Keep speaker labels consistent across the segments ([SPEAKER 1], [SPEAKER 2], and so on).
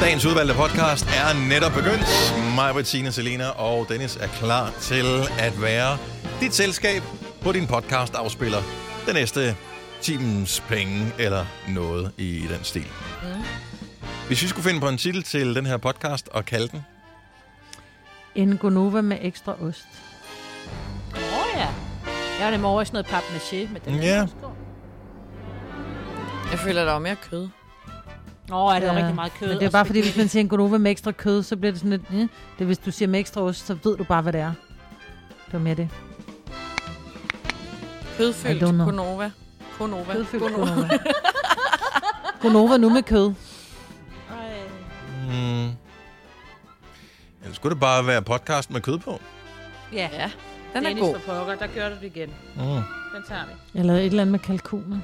[SPEAKER 1] Dagens udvalgte podcast er netop begyndt. Mig, Bettina, Selina og Dennis er klar til at være dit selskab på din podcast afspiller den næste timens penge eller noget i den stil. Mm. Hvis vi skulle finde på en titel til den her podcast og kalde den,
[SPEAKER 2] En Gonova med ekstra ost.
[SPEAKER 3] Åh oh, ja. Jeg var nemlig over i sådan noget papier-maché med den.
[SPEAKER 1] Ja.
[SPEAKER 4] Mm. Jeg føler, der var mere kød.
[SPEAKER 3] Åh, oh, er det ja. rigtig meget kød.
[SPEAKER 2] Men det er
[SPEAKER 3] og
[SPEAKER 2] bare fordi, hvis
[SPEAKER 3] spaghetti.
[SPEAKER 2] man siger en Gonova med ekstra kød, så bliver det sådan lidt... Eh. Det, hvis du siger med ekstra ost, så ved du bare, hvad det er. Det var mere det.
[SPEAKER 4] Kødfyldt
[SPEAKER 2] I don't know.
[SPEAKER 4] Konova. Konova.
[SPEAKER 2] Kødfyldt
[SPEAKER 4] Konova.
[SPEAKER 2] Gonova. Gonova nu med kød.
[SPEAKER 3] Ej.
[SPEAKER 1] mm, eller skulle det bare være podcast med kød på?
[SPEAKER 3] Ja,
[SPEAKER 4] Ja, den er
[SPEAKER 3] Dennis
[SPEAKER 4] god.
[SPEAKER 3] for pokker, der gør du det igen.
[SPEAKER 1] Mm.
[SPEAKER 3] Den tager vi.
[SPEAKER 2] Eller et eller andet med kalkuner.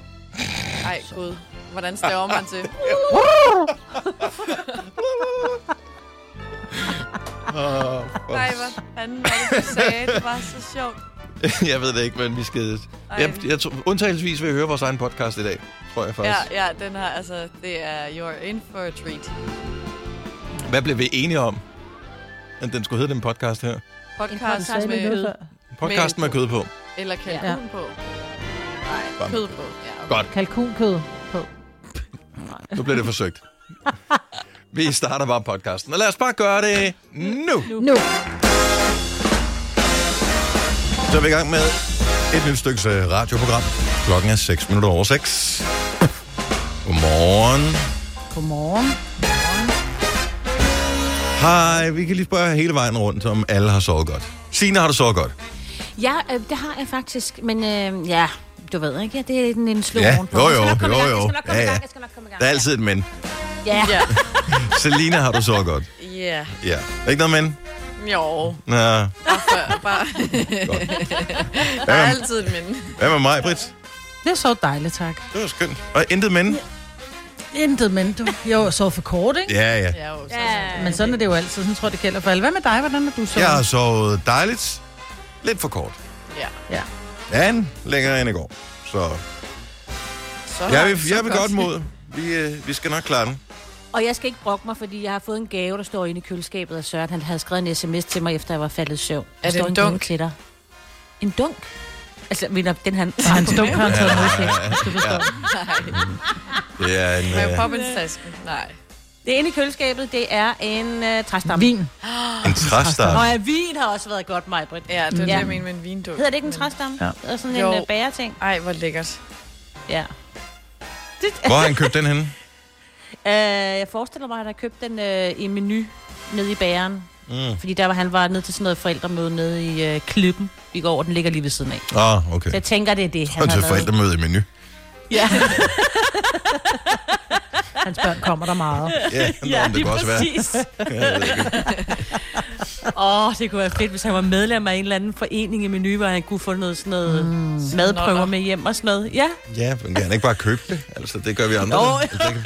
[SPEAKER 4] Ej, gud. Hvordan staver man til?
[SPEAKER 1] Oh,
[SPEAKER 4] Nej, hvad fanden var det, du sagde? Det var så sjovt.
[SPEAKER 1] jeg ved det ikke, men vi skal...
[SPEAKER 4] Ej.
[SPEAKER 1] Jeg, jeg tror, undtagelsesvis vil jeg høre vores egen podcast i dag, tror jeg faktisk.
[SPEAKER 4] Ja, ja, den her, altså, det er you're in for a treat.
[SPEAKER 1] Hvad blev vi enige om, at den skulle hedde den podcast her?
[SPEAKER 4] Podcast
[SPEAKER 3] podcast
[SPEAKER 4] med
[SPEAKER 3] med
[SPEAKER 4] kød
[SPEAKER 3] kød.
[SPEAKER 1] Podcast med kød på.
[SPEAKER 4] eller kalkun på. Nej, kød på. Ja, okay.
[SPEAKER 1] Godt,
[SPEAKER 2] Kalkunkød på.
[SPEAKER 1] nu blev det forsøgt. vi starter bare podcasten, og lad os bare gøre det nu.
[SPEAKER 2] Nu.
[SPEAKER 1] Så er vi i gang med et nyt stykke øh, radioprogram. Klokken er 6 minutter over 6. Godmorgen.
[SPEAKER 2] Godmorgen.
[SPEAKER 1] Hej, vi kan lige spørge hele vejen rundt, om alle har sovet godt. Signe, har du sovet godt?
[SPEAKER 5] Ja, øh, det har jeg faktisk, men øh, ja, du ved ikke, det er en, en slå
[SPEAKER 1] Ja,
[SPEAKER 5] ovenpå.
[SPEAKER 1] jo,
[SPEAKER 5] Jeg skal nok
[SPEAKER 1] jo,
[SPEAKER 5] komme i
[SPEAKER 1] jo,
[SPEAKER 5] gang,
[SPEAKER 1] jo.
[SPEAKER 5] Jeg skal nok
[SPEAKER 1] Ja,
[SPEAKER 5] komme i
[SPEAKER 1] ja.
[SPEAKER 5] gang, jeg skal nok komme i gang.
[SPEAKER 1] Der er altid et men.
[SPEAKER 5] Ja,
[SPEAKER 4] Ja,
[SPEAKER 1] Selina, har du sovet godt?
[SPEAKER 4] ja.
[SPEAKER 1] Ja. Ikke noget men?
[SPEAKER 4] Jo,
[SPEAKER 1] Nå,
[SPEAKER 4] bare, for, bare. der er
[SPEAKER 1] Hvad med,
[SPEAKER 4] altid et minde.
[SPEAKER 1] hvad med mig, Britt?
[SPEAKER 6] Det er så dejligt, tak.
[SPEAKER 1] Det var skønt. Og intet men?
[SPEAKER 6] Intet, men du. Jo, så for kort, ikke?
[SPEAKER 1] Ja, ja.
[SPEAKER 4] Ja, jo, så,
[SPEAKER 6] Ja. Men sådan er det jo altid. Sådan tror jeg, det gælder for alle. Hvad med dig? Hvordan er du så?
[SPEAKER 1] Jeg har sovet dejligt. Lidt for kort.
[SPEAKER 4] ja.
[SPEAKER 1] Ja, en længere end i går. Så
[SPEAKER 4] Så,
[SPEAKER 1] jeg vil,
[SPEAKER 4] så
[SPEAKER 1] jeg vil godt mod. Vi, øh, vi skal nok klare den.
[SPEAKER 5] og jeg skal ikke brokke mig, fordi jeg har fået en gave, der står inde i køleskabet, og Søren han havde skrevet en sms til mig, efter jeg var faldet i søvn. Der
[SPEAKER 4] det
[SPEAKER 5] står
[SPEAKER 4] en
[SPEAKER 5] gave
[SPEAKER 4] dunk?
[SPEAKER 5] Til dig. En dunk? Altså, mener, den han...
[SPEAKER 2] Og han stod har han taget modsæt.
[SPEAKER 1] Det er en...
[SPEAKER 4] Mary
[SPEAKER 1] Øh,
[SPEAKER 4] Poppins-tasken. Nej.
[SPEAKER 5] Det inde i køleskabet, det er en uh, træstamme.
[SPEAKER 2] Vin.
[SPEAKER 1] en træstamme.
[SPEAKER 5] Og ja, vin har også været godt, mig, Britt.
[SPEAKER 4] Ja, det er ja.
[SPEAKER 5] Ja.
[SPEAKER 4] det, jeg mener med en vinduk.
[SPEAKER 5] Hedder det ikke en træstamme? Ja. Det er sådan
[SPEAKER 4] Jo.
[SPEAKER 5] en uh, bagerting.
[SPEAKER 4] Ej, hvor lækkert.
[SPEAKER 5] Ja.
[SPEAKER 1] Hvor har han købt den henne?
[SPEAKER 5] Øh, jeg forestiller mig, at jeg købte den øh, i menu nede i bæren.
[SPEAKER 1] Mm.
[SPEAKER 5] Mm. Fordi der var han var nede til sådan noget forældremøde nede i øh, klubben i går, og den ligger lige ved siden af. Så
[SPEAKER 1] Åh, oh, okay.
[SPEAKER 5] jeg tænker, det er det, han
[SPEAKER 1] Og til
[SPEAKER 5] har lavet.
[SPEAKER 1] forældremøde i menu.
[SPEAKER 5] Ja,
[SPEAKER 2] Hans børn kommer der meget.
[SPEAKER 1] Ja, ja
[SPEAKER 5] ja
[SPEAKER 1] nå, det
[SPEAKER 5] lige
[SPEAKER 1] kunne også være.
[SPEAKER 5] præcis.
[SPEAKER 1] Ja, jeg ved ikke.
[SPEAKER 5] Åh, oh, det kunne være fedt, hvis han var medlem af en eller anden forening i menu, hvor han kunne få noget sådan noget mm. madprøver med hjem og sådan noget. Ja,
[SPEAKER 1] ja, men kan han ikke bare købe det? Altså, det gør vi andre.
[SPEAKER 5] Jo.
[SPEAKER 1] Altså, det kan-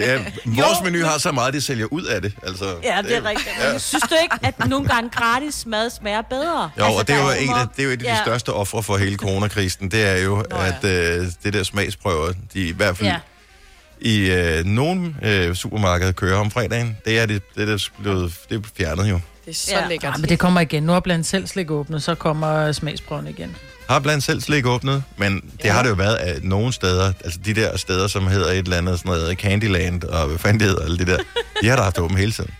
[SPEAKER 1] Det er, vores menu har så meget, de sælger ud af det. Altså,
[SPEAKER 5] ja det er rigtigt. Ja. Synes du ikke, at nogle gange gratis mad smager bedre?
[SPEAKER 1] Jo, altså, og det er
[SPEAKER 5] der
[SPEAKER 1] jo,
[SPEAKER 5] humor.
[SPEAKER 1] en af, det er jo et af de
[SPEAKER 5] Ja.
[SPEAKER 1] største ofre for hele coronakrisen, det er jo, Nå,
[SPEAKER 4] ja.
[SPEAKER 1] at øh, det der smagsprøver, de i hvert fald ja.
[SPEAKER 5] Ja.
[SPEAKER 1] i øh, nogle øh, supermarkeder kører om fredagen, det er det, det, der blevet, det er fjernet jo.
[SPEAKER 4] Det er så ja.
[SPEAKER 5] Ja.
[SPEAKER 4] lækkert.
[SPEAKER 6] Ja, Ah, men det kommer igen. Nu er blandt selv slik åbnet, så kommer smagsprøven igen.
[SPEAKER 1] Har blandt selv slik åbnet, men det ja. har det jo været af nogle steder, altså de der steder, som hedder et eller andet, sådan noget Candyland og hvad fanden det hedder, alle de der, de har da haft åbent hele tiden.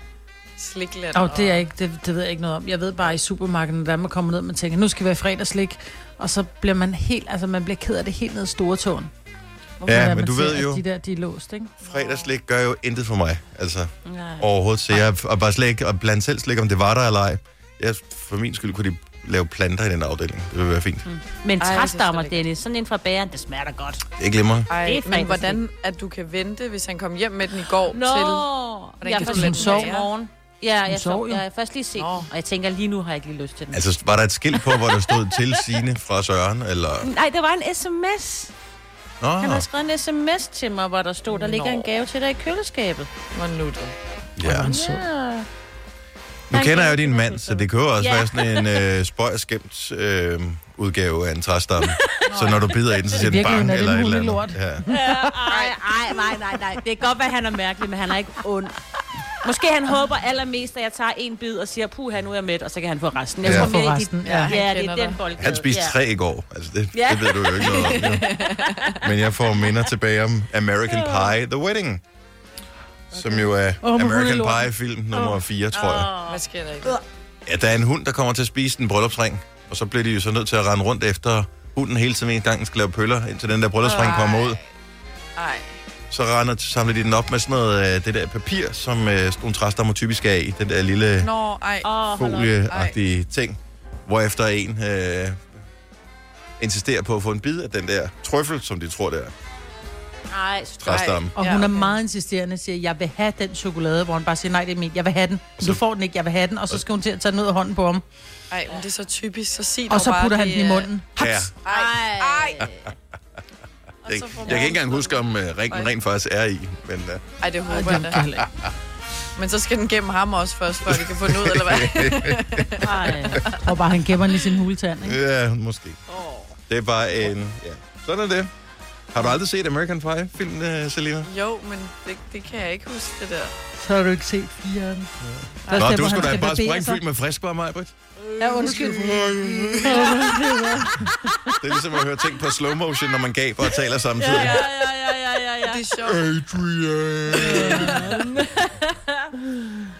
[SPEAKER 4] Slikland.
[SPEAKER 6] Og det, er ikke, det, det, ved jeg ikke noget om. Jeg ved bare i supermarkedet, der man kommer ned, man tænker, nu skal vi have fredagsslik. Og så bliver man helt, altså man bliver ked af det helt ned i store tåen.
[SPEAKER 1] Ja,
[SPEAKER 6] Når
[SPEAKER 1] men
[SPEAKER 6] man
[SPEAKER 1] du
[SPEAKER 6] ser,
[SPEAKER 1] ved
[SPEAKER 6] at
[SPEAKER 1] jo-
[SPEAKER 6] De der, de er låst, ikke?
[SPEAKER 1] Fredagslik gør jo intet for mig, altså
[SPEAKER 5] Nej.
[SPEAKER 1] overhovedet, så jeg og bare slet ikke, og blandt selv slik, om det var der eller ej. Jeg, for min skyld kunne de lave planter i den afdeling, det ville være fint.
[SPEAKER 5] Men
[SPEAKER 4] Ej, jeg synes, det er
[SPEAKER 5] træstammer,
[SPEAKER 4] lækkert.
[SPEAKER 5] Dennis, sådan en fra bæren, det smager da godt.
[SPEAKER 1] Jeg glemmer.
[SPEAKER 4] Ej,
[SPEAKER 5] Det er
[SPEAKER 4] men
[SPEAKER 5] fredagslik.
[SPEAKER 4] hvordan at du kan vente, hvis han kom hjem med den i går
[SPEAKER 5] Nå,
[SPEAKER 4] til...
[SPEAKER 5] til,
[SPEAKER 4] kan
[SPEAKER 5] jeg
[SPEAKER 4] du
[SPEAKER 5] kan
[SPEAKER 4] lade den
[SPEAKER 5] først sove i
[SPEAKER 4] være?
[SPEAKER 5] morgen. Ja, jeg
[SPEAKER 6] sov
[SPEAKER 5] sov,
[SPEAKER 6] jo.
[SPEAKER 5] jeg har først lige set den,
[SPEAKER 4] Nå.
[SPEAKER 5] og jeg tænker, lige nu har jeg ikke lige lyst til den.
[SPEAKER 1] Altså, var der et skilt på, hvor der stod til Signe fra Søren, eller...
[SPEAKER 5] Nej, der var en sms.
[SPEAKER 1] Nå,
[SPEAKER 5] Han har skrevet en sms til mig, hvor der stod, der ligger
[SPEAKER 4] Nå.
[SPEAKER 5] en gave til dig i køleskabet.
[SPEAKER 4] Hvor nu det?
[SPEAKER 1] ja.
[SPEAKER 5] Ja.
[SPEAKER 1] Nu kender jeg jo din mand, så det kan jo også
[SPEAKER 5] Ja.
[SPEAKER 1] være sådan en øh, spøj og skæmt øh, udgave af en træstamme. så når du bider i den, så siger den
[SPEAKER 6] virkeligheden
[SPEAKER 1] bang
[SPEAKER 6] er det
[SPEAKER 1] eller
[SPEAKER 6] en
[SPEAKER 1] et eller andet.
[SPEAKER 6] hundelort.
[SPEAKER 1] Ja.
[SPEAKER 5] Ej, ej, nej, nej, nej. Det kan godt være, han er mærkelig, men han er ikke ond. Måske han håber allermest, at jeg tager en bid og siger, puha, nu er jeg mæt, og så kan han få resten. Jeg
[SPEAKER 1] Ja.
[SPEAKER 5] tror
[SPEAKER 1] Han
[SPEAKER 6] får
[SPEAKER 5] mere, de-
[SPEAKER 6] resten, ja.
[SPEAKER 5] Ja,
[SPEAKER 6] Han
[SPEAKER 5] ja det
[SPEAKER 4] kender
[SPEAKER 5] er den
[SPEAKER 4] dig.
[SPEAKER 5] boldgade.
[SPEAKER 1] Han spiste
[SPEAKER 5] ja.
[SPEAKER 1] tre i går. Altså, det,
[SPEAKER 5] Ja.
[SPEAKER 1] det ved du jo ikke noget om. Jo. Men jeg får minder tilbage om American Pie The Wedding. Som jo er
[SPEAKER 6] hun er
[SPEAKER 1] American
[SPEAKER 6] lort.
[SPEAKER 1] Pie-film nummer 4, tror jeg.
[SPEAKER 4] Hvad sker der ikke?
[SPEAKER 1] Ja, der er en hund, der kommer til at spise en bryllupsring, og så bliver de jo så nødt til at rende rundt efter hunden hele tiden, hver gang den skal lave pøller, indtil den der bryllupsring kommer ud.
[SPEAKER 4] Ej.
[SPEAKER 1] Så render, samler de den op med sådan noget, øh, det der papir, som øh, sådan nogle træstammer typisk er i, den der lille
[SPEAKER 4] Nå, ej.
[SPEAKER 5] Åh, hold op.
[SPEAKER 1] folieagtige ting, hvorefter en øh, insisterer på at få en bid af den der trøffel, som de tror, det er
[SPEAKER 5] Ej, så tror jeg-
[SPEAKER 1] træstamme.
[SPEAKER 6] Og hun er meget insisterende siger, jeg vil have den chokolade, hvor han bare siger, nej, det er min, jeg vil have den. Du får den ikke, jeg vil have den. Og så skal hun til at tage den ud af hånden på ham.
[SPEAKER 4] Ej, men det er så typisk. Så sig
[SPEAKER 6] Og
[SPEAKER 4] dog
[SPEAKER 6] så
[SPEAKER 4] bare,
[SPEAKER 6] putter han
[SPEAKER 4] det
[SPEAKER 6] den i
[SPEAKER 4] er-
[SPEAKER 6] munden.
[SPEAKER 1] Ja,
[SPEAKER 4] Ej. Ej.
[SPEAKER 1] jeg, jeg kan ikke engang huske, om øh, ringen rent faktisk er i, men øh,
[SPEAKER 4] Ej, det håber jeg da. Men så skal den gennem ham også først, før vi kan få den ud, eller hvad?
[SPEAKER 5] Ej.
[SPEAKER 6] Og bare han gemmer den i sin huletand, ikke?
[SPEAKER 1] ja, måske. Det er bare en... Ja. Sådan er det. Har du aldrig set American Pie-filmen, Selina?
[SPEAKER 4] Jo, men det, det kan jeg ikke huske, det der.
[SPEAKER 2] Så har du ikke set firen. Ja.
[SPEAKER 1] Nå, du skulle da bare springfyldt med friskbar, mig, Britt.
[SPEAKER 2] Ja, undskyld.
[SPEAKER 1] Det er ligesom at høre ting på slow motion, når man gaber og taler samtidig.
[SPEAKER 5] Ja, ja, ja, ja, ja, ja.
[SPEAKER 4] Det er sjovt.
[SPEAKER 1] Adrian!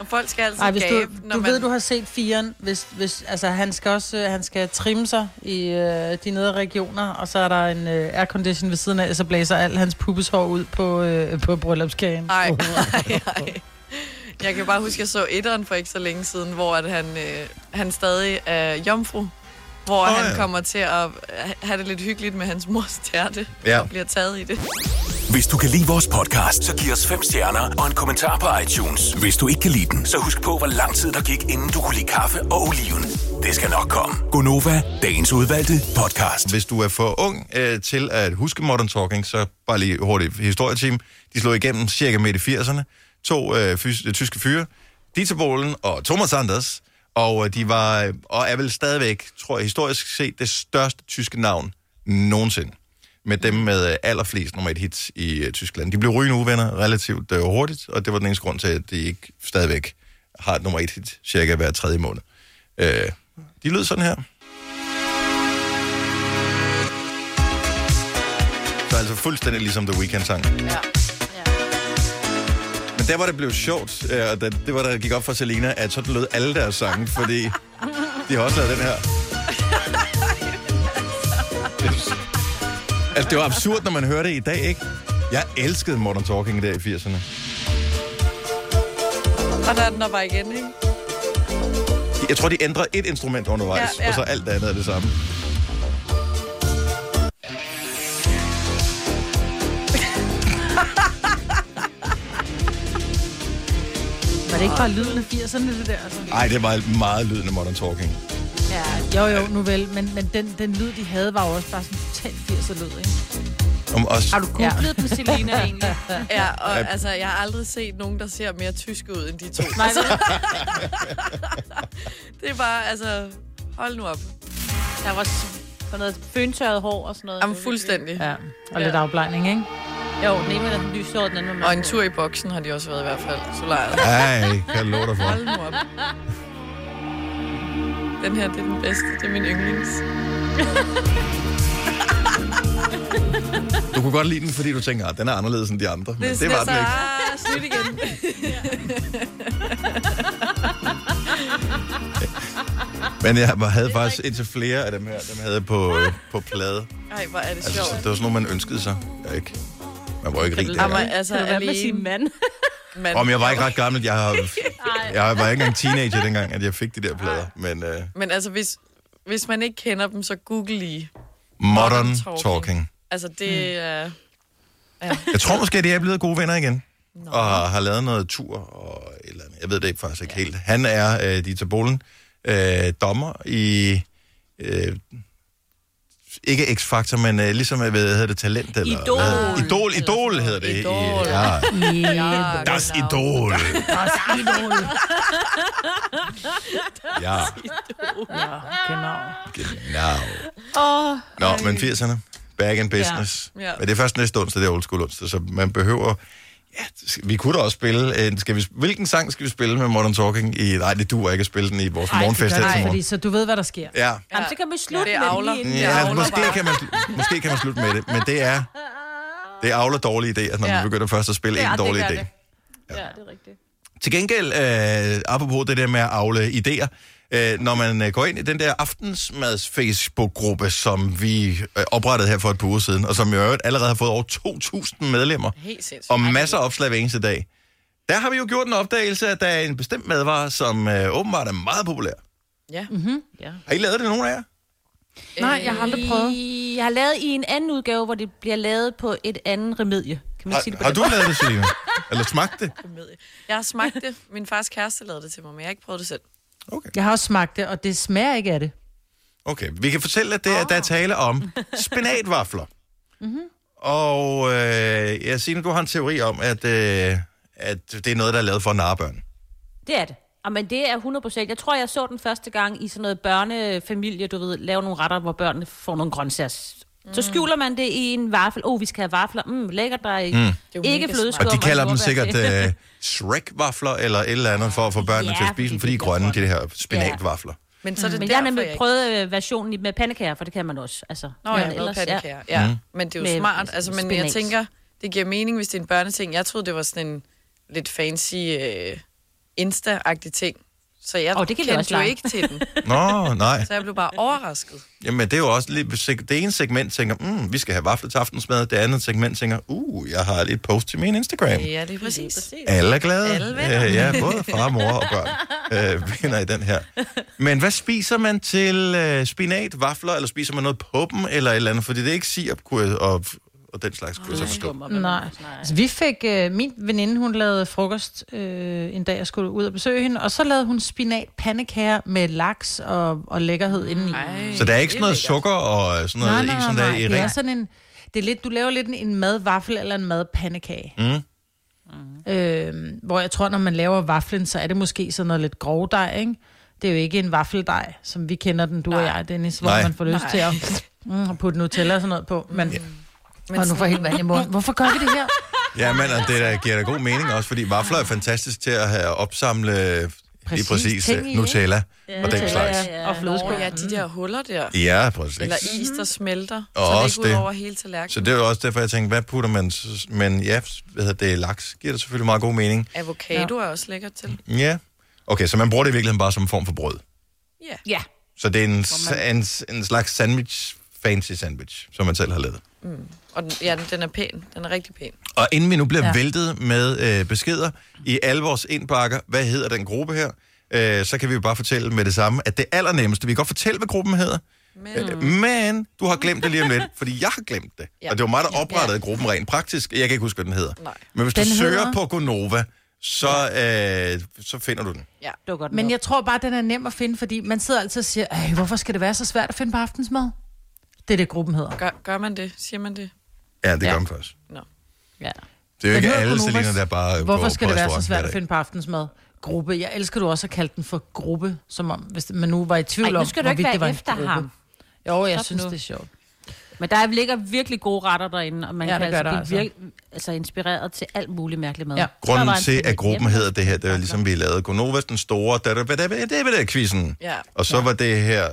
[SPEAKER 4] Og folk skal altid
[SPEAKER 6] Ej, hvis du,
[SPEAKER 4] gabe, når
[SPEAKER 6] du
[SPEAKER 4] man...
[SPEAKER 6] ved, du har set firen. Hvis, hvis, altså, han skal også øh, han skal trimme sig i øh, de nedre regioner, og så er der en øh, aircondition ved siden af, og så blæser alt hans pubeshår ud på, øh, på bryllupskagen.
[SPEAKER 4] Ej, ej, ej. Jeg kan bare huske, at jeg så etteren for ikke så længe siden, hvor at han, øh, han stadig er jomfru. Hvor
[SPEAKER 1] Åh,
[SPEAKER 4] oh, han
[SPEAKER 1] ja.
[SPEAKER 4] kommer til at øh, have det lidt hyggeligt med hans mors tærte,
[SPEAKER 1] Ja.
[SPEAKER 4] og bliver taget i det.
[SPEAKER 7] Hvis du kan lide vores podcast, så giv os fem stjerner og en kommentar på iTunes. Hvis du ikke kan lide den, så husk på, hvor lang tid der gik, inden du kunne lide kaffe og oliven. Det skal nok komme. Gonova, dagens udvalgte podcast.
[SPEAKER 1] Hvis du er for ung øh, til at huske Modern Talking, så bare lige hurtigt historieteam. De slog igennem cirka midt i 80'erne. To øh, fys- øh, tyske fyre, Dieter Bohlen og Thomas Sanders. Og øh, de var, øh, og er vel stadigvæk, tror jeg historisk set, det største tyske navn nogensinde. Med dem med øh, allerflest nummer et hits i øh, Tyskland. De blev rygende uvenner relativt øh, hurtigt, og det var den eneste grund til, at de ikke stadigvæk har et nummer et hit cirka hver tredje måned. Øh, de lød sådan her. Så altså fuldstændig ligesom The Weeknd-sang. Ja. ja. Men der var det blev sjovt, øh, og da- det var der gik op for Selena, at sådan lød alle deres sange, fordi de har også lavet den her. Det- Altså, det var absurd, når man hører det i dag, ikke? Jeg elskede Modern Talking der i 80'erne.
[SPEAKER 4] Og der er den der bare igen, ikke?
[SPEAKER 1] Jeg tror, de ændrede et instrument undervejs, ja,
[SPEAKER 4] Ja,
[SPEAKER 1] ja.
[SPEAKER 4] ja.
[SPEAKER 1] og så alt andet er det samme.
[SPEAKER 6] Var det ikke bare lyden af 80'erne, det der? Altså?
[SPEAKER 1] Ej, det var meget lyden af Modern Talking.
[SPEAKER 6] Jo, jo, nu vel. Men, men den, den lyd, de havde, var jo også bare sådan totalt 80'er lyd, ikke?
[SPEAKER 1] Om os,
[SPEAKER 5] Har du googlet ja. den, Selina, egentlig?
[SPEAKER 4] Ja, og altså, jeg har aldrig set nogen, der ser mere tysk ud end de to.
[SPEAKER 5] Nej,
[SPEAKER 4] Altså, det er bare, altså, hold nu op.
[SPEAKER 5] der var sådan noget føntørret hår og sådan noget.
[SPEAKER 4] Jamen, fuldstændig.
[SPEAKER 6] Ja. Og lidt afblejning, ikke?
[SPEAKER 5] Jo, den ene var den lyshåret, den anden var mørk.
[SPEAKER 4] Og en tur i boksen har de også været i hvert fald. Så lejet.
[SPEAKER 1] Ej, kan jeg love dig for.
[SPEAKER 4] Hold nu op. Den her, det er den bedste. Det er min yndlings.
[SPEAKER 1] Du kunne godt lide den, fordi du tænker, at den er anderledes end de andre. Men det, det var den ikke.
[SPEAKER 4] Ah, slut igen.
[SPEAKER 1] Men jeg havde faktisk indtil flere af dem her, dem havde jeg på, øh, på plade.
[SPEAKER 4] Ej, hvor er det
[SPEAKER 1] Altså, så
[SPEAKER 4] sjovt.
[SPEAKER 1] det var sådan noget, man ønskede sig. Jeg ikke. Man var jo ikke rig
[SPEAKER 4] Jamen,
[SPEAKER 1] dengang.
[SPEAKER 4] altså,
[SPEAKER 5] Kan du være med at sige
[SPEAKER 4] alene.
[SPEAKER 5] mand?
[SPEAKER 4] mand.
[SPEAKER 1] Om jeg var ikke ret gammel, jeg, har, jeg var ikke engang teenager dengang, at jeg fik de der plader. Men uh,
[SPEAKER 4] Men altså, hvis, hvis man ikke kender dem, så google lige.
[SPEAKER 1] Modern
[SPEAKER 4] Modern
[SPEAKER 1] Talking.
[SPEAKER 4] Talking. Altså, det er... Mm.
[SPEAKER 1] Jeg tror måske, at de er blevet gode venner igen. Og har, har lavet noget tur og et eller andet. Jeg ved det faktisk ikke helt. Han er, øh, Dieter Bohlen, øh, dommer i... Øh, ikke X-Factor, men øh, ligesom, hvad hedder det, Talent? Eller,
[SPEAKER 5] Idol.
[SPEAKER 1] Hvad? hedder det? Idol,
[SPEAKER 5] Eller sådan
[SPEAKER 1] Idol
[SPEAKER 5] noget.
[SPEAKER 1] hedder det.
[SPEAKER 4] Idol.
[SPEAKER 1] Ja.
[SPEAKER 4] Ja,
[SPEAKER 1] Das Idol.
[SPEAKER 6] Das Idol.
[SPEAKER 1] Ja,
[SPEAKER 6] Genau.
[SPEAKER 1] genau.
[SPEAKER 3] Åh,
[SPEAKER 1] Nå, men 80'erne. Back in business.
[SPEAKER 4] Ja. Ja.
[SPEAKER 1] Men det er først næste onsdag, det er old school onsdag, så man behøver... Ja, vi kunne da også spille... En, skal vi, hvilken sang skal vi spille med Modern Talking? I, nej, det duer ikke at spille den i vores morgenfest her til
[SPEAKER 6] Nej, fordi
[SPEAKER 1] morgen.
[SPEAKER 6] så du ved, hvad der sker.
[SPEAKER 1] Ja.
[SPEAKER 5] Jamen, så kan vi slutte
[SPEAKER 4] Det
[SPEAKER 5] med den
[SPEAKER 4] avler.
[SPEAKER 5] lige inden.
[SPEAKER 4] Det
[SPEAKER 1] ja
[SPEAKER 4] avler
[SPEAKER 1] måske,
[SPEAKER 4] bare.
[SPEAKER 1] kan man, slu- måske kan man slutte med det, men det er... Det er afler dårlige idéer, når ja.
[SPEAKER 4] Ja.
[SPEAKER 1] man begynder først at spille
[SPEAKER 4] Ja,
[SPEAKER 1] en
[SPEAKER 4] det
[SPEAKER 1] dårlig
[SPEAKER 4] gør
[SPEAKER 1] idé.
[SPEAKER 4] det.
[SPEAKER 5] Ja, det er rigtigt.
[SPEAKER 1] Til gengæld, øh, apropos det der med at afle idéer, øh, når man øh, går ind i den der aftensmads Facebook-gruppe, som vi øh, oprettede her for et par uger siden, og som i øvrigt allerede har fået over 2.000 medlemmer,
[SPEAKER 4] Helt sindssygt.
[SPEAKER 1] og masser af opslag hver eneste dag, der har vi jo gjort en opdagelse, at der er en bestemt madvare, som øh, åbenbart er meget populær.
[SPEAKER 4] Ja.
[SPEAKER 5] Mm-hmm.
[SPEAKER 1] Har I lavet det, nogen af jer?
[SPEAKER 2] Nej, jeg har aldrig prøvet.
[SPEAKER 5] I, Øh, jeg har lavet i en anden udgave, hvor det bliver lavet på et andet remedie. Kan man sige det
[SPEAKER 1] Har,
[SPEAKER 5] på
[SPEAKER 1] har
[SPEAKER 5] den
[SPEAKER 1] du lavet det, Selina? Eller smagt det?
[SPEAKER 4] Komedie. Jeg har smagt det. Min fars kæreste lavede det til mig, men jeg har ikke prøvet det selv.
[SPEAKER 1] Okay.
[SPEAKER 6] Jeg har også smagt det, og det smager ikke af det.
[SPEAKER 1] Okay, vi kan fortælle, at det, oh. der er tale om spinatvafler. mm-hmm.
[SPEAKER 5] Mhm.
[SPEAKER 1] Og øh, jeg siger, du har en teori om, at, øh, at det er noget, der er lavet for narbørn.
[SPEAKER 5] Det er det. Jamen, det er 100 procent. Jeg tror, jeg så den første gang i sådan noget børnefamilie, du ved, lave nogle retter, hvor børnene får nogle grøntsager. Mm. Så skjuler man det i en vaffel. Åh, oh, vi skal have vafler. Mm, lækkert, der er mm. ikke
[SPEAKER 4] mega
[SPEAKER 5] flødeskum.
[SPEAKER 1] Og de kalder dem sikkert øh, Shrek-vafler eller et eller andet, for at få børnene
[SPEAKER 5] Ja,
[SPEAKER 1] til at spise dem,
[SPEAKER 5] fordi
[SPEAKER 1] fordi de er
[SPEAKER 5] de er
[SPEAKER 1] grønne, de
[SPEAKER 5] grønne.
[SPEAKER 1] her spinatvafler.
[SPEAKER 4] Men så er det
[SPEAKER 5] Mm. Men jeg
[SPEAKER 4] derfor,
[SPEAKER 5] har nemlig
[SPEAKER 4] jeg ikke-
[SPEAKER 5] prøvet øh, versionen i- med pandekager, for det kan man også. Altså,
[SPEAKER 4] Nå ja, med pandekager. Ja. Mm. Men det er jo
[SPEAKER 5] Med
[SPEAKER 4] smart. Altså, men jeg
[SPEAKER 5] spinat.
[SPEAKER 4] tænker, det giver mening, hvis det er en børneting. Jeg troede, det var sådan en lidt fancy øh, Insta-agtig ting. Så jeg
[SPEAKER 5] Åh, det kan vi også
[SPEAKER 4] kendte jo
[SPEAKER 5] lege.
[SPEAKER 4] ikke til den.
[SPEAKER 1] Nå, nej.
[SPEAKER 4] Så jeg blev bare overrasket.
[SPEAKER 1] Jamen, det er jo også lidt... seg- Det ene segment tænker, mm, vi skal have vafler til aftensmad. Det andet segment tænker, uh, jeg har lige et post til min Instagram.
[SPEAKER 4] Ja, det er præcis.
[SPEAKER 1] Alle er glade.
[SPEAKER 4] Alle vinder.
[SPEAKER 1] Øh, ja, både far, mor og børn øh, vinder i den her. Men hvad spiser man til øh, spinat, vafler, eller spiser man noget på dem, eller et eller andet? Fordi det er ikke sirup, kunne jeg, og, og den slags, kunne jeg så forstå.
[SPEAKER 6] Nej. Altså, vi fik, øh, min veninde, hun lavede frokost øh, en dag, jeg skulle ud og besøge hende, og så lavede hun spinatpandekager med laks og, og lækkerhed indeni.
[SPEAKER 4] Mm. Ej,
[SPEAKER 1] Så der er ikke sådan noget
[SPEAKER 4] det er
[SPEAKER 1] sukker og øh, sådan noget i, som der er i
[SPEAKER 6] Det er
[SPEAKER 1] ren.
[SPEAKER 6] sådan en... Det er lidt, du laver lidt en, en madvaffel eller en madpandekage. Mm. Øh, hvor jeg tror, når man laver vaflen, så er det måske sådan noget lidt grovdej, ikke? Det er jo ikke en vaffeldej, som vi kender den, du Nej. og jeg, Dennis, hvor
[SPEAKER 1] Nej.
[SPEAKER 6] Nej. man får lyst Nej. til at mm, putte Nutella og sådan noget på. Men,
[SPEAKER 4] Men
[SPEAKER 6] men og nu får jeg helt vand i munden. Hvorfor gør vi det her?
[SPEAKER 1] Ja, men og det der giver da god mening også, fordi vafler er fantastisk til at have opsamle øh, lige
[SPEAKER 6] Præcis,
[SPEAKER 1] præcis
[SPEAKER 6] ting i,
[SPEAKER 1] øh,
[SPEAKER 6] ikke?
[SPEAKER 1] Nutella og den slags.
[SPEAKER 6] Og flødeskum.
[SPEAKER 4] Nå, ja, de der huller der.
[SPEAKER 1] Ja, præcis.
[SPEAKER 4] Eller is, der smelter.
[SPEAKER 1] Og
[SPEAKER 4] så det
[SPEAKER 1] også
[SPEAKER 4] ikke ud
[SPEAKER 1] det.
[SPEAKER 4] over hele tallerkenen.
[SPEAKER 1] Så det er jo også derfor, jeg tænkte, hvad putter man? s- Men ja, hvad hedder det, laks giver det selvfølgelig meget god mening.
[SPEAKER 4] Avocado er også lækkert til.
[SPEAKER 1] Ja. Okay, så man bruger det i virkeligheden bare som en form for brød.
[SPEAKER 4] Ja.
[SPEAKER 5] Ja,
[SPEAKER 1] Så det er en, man... en, en slags sandwich, fancy sandwich, som man selv har lavet.
[SPEAKER 4] Mm. Og den, ja, den er pæn. Den er rigtig pæn.
[SPEAKER 1] Og inden vi nu bliver ja. væltet med øh, beskeder i alle vores indbakker, hvad hedder den gruppe her, øh, så kan vi jo bare fortælle med det samme, at det allernemmeste, vi kan godt fortælle, hvad gruppen hedder,
[SPEAKER 4] Men
[SPEAKER 1] men, men du har glemt det lige om lidt, fordi jeg har glemt det. Ja.
[SPEAKER 4] Ja.
[SPEAKER 1] Og det var mig, der oprettede ja. gruppen rent praktisk. Jeg kan ikke huske, hvad den hedder.
[SPEAKER 4] Nej.
[SPEAKER 1] Men hvis du
[SPEAKER 6] Den
[SPEAKER 1] søger
[SPEAKER 6] hedder-
[SPEAKER 1] på Gonova, så, øh, så finder du den.
[SPEAKER 4] ja.
[SPEAKER 5] dukker den
[SPEAKER 6] men
[SPEAKER 5] op.
[SPEAKER 6] jeg tror bare, den er nem at finde, fordi man sidder altid og siger, "Ej, hvorfor skal det være så svært at finde på aftensmad? Det er det, gruppen hedder.
[SPEAKER 4] Gør, gør man det? Siger man det?
[SPEAKER 1] Ja, det ja.
[SPEAKER 5] Ja.
[SPEAKER 1] gør den først.
[SPEAKER 4] Nå.
[SPEAKER 1] Det er jo ikke
[SPEAKER 6] hedder
[SPEAKER 1] alle,
[SPEAKER 6] Gonovas.
[SPEAKER 1] Selina, der bare øh, går
[SPEAKER 6] Hvorfor skal
[SPEAKER 1] på
[SPEAKER 6] det være så
[SPEAKER 1] restaurant hver
[SPEAKER 6] svært at
[SPEAKER 1] dag?
[SPEAKER 6] finde på aftensmad? Gruppe. Jeg elsker du også at kalde den for gruppe, som om, hvis man nu var i tvivl
[SPEAKER 5] Ej, nu
[SPEAKER 6] om,
[SPEAKER 5] skal du ikke
[SPEAKER 6] hvorvidt
[SPEAKER 5] være
[SPEAKER 6] det var en
[SPEAKER 5] efter
[SPEAKER 6] gruppe.
[SPEAKER 5] ham.
[SPEAKER 6] Jo, jeg
[SPEAKER 5] Stop
[SPEAKER 6] synes,
[SPEAKER 5] nu.
[SPEAKER 6] det er sjovt.
[SPEAKER 5] Men der ligger virkelig gode retter derinde, og man
[SPEAKER 6] Ja,
[SPEAKER 5] ja, kan
[SPEAKER 6] det gør
[SPEAKER 5] altså blive
[SPEAKER 6] der
[SPEAKER 5] altså. Virke, altså inspireret til alt muligt mærkeligt mad.
[SPEAKER 6] Ja.
[SPEAKER 5] Ja.
[SPEAKER 1] Grunden til, at gruppen hedder det her, det var ligesom, vi lavede Gonovas, den store, da da da da da da da quizzen.
[SPEAKER 4] Ja.
[SPEAKER 1] Og så var det her,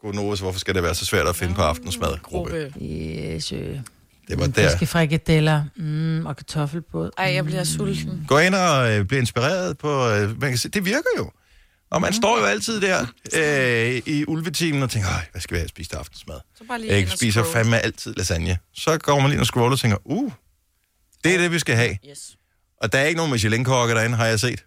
[SPEAKER 1] Gonovas, hvorfor skal det være så svært at finde på aftensmad? Gruppe.
[SPEAKER 4] Gruppe.
[SPEAKER 6] Yes, øh.
[SPEAKER 1] Det var der.
[SPEAKER 6] Fiskefrikadeller mm, og kartoffelbåd. Mm.
[SPEAKER 4] Ej, jeg bliver sulten.
[SPEAKER 1] Gå ind og øh, bliv inspireret på, øh, man kan se, det virker jo. Og man står jo altid der øh, i ulvetimen og tænker, "Ej, hvad skal vi have at spise til aftensmad?
[SPEAKER 4] Så bare lige
[SPEAKER 1] Jeg
[SPEAKER 4] ind og
[SPEAKER 1] spiser
[SPEAKER 4] scrolle.
[SPEAKER 1] fandme altid lasagne. Så går man lige ind og scroller og tænker, uh, det er det, vi skal have.
[SPEAKER 4] Yes.
[SPEAKER 1] Og der er ikke nogen Michelin-kokke derinde, har jeg set.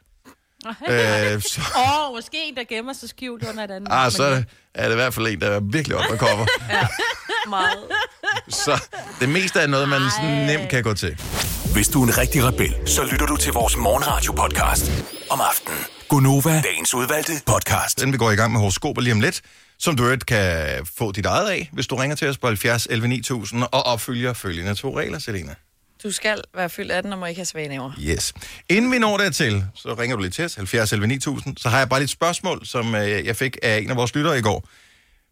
[SPEAKER 1] øh, så,
[SPEAKER 5] Åh, oh, måske en, der gemmer sig skjult under et andet.
[SPEAKER 1] ah, så er det, er det i hvert fald en, der er virkelig op og kommer.
[SPEAKER 4] Meget.
[SPEAKER 1] Så det meste er noget, man sådan nemt kan gå til.
[SPEAKER 7] Hvis du er en rigtig rebel, så lytter du til vores morgenradio-podcast om aftenen. Gonova, dagens udvalgte podcast.
[SPEAKER 1] Inden vi går i gang med horoskoper lige om lidt, som du i øvrigt kan få dit eget af, hvis du ringer til os på 70 11 9000 og opfylder følgende to regler, Selena.
[SPEAKER 4] Du skal være fyldt 18 og må ikke have svaneaver.
[SPEAKER 1] Yes. Inden vi når dertil, så ringer du lidt til os, 70 11 9000, så har jeg bare lidt spørgsmål, som øh, jeg fik af en af vores lyttere i går.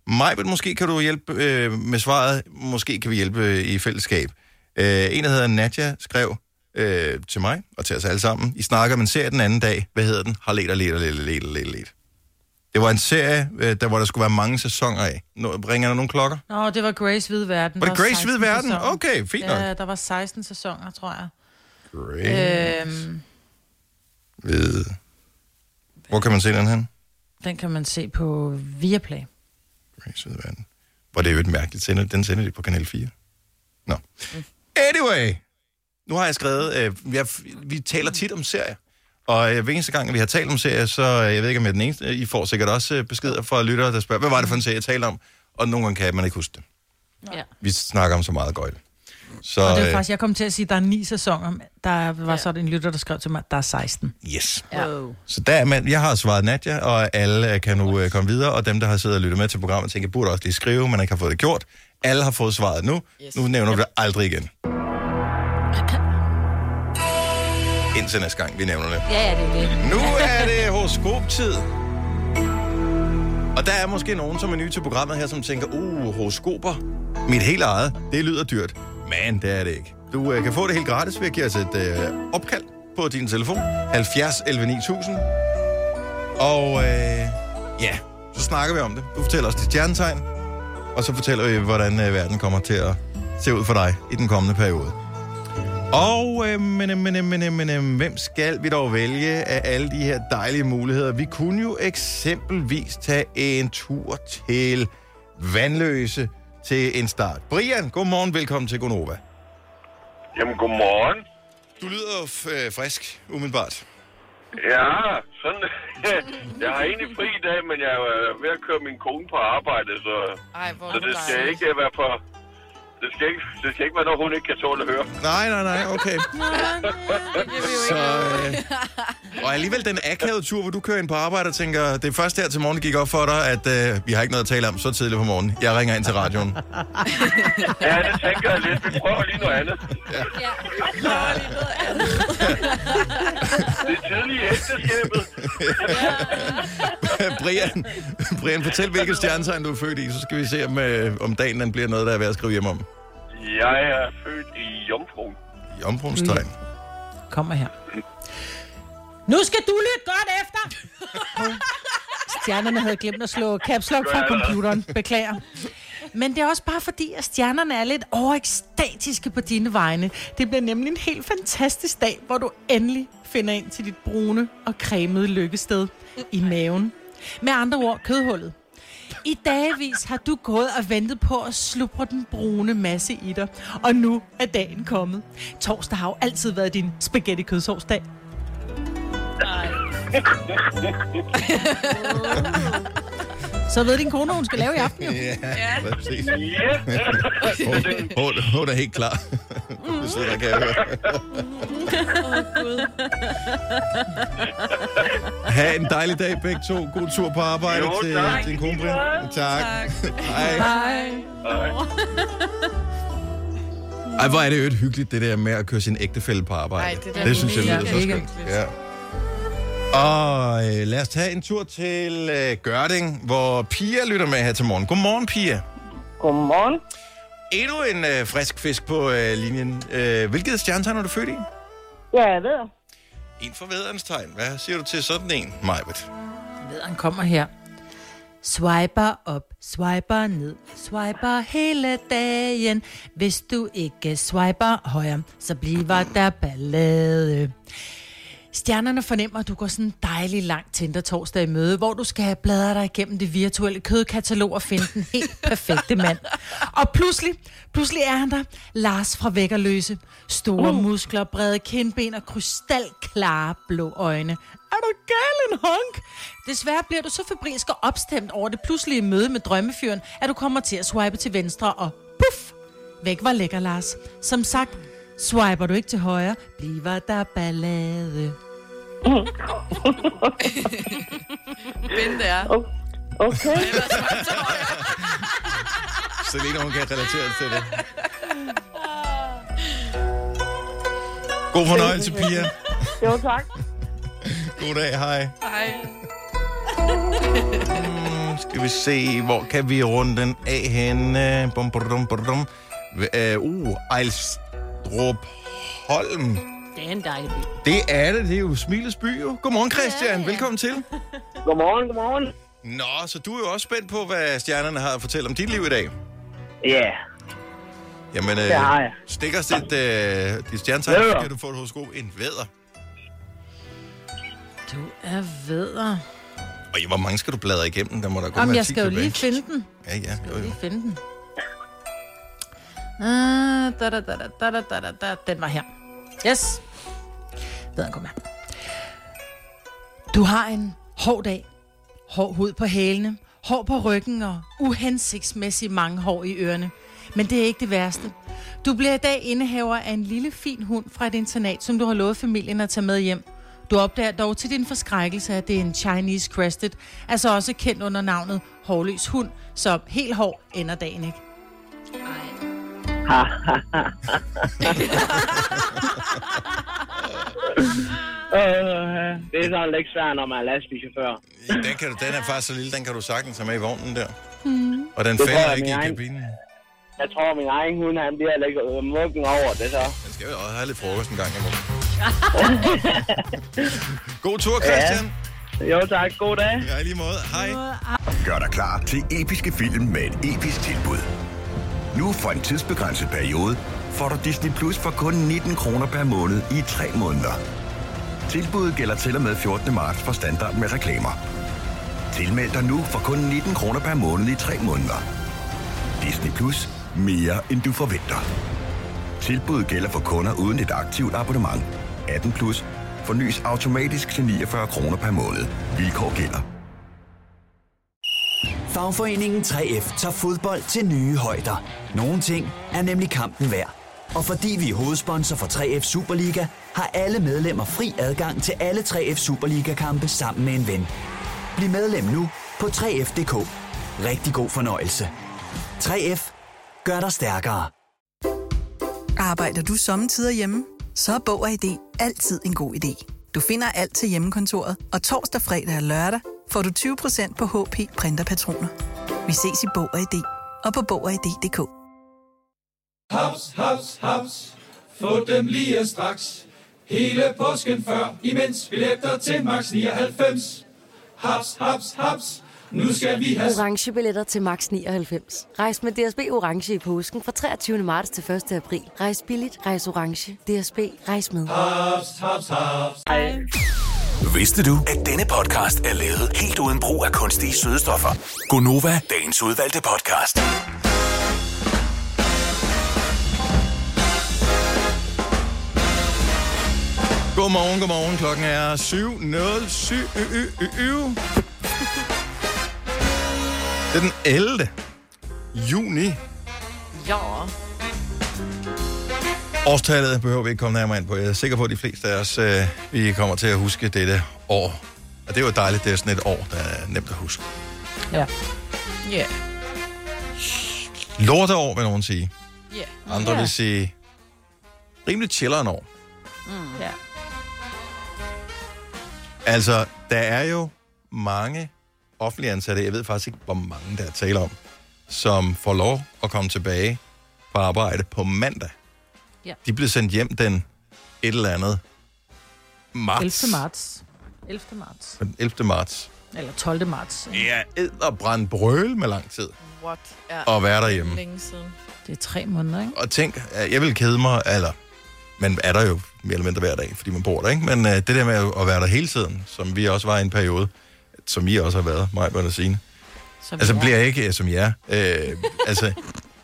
[SPEAKER 1] Majbet, måske kan du hjælpe øh, med svaret. Måske kan vi hjælpe øh, i fællesskab. Øh, en, der hedder Nadja, skrev øh, til mig og til os alle sammen. I snakker om en serie den anden dag. Hvad hedder den? Har let og let og let og let og let, og let. Det var en serie, øh, der, hvor der skulle være mange sæsoner af. Nu, ringer der nogle klokker?
[SPEAKER 6] Nå, det var Grace Hvide Verden.
[SPEAKER 1] Var
[SPEAKER 6] Der
[SPEAKER 1] det Grace
[SPEAKER 6] 16
[SPEAKER 1] Hvide Verden?
[SPEAKER 6] sæsoner.
[SPEAKER 1] Okay, fint nok.
[SPEAKER 6] Ja, der var 16 sæsoner, tror jeg.
[SPEAKER 1] Grace
[SPEAKER 6] Øhm,
[SPEAKER 1] Hvide. Hvor kan man se den hen?
[SPEAKER 6] den kan man se på Viaplay.
[SPEAKER 1] Grace Hvide Verden. Hvor det er jo et mærkeligt sender. Den sender de på Kanal 4. Nå. Anyway. Nu har jeg skrevet... Øh, jeg, vi taler tit om serier. Og øh, hver eneste gang, vi har talt om serier, så øh, jeg ved ikke, om jeg er den eneste. I får sikkert også øh, beskeder fra lyttere, der spørger, hvad var det for en serie, jeg talte om? Og nogle gange kan man ikke huske det.
[SPEAKER 5] Ja.
[SPEAKER 1] Vi snakker om så meget gøjl. Så,
[SPEAKER 6] Og det var
[SPEAKER 1] øh,
[SPEAKER 6] faktisk, jeg kom til at sige, at der er ni sæsoner. men Der var ja. sådan en lytter, der skrev til mig, at der er 16.
[SPEAKER 1] yes.
[SPEAKER 3] Wow.
[SPEAKER 1] Så der er man, jeg har svaret Nadja, og alle øh, kan nu øh, komme videre, og dem, der har siddet og lyttet med til programmet, tænker, burde også lige skrive, men ikke har fået det gjort. Alle har fået svaret nu. Yes.
[SPEAKER 4] Yes.
[SPEAKER 1] Nu nævner vi det aldrig igen. Indtil næste gang, vi nævner det.
[SPEAKER 5] Ja, ja, det er det.
[SPEAKER 1] Nu er det horoskoptid. Og der er måske nogen, som er nye til programmet her, som tænker, uh, horoskoper, mit helt eget, det lyder dyrt. Men det er det ikke. Du øh, kan få det helt gratis ved at give os et øh, opkald på din telefon, 70 11 9000. Og øh, ja, så snakker vi om det. Du fortæller os dit stjernetegn, og så fortæller vi, hvordan øh, verden kommer til at se ud for dig i den kommende periode. Og øh, men, øh, men, øh, men, øh, men, øh, hvem skal vi dog vælge af alle de her dejlige muligheder? Vi kunne jo eksempelvis tage en tur til Vandløse til en start. Brian, godmorgen, velkommen til Gonova.
[SPEAKER 8] Jamen, godmorgen.
[SPEAKER 1] Du lyder jo f- øh, frisk, umiddelbart.
[SPEAKER 8] Ja, sådan. jeg har egentlig fri i dag, men jeg er ved at køre min kone på arbejde, så,
[SPEAKER 4] Ej, hvor
[SPEAKER 8] så
[SPEAKER 4] er
[SPEAKER 8] det
[SPEAKER 4] det
[SPEAKER 8] skal
[SPEAKER 4] dejligt.
[SPEAKER 8] ikke øh, være for... Det skal, ikke, det skal ikke være noget, hun ikke kan tåle at høre.
[SPEAKER 1] Nej, nej, nej, okay.
[SPEAKER 4] Det kan vi jo
[SPEAKER 1] Så,
[SPEAKER 4] ikke.
[SPEAKER 1] øh, og alligevel den akavede tur, hvor du kører ind på arbejde og tænker, det første her til morgen gik op for dig, at øh, vi har ikke noget at tale om så tidligt på morgenen. Jeg ringer ind til radioen.
[SPEAKER 8] Ja, det tænker jeg lidt. Vi prøver lige noget andet.
[SPEAKER 5] Ja.
[SPEAKER 8] Det er tidligt i ægteskabet.
[SPEAKER 1] Brian, Brian, fortæl, hvilket stjernetegn du er født i, så skal vi se, om, øh, om dagen den bliver noget, der er værd at skrive hjem om.
[SPEAKER 8] Jeg er født i Jomfruen.
[SPEAKER 1] Jomfrumstegn.
[SPEAKER 8] Mm.
[SPEAKER 6] Kommer her.
[SPEAKER 2] Nu skal du lytte godt efter! Stjernerne havde glemt at slå caps lock fra computeren.
[SPEAKER 6] Beklager. Men det er også bare fordi, at stjernerne er lidt overekstatiske på dine vegne. Det bliver nemlig en helt fantastisk dag, hvor du endelig finder ind til dit brune og cremede lykkested i maven. Med andre ord, kødhullet. I dagevis har du gået og ventet på at slubre den brune masse i dig. Og nu er dagen kommet. Torsdag har jo altid været din spaghetti kødsovsdag. Så ved din kone, hvad hun skal lave i aften. jo.
[SPEAKER 1] Ja, præcis.
[SPEAKER 8] Ja, Mm.
[SPEAKER 1] Hun- Hun, hun er helt klar. Hun sidder der, kan jeg høre. Ha' en dejlig dag begge to. God tur på arbejde
[SPEAKER 8] Jo,
[SPEAKER 1] til
[SPEAKER 8] tak.
[SPEAKER 1] din kone, Brian. Tak. Hej. Ej, hvor er det jo et hyggeligt, det der med at køre sin ægtefælle på arbejde.
[SPEAKER 4] Ej, det er da
[SPEAKER 1] det synes jeg
[SPEAKER 4] mega
[SPEAKER 1] lyder så skønt. Ja. Og øh, lad os tage en tur til øh, Gørding, hvor Pia lytter med her til morgen. Godmorgen, Pia.
[SPEAKER 9] Godmorgen.
[SPEAKER 1] Endnu en øh, frisk fisk på øh, linjen. Øh, hvilket stjernetegn er du født i?
[SPEAKER 9] Ja, jeg ved.
[SPEAKER 1] En for vædderens tegn. Hvad siger du til sådan en, Majbet?
[SPEAKER 6] Lederen kommer her. Swiper op, swiper ned, swiper hele dagen. Hvis du ikke swiper højre, så bliver der ballade. Stjernerne fornemmer, at du går sådan en dejlig lang Tinder-torsdag i møde, hvor du skal bladre dig igennem det virtuelle kødkatalog og finde den helt perfekte mand. Og pludselig, pludselig er han der. Lars fra Vækkerløse. Store uh. muskler, brede kindben og krystalklare blå øjne. Er du gal en honk? Desværre bliver du så febrilsk og opstemt over det pludselige møde med drømmefyren, at du kommer til at swipe til venstre og puff, Væk var lækker, Lars. Som sagt, swiper du ikke til højre, bliver der ballade.
[SPEAKER 1] Mm.
[SPEAKER 4] Bind det er.
[SPEAKER 9] Okay.
[SPEAKER 1] Selina, hun kan relatere til det. God fornøjelse, Pia.
[SPEAKER 9] Jo, tak.
[SPEAKER 1] God dag, hej.
[SPEAKER 4] Ej.
[SPEAKER 1] Hmm, Skal vi se, hvor kan vi runde den af henne? Bum, bum, bum, bum. Uh, uh, Ejlstrup Holm.
[SPEAKER 5] Det er en dejlig by.
[SPEAKER 1] Det er det, det er jo Smiles by jo. Godmorgen Christian, ja. velkommen til.
[SPEAKER 9] Godmorgen, godmorgen.
[SPEAKER 1] Nå, så du er jo også spændt på, hvad stjernerne har at fortælle om dit liv i dag.
[SPEAKER 9] Ja,
[SPEAKER 1] Jamen, øh,
[SPEAKER 9] det har jeg.
[SPEAKER 1] stik os dit, øh, dit stjernetegn,
[SPEAKER 9] Vædder.
[SPEAKER 1] så kan du få et horoskop en vædder.
[SPEAKER 6] Du er vedder.
[SPEAKER 1] Og i hvor mange skal du bladre igennem? Der må der kun
[SPEAKER 6] Jamen,
[SPEAKER 1] være
[SPEAKER 6] jeg
[SPEAKER 1] 10
[SPEAKER 6] skal jo
[SPEAKER 1] tilbage.
[SPEAKER 6] lige finde den.
[SPEAKER 1] Ja, ja, jo, jo.
[SPEAKER 6] Lige finde den. Ah, da, da, da, da, da, da, da, da, da. Den var her. Yes. Ved kom her. Du har en hård dag. Hård hud på hælene, hår på ryggen og uhensigtsmæssigt mange hår i ørerne. Men det er ikke det værste. Du bliver i dag indehaver af en lille fin hund fra et internat, som du har lovet familien at tage med hjem. Du opdager dog til din forskrækkelse, at det er en Chinese Crested, altså også kendt under navnet hårløs hund, så helt hård ender dagen ikke.
[SPEAKER 9] Øh, det er sådan lidt svært, når man er lastbilchauffør.
[SPEAKER 1] Den, kan du, den er faktisk så lille, den kan du sagtens have med i vognen der. Mm. Og den
[SPEAKER 9] Det tror
[SPEAKER 1] falder
[SPEAKER 9] jeg,
[SPEAKER 1] ikke
[SPEAKER 9] min
[SPEAKER 1] i
[SPEAKER 9] egen-
[SPEAKER 1] kabinen.
[SPEAKER 9] Jeg tror, min egen hund, han bliver lidt øh, muggen over det så.
[SPEAKER 1] Den skal jo også have lidt frokost en gang imorgen. God tur, Christian.
[SPEAKER 9] Jo tak, god dag.
[SPEAKER 1] Ja, i lige måde. Hej.
[SPEAKER 7] Gør dig klar til episke film med et episk tilbud. Nu for en tidsbegrænset periode får du Disney Plus for kun 19 kroner per måned i 3 måneder. Tilbuddet gælder til og med 14. marts for standard med reklamer. Tilmeld dig nu for kun 19 kroner per måned i 3 måneder. Disney Plus. Mere end du forventer. Tilbuddet gælder for kunder uden et aktivt abonnement. 18 plus. Fornyes automatisk til 49 kroner per måned. Vilkår gælder.
[SPEAKER 10] Fagforeningen 3F tager fodbold til nye højder. Nogle ting er nemlig kampen værd. Og fordi vi er hovedsponsor for 3F Superliga, har alle medlemmer fri adgang til alle 3F Superliga-kampe sammen med en ven. Bliv medlem nu på 3F.dk. Rigtig god fornøjelse. 3F gør dig stærkere.
[SPEAKER 11] Arbejder du sommetider hjemme? Så er Bog og ID altid en god idé. Du finder alt til hjemmekontoret, og torsdag, fredag og lørdag får du 20% på HP printerpatroner. Vi ses i Bog og ID og på Bog og ID.dk.
[SPEAKER 12] Haps, haps, haps. Få dem lige straks. Hele påsken før, imens billetter til max 99. Haps, haps, haps. Nu skal vi have
[SPEAKER 11] Orange billetter til max 99. Rejs med DSB Orange i påsken fra 23. marts til 1. april. Rejs billigt, rejs orange. DSB, rejs med.
[SPEAKER 12] Ah, haps, haps, haps.
[SPEAKER 7] Vidste du, at denne podcast er lavet helt uden brug af kunstige sødestoffer? Gonova, dagens udvalgte podcast.
[SPEAKER 1] Godmorgen, godmorgen. Klokken er 7.07. Ø, ø, ø, ø. Det er den 11. juni.
[SPEAKER 4] Jo.
[SPEAKER 1] Årstallet behøver vi ikke komme nærmere ind på. Jeg er sikker på, at de fleste af os øh, vi kommer til at huske dette år. Og det er jo dejligt, det er sådan et år, der er nemt at huske.
[SPEAKER 4] Ja.
[SPEAKER 1] Lorteår, vil nogen sige.
[SPEAKER 4] Ja.
[SPEAKER 1] Andre vil sige rimelig chilleren år.
[SPEAKER 5] Mm.
[SPEAKER 3] Ja.
[SPEAKER 1] Altså, der er jo mange offentlige ansatte, jeg ved faktisk ikke, hvor mange der er tale om, som får lov at komme tilbage på arbejde på mandag.
[SPEAKER 3] Ja.
[SPEAKER 1] De blev sendt hjem den et eller andet marts.
[SPEAKER 6] 11. marts. 11. marts.
[SPEAKER 1] Den 11. marts.
[SPEAKER 6] Eller 12. marts.
[SPEAKER 1] Ja, edderbrand brøl med lang tid
[SPEAKER 4] What? Ja.
[SPEAKER 1] at være derhjemme.
[SPEAKER 4] Længe siden.
[SPEAKER 6] Det er tre måneder, ikke?
[SPEAKER 1] Og tænk, øh, jeg vil kede mig, eller... Man er der jo mere eller mindre hver dag, fordi man bor der, ikke? Men øh, det der med at- at være der hele tiden, som vi også var i en periode, som I også har været, mig og Signe,
[SPEAKER 3] Som
[SPEAKER 1] Altså,
[SPEAKER 3] vi er.
[SPEAKER 1] bliver jeg ikke øh, som jer. Øh, altså,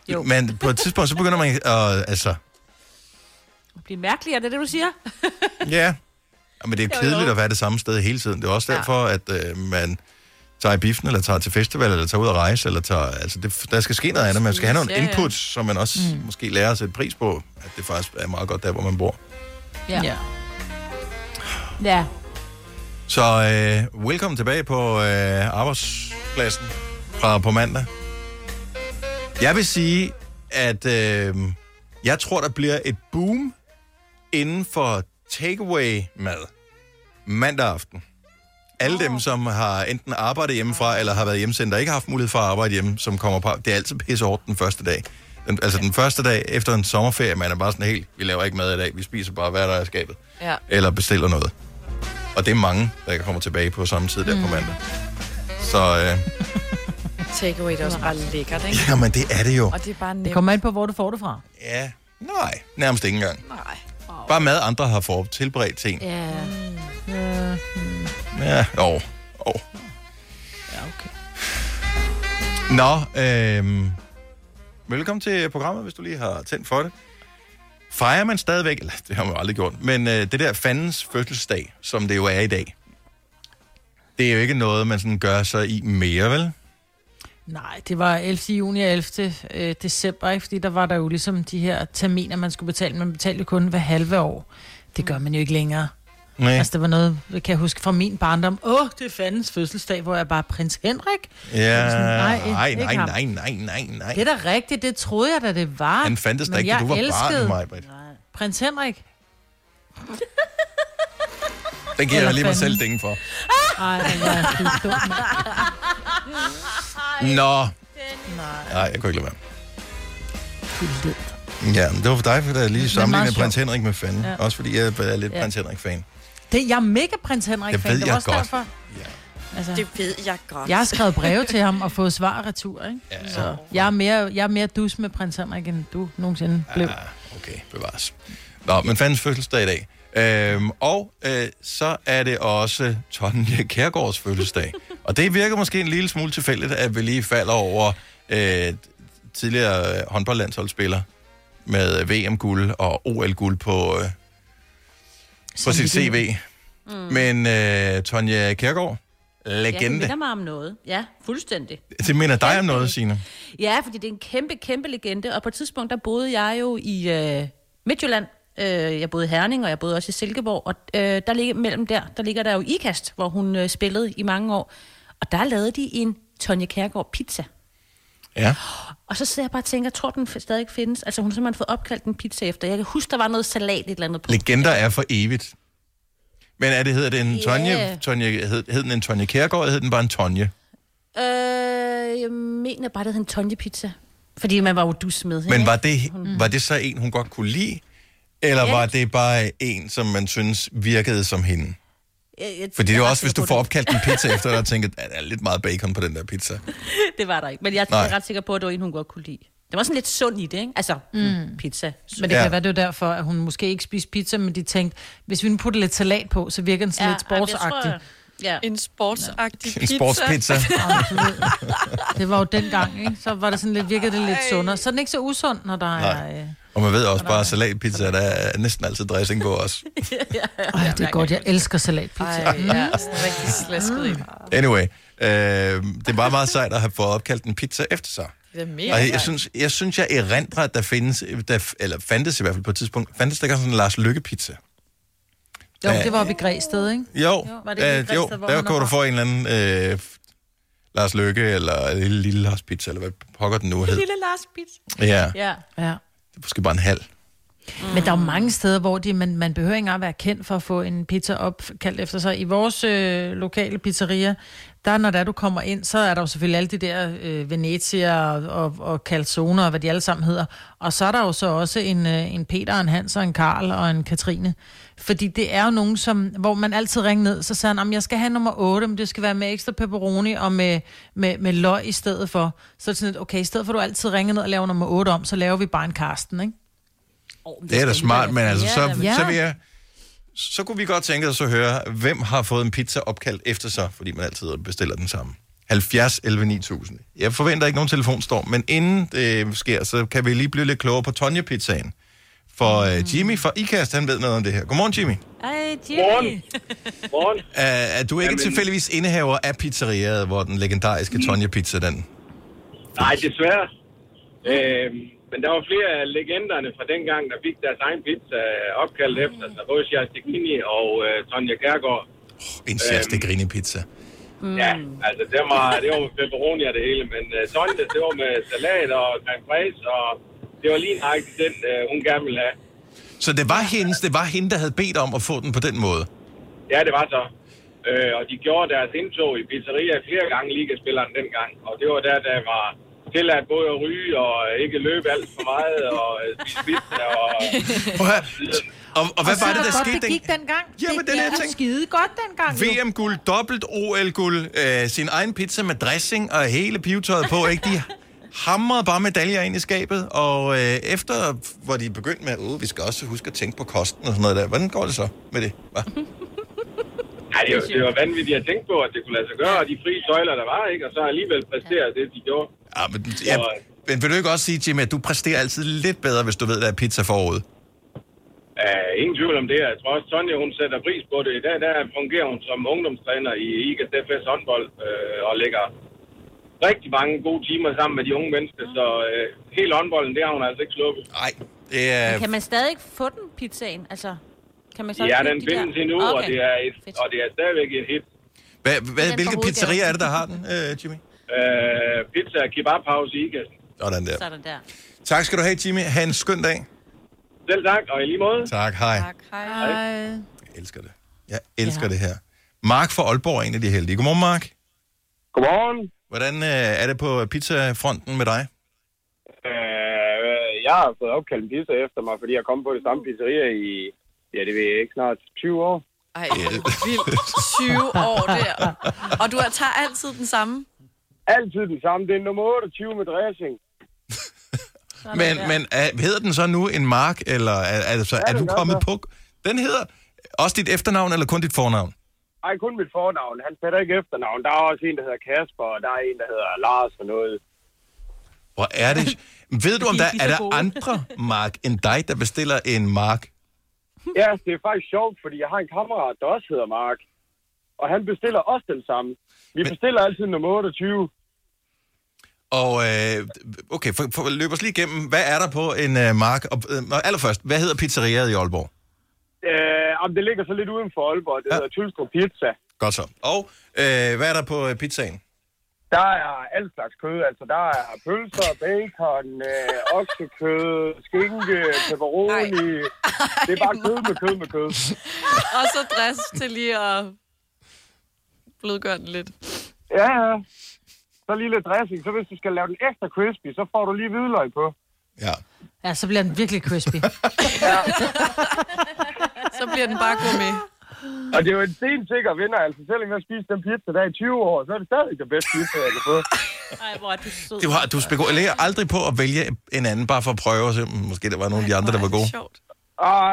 [SPEAKER 3] Jo.
[SPEAKER 1] men på et tidspunkt, så begynder man at... altså,
[SPEAKER 5] Bliver mærkeligere, er det det, du siger?
[SPEAKER 1] ja. Men det er jo kedeligt at være det samme sted hele tiden. Det er også derfor, at øh, man tager i biffen, eller tager til festival, eller tager ud at rejse, eller tager... Altså, det, der skal ske noget andet. Man skal have nogle
[SPEAKER 4] Ja, ja.
[SPEAKER 1] inputs, som man også mm. måske lærer at sætte pris på, at det faktisk er meget godt der, hvor man bor.
[SPEAKER 3] Ja.
[SPEAKER 6] Ja.
[SPEAKER 3] ja.
[SPEAKER 1] Så øh, velkommen tilbage på øh, arbejdspladsen fra på mandag. Jeg vil sige, at øh, jeg tror, der bliver et boom inden for takeaway-mad mandag aften. alle dem, som har enten arbejdet hjemmefra, eller har været hjemmesendt, og ikke har haft mulighed for at arbejde hjemme, som kommer på, det er altid pissehårdt den første dag. Den, altså den første dag efter en sommerferie, man er bare sådan helt, vi laver ikke mad i dag, vi spiser bare, hvad der er i skabet.
[SPEAKER 4] Ja.
[SPEAKER 1] Eller bestiller noget. Og det er mange, der kommer tilbage på samme tid der mm. på mandag. Så øh,
[SPEAKER 4] Takeaway det er også bare lækkert, ikke?
[SPEAKER 1] Jamen, det er det jo.
[SPEAKER 4] Og det er bare nemt.
[SPEAKER 6] Det kommer an på, hvor du får det fra.
[SPEAKER 1] Ja. nej, nærmest ikke engang.
[SPEAKER 4] Nej.
[SPEAKER 1] Bare mad, andre har for tilberedt til en.
[SPEAKER 6] Ja.
[SPEAKER 1] Ja, jo. jo.
[SPEAKER 6] Ja, okay.
[SPEAKER 1] Nå, øhm, velkommen til programmet, hvis du lige har tændt for det. Fejrer man stadigvæk, eller det har man jo aldrig gjort, men øh, det der fandens fødselsdag, som det jo er i dag, det er jo ikke noget, man sådan gør sig i mere, vel?
[SPEAKER 6] Nej, det var 11. juni og 11. øh, december, ikke? fordi der var der jo ligesom de her terminer, man skulle betale. Man betalte jo kun hver halve år. Det gør man jo ikke længere.
[SPEAKER 1] Nej.
[SPEAKER 6] Altså, der var noget, jeg kan jeg huske fra min barndom. Åh, det er fandens fødselsdag, hvor jeg bare er prins Henrik.
[SPEAKER 1] Ja,
[SPEAKER 6] Sådan, nej,
[SPEAKER 1] nej,
[SPEAKER 6] ikke
[SPEAKER 1] nej,
[SPEAKER 6] ham.
[SPEAKER 1] nej, nej, nej, nej.
[SPEAKER 6] Det er da rigtigt, det troede jeg da, det var.
[SPEAKER 1] Han fandtes da
[SPEAKER 6] Men
[SPEAKER 1] ikke, da
[SPEAKER 6] jeg
[SPEAKER 1] du var
[SPEAKER 6] elskede
[SPEAKER 1] barn, Majbrit.
[SPEAKER 6] Prins Henrik.
[SPEAKER 1] Den giver
[SPEAKER 6] Eller
[SPEAKER 1] jeg lige mig
[SPEAKER 6] fanden. Ah!
[SPEAKER 1] selv dænge for.
[SPEAKER 6] Ej, hvor er du dum, mand.
[SPEAKER 1] Nå. Nej, jeg kunne ikke lade være. Ja, men det var for dig, for der lige sammenlignede
[SPEAKER 6] sjovt.
[SPEAKER 1] prins Henrik med fanden. Ja.
[SPEAKER 6] Ja.
[SPEAKER 1] Også fordi jeg er lidt
[SPEAKER 6] Ja.
[SPEAKER 1] ja. prins Henrik-fan.
[SPEAKER 6] Det, jeg er mega prins Henrik.
[SPEAKER 1] Det
[SPEAKER 6] fan.
[SPEAKER 1] ved
[SPEAKER 6] det
[SPEAKER 1] jeg
[SPEAKER 6] var også
[SPEAKER 1] godt.
[SPEAKER 6] Derfor. Altså,
[SPEAKER 4] Det ved jeg godt.
[SPEAKER 6] jeg har skrevet breve til ham og fået svar og retur, ikke?
[SPEAKER 1] Ja.
[SPEAKER 6] Så jeg er, mere, jeg er mere dus med prins Henrik, end du nogensinde blev.
[SPEAKER 1] Ja, Ah, okay, bevares. Nå, men fandens fødselsdag i dag. Øhm, og øh, så er det også Tonje Kærgaards fødselsdag. og det virker måske en lille smule tilfældigt, at vi lige falder over øh, tidligere øh, håndboldlandsholdsspiller med VM-guld og OL-guld på, øh, på sit CV. Mm. Men øh, Tonje Kærgaard,
[SPEAKER 5] Ja, det
[SPEAKER 1] legende.
[SPEAKER 5] minder mig om noget. Ja, fuldstændig.
[SPEAKER 1] det minder dig om noget, Signe.
[SPEAKER 5] Ja, fordi det er en kæmpe, kæmpe legende, og på et tidspunkt, der boede jeg jo i øh, Midtjylland. Øh, jeg boede i Herning, og jeg boede også i Silkeborg, og øh, der ligger mellem der, der ligger der jo Ikast, hvor hun øh, spillede i mange år. Og der lavede de en Tonje Kærgaard pizza.
[SPEAKER 1] Ja.
[SPEAKER 5] Og så sidder jeg bare og tænker, tror den f- stadig findes? Altså hun har simpelthen fået opkaldt en pizza efter. Jeg kan huske, der var noget salat et eller andet på.
[SPEAKER 1] Legender er for evigt. Men er det, hedder det en
[SPEAKER 5] Ja.
[SPEAKER 1] yeah. Tonje? Tonje hed, hed den en Tonje Kærgaard, eller hed den bare en Tonje?
[SPEAKER 5] Øh, jeg mener bare, det hed en Tonje pizza. Fordi man var jo dus med.
[SPEAKER 1] Men
[SPEAKER 5] ikke?
[SPEAKER 1] var det, var det så en, hun godt kunne lide? Eller
[SPEAKER 5] Mm. Ja.
[SPEAKER 1] var det bare en, som man synes virkede som hende?
[SPEAKER 5] Jeg- jeg-
[SPEAKER 1] Fordi det er
[SPEAKER 5] jeg
[SPEAKER 1] jo
[SPEAKER 5] ret
[SPEAKER 1] også, hvis
[SPEAKER 5] sikker
[SPEAKER 1] du
[SPEAKER 5] på
[SPEAKER 1] får
[SPEAKER 5] det.
[SPEAKER 1] opkaldt en pizza efter, og tænker, der er lidt meget bacon på den der pizza.
[SPEAKER 5] det var der ikke. Men jeg er
[SPEAKER 1] Nej.
[SPEAKER 5] ret sikker på, at det var en, hun godt kunne lide. Det var sådan lidt sund i det, ikke? Altså, mm. pizza.
[SPEAKER 6] Men det ja. kan være, det er derfor, at hun måske ikke spiste pizza, men de tænkte, hvis vi nu putter lidt salat på, så virker den sådan ja, lidt sportsagtig.
[SPEAKER 5] Ja.
[SPEAKER 4] En sportsagtig
[SPEAKER 1] En sportspizza.
[SPEAKER 6] Det var jo dengang, ikke? Så var det sådan lidt, virkede det lidt sundere. Så er den ikke så usund, når der er... øh,
[SPEAKER 1] Og man ved også bare, at salatpizza, der er næsten altid dressing på os.
[SPEAKER 6] Ej, det er godt, jeg elsker salatpizza. Mm.
[SPEAKER 4] Ej, ja, sådan rigtig slæsket i.
[SPEAKER 1] Anyway, øh, det er bare meget sejt at have fået opkaldt en pizza efter sig.
[SPEAKER 4] Det er mega
[SPEAKER 1] Og jeg, jeg,
[SPEAKER 4] sejt.
[SPEAKER 1] synes, jeg synes, jeg erindrer, at der findes, der, f- eller fandtes i hvert fald på et tidspunkt, fandtes der ikke sådan en Lars Lykke-pizza?
[SPEAKER 6] Jo,
[SPEAKER 1] Ja.
[SPEAKER 6] det var oppe i Græsted, ikke?
[SPEAKER 1] Jo,
[SPEAKER 6] Var
[SPEAKER 1] var
[SPEAKER 6] det ikke i
[SPEAKER 1] det øh,
[SPEAKER 6] Græsted,
[SPEAKER 1] jo
[SPEAKER 6] hvor
[SPEAKER 1] der
[SPEAKER 6] han
[SPEAKER 1] kunne du få en eller anden øh, f- Lars Lykke, eller lille, lille Lars Pizza, eller hvad pokker den nu hed.
[SPEAKER 5] Lille Lars pizza.
[SPEAKER 1] Ja, det
[SPEAKER 5] Ja.
[SPEAKER 6] Ja.
[SPEAKER 1] er måske bare en halv.
[SPEAKER 6] Mm. Men der er jo mange steder, hvor de, man, man behøver ikke engang være kendt for at få en pizza opkaldt efter sig. I vores øh, lokale pizzeria, der når der du kommer ind, så er der jo selvfølgelig alle de der øh, Venezia og, og, og calzone og hvad de alle sammen hedder. Og så er der jo så også en, øh, en Peter, en Hans og en Karl og en Katrine. Fordi det er jo nogen, som, hvor man altid ringer ned, så siger han, "Jamen, jeg skal have nummer 8, men det skal være med ekstra pepperoni og med, med, med løg i stedet for. Så er det sådan lidt, okay, i stedet for at du altid ringer ned og laver nummer 8 om, så laver vi bare en Karsten, ikke?
[SPEAKER 1] Det er da smart, men altså, så,
[SPEAKER 6] Ja.
[SPEAKER 1] så vil jeg... Så kunne vi godt tænke os at høre, hvem har fået en pizza opkaldt efter sig, fordi man altid bestiller den samme. 70 11 9000. Jeg forventer ikke nogen telefonstorm, men inden det sker, så kan vi lige blive lidt klogere på Tonje Pizzaen. For øh, Jimmy fra IKAST, han ved noget om det her. Godmorgen, Jimmy.
[SPEAKER 5] Ej,
[SPEAKER 9] Morgen. Morgen.
[SPEAKER 1] Er, er du ikke
[SPEAKER 9] Jamen.
[SPEAKER 1] tilfældigvis indehaver af pizzeriaet, hvor den legendariske Tonje Pizza, den?
[SPEAKER 9] Nej, desværre. Øhm, men der var flere af legenderne fra dengang, der fik deres egen pizza øh, opkaldt efter sig. Både Sjælstekini og øh, Tonja Kærgaard.
[SPEAKER 1] En sjældste pizza.
[SPEAKER 9] Mm. Ja, altså det var, det var med pepperoni og det hele. Men øh, Tonja, det var med salat og creme fraise, og det var lige nøjagtigt den, øh, hun gerne ville have.
[SPEAKER 1] Så det var hendes, det var hende, der havde bedt om at få den på den måde.
[SPEAKER 9] Ja, det var så. Øh, og de gjorde deres indtog i pizzeria flere gange ligaspilleren dengang. Og det var der, der var tilladt både at ryge og ikke løbe alt for meget og øh, spise pizza. Og...
[SPEAKER 1] Prøv at høre. Og, og hvad
[SPEAKER 6] Og så
[SPEAKER 1] var
[SPEAKER 6] er
[SPEAKER 1] det, der
[SPEAKER 6] godt,
[SPEAKER 1] skete?
[SPEAKER 6] det
[SPEAKER 1] den-
[SPEAKER 6] gik dengang.
[SPEAKER 1] Ja, men
[SPEAKER 6] det
[SPEAKER 1] den her
[SPEAKER 6] gik
[SPEAKER 1] ting.
[SPEAKER 6] skide godt dengang. jo.
[SPEAKER 1] VM-guld, dobbelt OL-guld, øh, sin egen pizza med dressing og hele pivetøjet på, ikke? De hamrede bare medaljer ind i skabet, og øh, efter, hvor de begyndte med, at vi skal også huske at tænke på kosten og sådan noget der, hvordan går det så med det? Hva?
[SPEAKER 9] Ja, det, var, det var vanvittigt at tænke på, at det kunne lade sig gøre, og de frie tøjler, der var, ikke? og så alligevel præstere det, de gjorde.
[SPEAKER 1] Ja, men, ja, men vil du ikke også sige, Jimmy, at du præsterer altid lidt bedre, hvis du ved, der er pizza forud?
[SPEAKER 9] Uh, ingen tvivl om det. Jeg tror også, Sonja, hun sætter pris på det. I dag der fungerer hun som ungdomstræner i IGAS FS håndbold øh, og lægger rigtig mange gode timer sammen med de unge mennesker. Så øh, hele håndbolden, det har hun altså ikke sluppet.
[SPEAKER 1] Nej, det er...
[SPEAKER 5] Kan man stadig ikke få den, pizzaen? Altså, kan man så
[SPEAKER 9] Ja,
[SPEAKER 5] købe
[SPEAKER 9] den
[SPEAKER 5] de
[SPEAKER 9] findes
[SPEAKER 5] der?
[SPEAKER 9] endnu, okay. og,
[SPEAKER 5] Okay.
[SPEAKER 9] det er et, og det er stadigvæk et hit.
[SPEAKER 1] Hvad, hvad, hvilke pizzerier er det, der har den, øh, Jimmy?
[SPEAKER 9] Øh, pizza Kebab House i IGAS.
[SPEAKER 1] Sådan der.
[SPEAKER 5] Sådan der.
[SPEAKER 1] Tak skal du have, Jimmy. Ha' en skøn dag.
[SPEAKER 9] Selv tak, og i lige måde.
[SPEAKER 1] Tak, hej.
[SPEAKER 6] Hej.
[SPEAKER 1] Jeg elsker det. Jeg elsker ja. det her. Mark fra Aalborg er en af de heldige. Godmorgen, Mark.
[SPEAKER 13] Godmorgen.
[SPEAKER 1] Hvordan øh, er det på pizzafronten med dig?
[SPEAKER 13] Øh, jeg har fået opkaldt en pizza efter mig, fordi jeg kom på det samme pizzeria i, ja, det ved jeg ikke, snart 20 år.
[SPEAKER 4] Ej, vildt. 20 år der. Og du tager altid den samme?
[SPEAKER 13] Altid den samme. Det er nummer 28 med dressing.
[SPEAKER 1] Men, men er, hedder den så nu en Mark, eller er, altså, er
[SPEAKER 13] den
[SPEAKER 1] du
[SPEAKER 13] gør
[SPEAKER 1] kommet
[SPEAKER 13] så.
[SPEAKER 1] på? Den hedder også dit efternavn, eller kun dit fornavn?
[SPEAKER 13] Ej, kun mit fornavn. Han fatter ikke efternavn. Der er også en, der hedder Kasper, og der er en, der hedder Lars og noget.
[SPEAKER 1] Hvor er det? Ved du, om
[SPEAKER 13] De
[SPEAKER 1] der
[SPEAKER 13] er lige
[SPEAKER 1] er
[SPEAKER 13] så
[SPEAKER 1] der
[SPEAKER 13] gode.
[SPEAKER 1] andre Mark end dig, der bestiller en Mark?
[SPEAKER 13] Ja, det er faktisk sjovt, fordi jeg har en kammerat, der også hedder Mark. Og han bestiller også den samme. Vi bestiller altid nummer 28.
[SPEAKER 1] Og øh, okay, for, for, løb os lige igennem. Hvad er der på en øh, Mark? Og, øh, og allerførst, hvad hedder pizzeriaet i Aalborg?
[SPEAKER 13] Øh, om det ligger så lidt uden for Aalborg. Det ja. hedder Tylstrup Pizza.
[SPEAKER 1] Godt så. Og øh, hvad er der på øh, pizzaen?
[SPEAKER 13] Der er alt slags kød. Altså, der er pølser, bacon, øh, oksekød, skinke, pepperoni. Det er bare kød med kød med kød.
[SPEAKER 4] Og så dress til lige at blødgøre den lidt.
[SPEAKER 13] Ja, ja. Så lige lidt dressing. Så hvis du skal lave den ekstra crispy, så får du lige hvidløg på.
[SPEAKER 6] Ja, så bliver den virkelig crispy.
[SPEAKER 4] Så bliver den bare gourmet.
[SPEAKER 13] Og det er jo en stensikker vinder. Altså, selvom jeg spiste den pizza der i 20 år, så er det stadig den bedste pizza, jeg kan få.
[SPEAKER 5] Ej, hvor er du sød.
[SPEAKER 1] Du, har, du spekulerer aldrig på at vælge en anden, bare for at prøve, og se, om måske der var nogle af de andre, der var gode.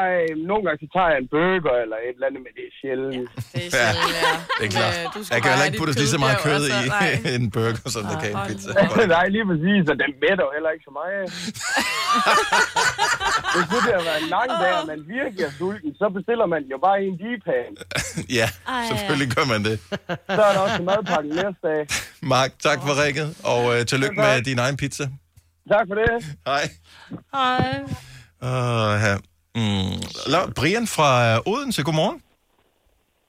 [SPEAKER 13] Ej, nogle gange så tager jeg en burger eller et eller andet, men det er sjældent. Ja,
[SPEAKER 1] det er sjældent, ja. øh, Det er klart. Jeg kan heller ikke putte lige så meget kød altså, i
[SPEAKER 13] altså,
[SPEAKER 1] en burger, som der kan i en pizza.
[SPEAKER 13] Nej, lige præcis, og den mætter jo heller ikke så meget. det kunne det have været en lang dag, og man virkelig er sulten, så bestiller man jo bare en dipan.
[SPEAKER 1] Ja,
[SPEAKER 13] Ej,
[SPEAKER 1] selvfølgelig gør man det.
[SPEAKER 13] Så er der også en madpakke næste dag.
[SPEAKER 1] Mark, tak for rækket, og øh, tillykke med din egen pizza.
[SPEAKER 13] Tak for det.
[SPEAKER 1] Hej.
[SPEAKER 6] Hej.
[SPEAKER 1] Uh, mm. Nå, Brian fra øh, Odense, godmorgen.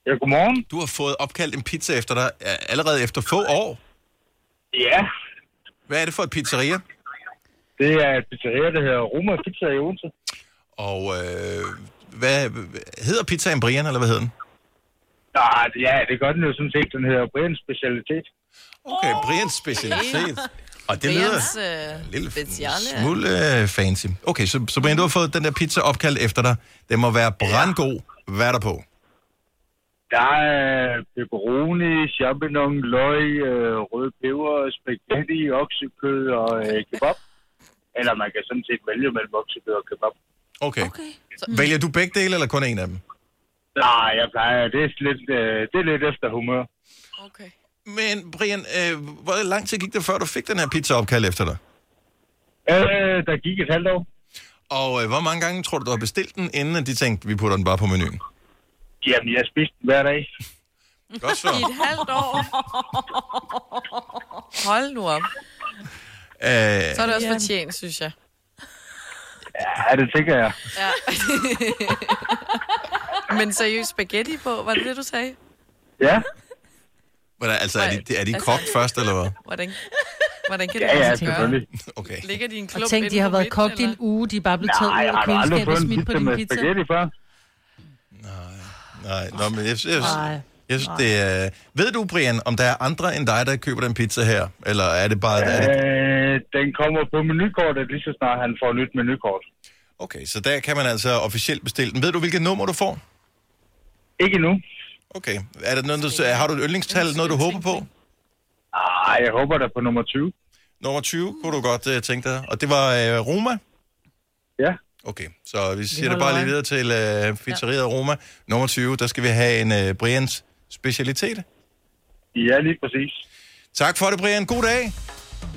[SPEAKER 13] Ja, godmorgen.
[SPEAKER 1] Du har fået opkaldt en pizza efter dig øh, allerede efter få år.
[SPEAKER 13] Ja.
[SPEAKER 1] Hvad er det for et pizzeria?
[SPEAKER 13] Det er et pizzeria, der hedder Roma Pizza i Odense.
[SPEAKER 1] Og øh, hvad hedder pizzaen Brian, eller hvad hedder den?
[SPEAKER 13] Nej, Ah, ja, det gør den jo sådan set. Den hedder Brians Specialitet.
[SPEAKER 1] Okay, Brians Specialitet. Og det lyder
[SPEAKER 4] Brians, øh,
[SPEAKER 1] lille
[SPEAKER 4] speciale.
[SPEAKER 1] en smule øh, fancy. Okay, så, så Brian, du har fået den der pizza opkaldt efter dig. Den må være brandgod. Hvad er der på?
[SPEAKER 13] Der er pepperoni, champignon, løg, øh, rød peber, spaghetti, oksekød og øh, kebab. Eller man kan sådan set vælge mellem oksekød og kebab.
[SPEAKER 1] Okay. Mm. okay. Vælger du begge dele, eller kun en af dem?
[SPEAKER 13] Nej, jeg plejer. Det er lidt, øh, det er lidt efter humør.
[SPEAKER 1] Men Brian, øh, hvor lang tid gik det, før du fik den her pizza opkaldt efter dig?
[SPEAKER 13] Øh, der gik et halvt år.
[SPEAKER 1] Og øh, hvor mange gange tror du, du har bestilt den, inden at de tænkte, vi putter den bare på menuen?
[SPEAKER 13] Jamen, jeg spiste den hver dag.
[SPEAKER 1] Godt så.
[SPEAKER 4] I et halvt år. Hold nu op.
[SPEAKER 1] Æh,
[SPEAKER 4] Så er det også fortjent, synes jeg.
[SPEAKER 13] Ja, det tænker jeg.
[SPEAKER 4] Ja. Men seriøst spaghetti på, var det det, du sagde?
[SPEAKER 13] Ja.
[SPEAKER 1] Hvordan, altså, er de, er de kogt først, eller hvad?
[SPEAKER 4] Hvordan, hvordan kan
[SPEAKER 1] Ja,
[SPEAKER 4] det
[SPEAKER 1] ja,
[SPEAKER 4] lade sig
[SPEAKER 1] selvfølgelig. Okay.
[SPEAKER 4] Ligger de i en klump
[SPEAKER 6] Og tænk, de
[SPEAKER 4] inde
[SPEAKER 6] har
[SPEAKER 4] på
[SPEAKER 6] været
[SPEAKER 4] midten,
[SPEAKER 6] kogt i
[SPEAKER 4] eller?
[SPEAKER 6] en uge, de er bare blevet taget ud af køleskabet og smidt på din pizza.
[SPEAKER 13] før?
[SPEAKER 1] Nej, Nå, men jeg, jeg,
[SPEAKER 6] Nej.
[SPEAKER 1] jeg, Jeg synes, det er... Ved du, Brian, om der er andre end dig, der køber den pizza her? Eller er det bare... Er det...
[SPEAKER 13] Øh, den kommer på menukortet lige så snart han får nyt menukort.
[SPEAKER 1] Okay, så der kan man altså officielt bestille den. Ved du, hvilket nummer du får?
[SPEAKER 13] Ikke endnu.
[SPEAKER 1] Okay. Er der noget, du, har du et yndlingstal, noget du håber på?
[SPEAKER 13] Ah, jeg håber da på nummer 20.
[SPEAKER 1] Nummer 20 kunne du godt uh, tænke dig. Og det var uh, Roma?
[SPEAKER 13] Ja.
[SPEAKER 1] Okay, så vi siger det
[SPEAKER 13] holder
[SPEAKER 1] bare lige
[SPEAKER 13] øje.
[SPEAKER 1] videre til uh, pizzeriet Roma. Nummer 20, der skal vi have en uh, Brians specialitet.
[SPEAKER 13] Ja, lige præcis.
[SPEAKER 1] Tak for det, Brian. God dag.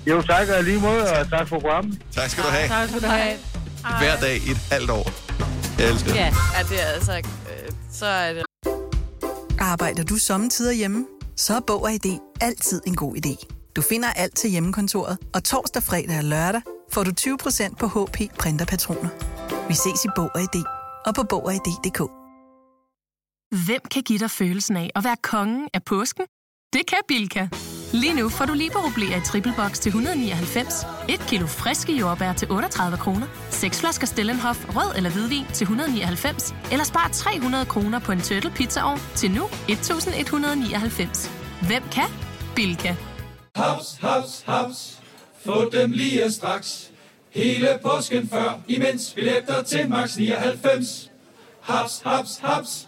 [SPEAKER 13] Jo, tak og i lige måde, og tak for programmet.
[SPEAKER 1] Tak skal du have.
[SPEAKER 6] Tak skal du have.
[SPEAKER 1] Hver dag i et halvt år. Jeg elsker det.
[SPEAKER 4] Ja. ja, det er altså... Øh, så er det...
[SPEAKER 11] Arbejder du sommetider hjemme? Så er Bog og ID altid en god idé. Du finder alt til hjemmekontoret, og torsdag, fredag og lørdag får du 20% på HP printerpatroner. Vi ses i Bog og ID og på Bog og ID.dk.
[SPEAKER 14] Hvem kan give dig følelsen af at være kongen af påsken? Det kan Bilka! Lige nu får du liberobleer i triple box til 199, et kilo friske jordbær til 38 kroner, seks flasker Stellenhof rød eller hvidvin til 199, eller spar 300 kroner på en turtle pizzaovn til nu 1199. Hvem kan? Bilka!
[SPEAKER 12] Haps, haps, haps. Få dem lige straks. Hele påsken før, imens billetter til max 99. Haps, haps, haps.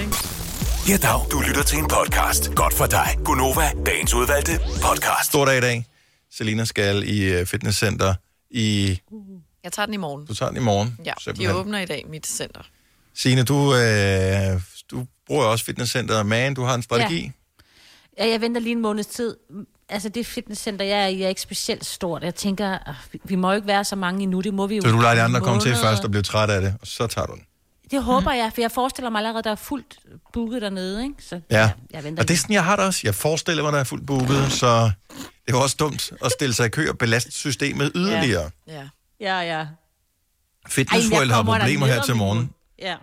[SPEAKER 4] ikke?
[SPEAKER 7] Ja, dag. Du lytter til en podcast. Godt for dig. Gunova, dagens udvalgte podcast.
[SPEAKER 1] Stor dag i dag. Selina skal i øh, fitnesscenter i...
[SPEAKER 4] Jeg tager den i morgen.
[SPEAKER 1] Du tager den i morgen.
[SPEAKER 4] Ja,
[SPEAKER 1] simpelthen.
[SPEAKER 4] de åbner i dag mit center.
[SPEAKER 1] Signe, du, øh, du bruger jo også fitnesscenteret Man. Du har en strategi. Ja.
[SPEAKER 5] Ja, jeg venter lige en måneds tid. Altså, det fitnesscenter, jeg er i, er ikke specielt stort. Jeg tænker, "Ah, vi- vi må jo ikke være så mange endnu. Det må vi jo.
[SPEAKER 1] Så du lader de andre
[SPEAKER 5] om
[SPEAKER 1] komme til
[SPEAKER 5] måneder."
[SPEAKER 1] først og blive træt af det, og så tager du den.
[SPEAKER 5] Det håber jeg, for jeg forestiller mig allerede, der er fuldt booket dernede, ikke? Så
[SPEAKER 1] Ja.
[SPEAKER 5] jeg venter
[SPEAKER 1] Og det er sådan, jeg har det også. Jeg forestiller mig, der er fuldt booket, så det er jo også dumt at stille sig i kø og belaste systemet yderligere.
[SPEAKER 4] Ja.
[SPEAKER 5] Ja, ja.
[SPEAKER 1] Fitness
[SPEAKER 5] Ej, jeg
[SPEAKER 1] World har
[SPEAKER 5] kommer
[SPEAKER 1] problemer
[SPEAKER 5] derned
[SPEAKER 1] her
[SPEAKER 5] om
[SPEAKER 1] til
[SPEAKER 5] en
[SPEAKER 1] morgen,
[SPEAKER 5] uge. Ja.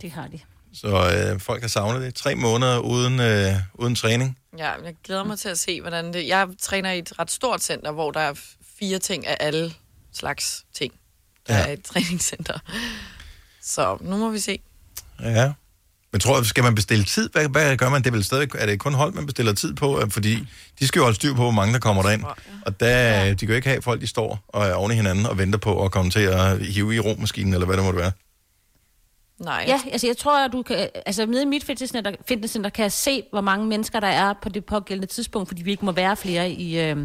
[SPEAKER 5] Det har de.
[SPEAKER 1] så øh, folk har savnet det. Tre måneder uden, øh, uden træning.
[SPEAKER 4] Ja, men jeg glæder mig til at se, hvordan det... Jeg træner i et ret stort center, hvor der er fire ting af alle slags ting. Der ja. er et træningscenter. Så nu må vi se.
[SPEAKER 1] Ja. Men tror jeg, skal man bestille tid? Hvad, hvad gør man? Det er vel stadig, er det kun hold, man bestiller tid på? Øh, Fordi de skal jo holde styr på, hvor mange der kommer derind. Og der, øh, de kan jo ikke have folk, de står og er oven i hinanden og venter på at komme til at hive i romaskinen, eller hvad det måtte være.
[SPEAKER 4] Nej.
[SPEAKER 5] Ja, altså jeg tror, at du kan... Altså nede i mit fitnesscenter, fitnesscenter kan jeg se, hvor mange mennesker der er på det pågældende tidspunkt, fordi vi ikke må være flere i, øh,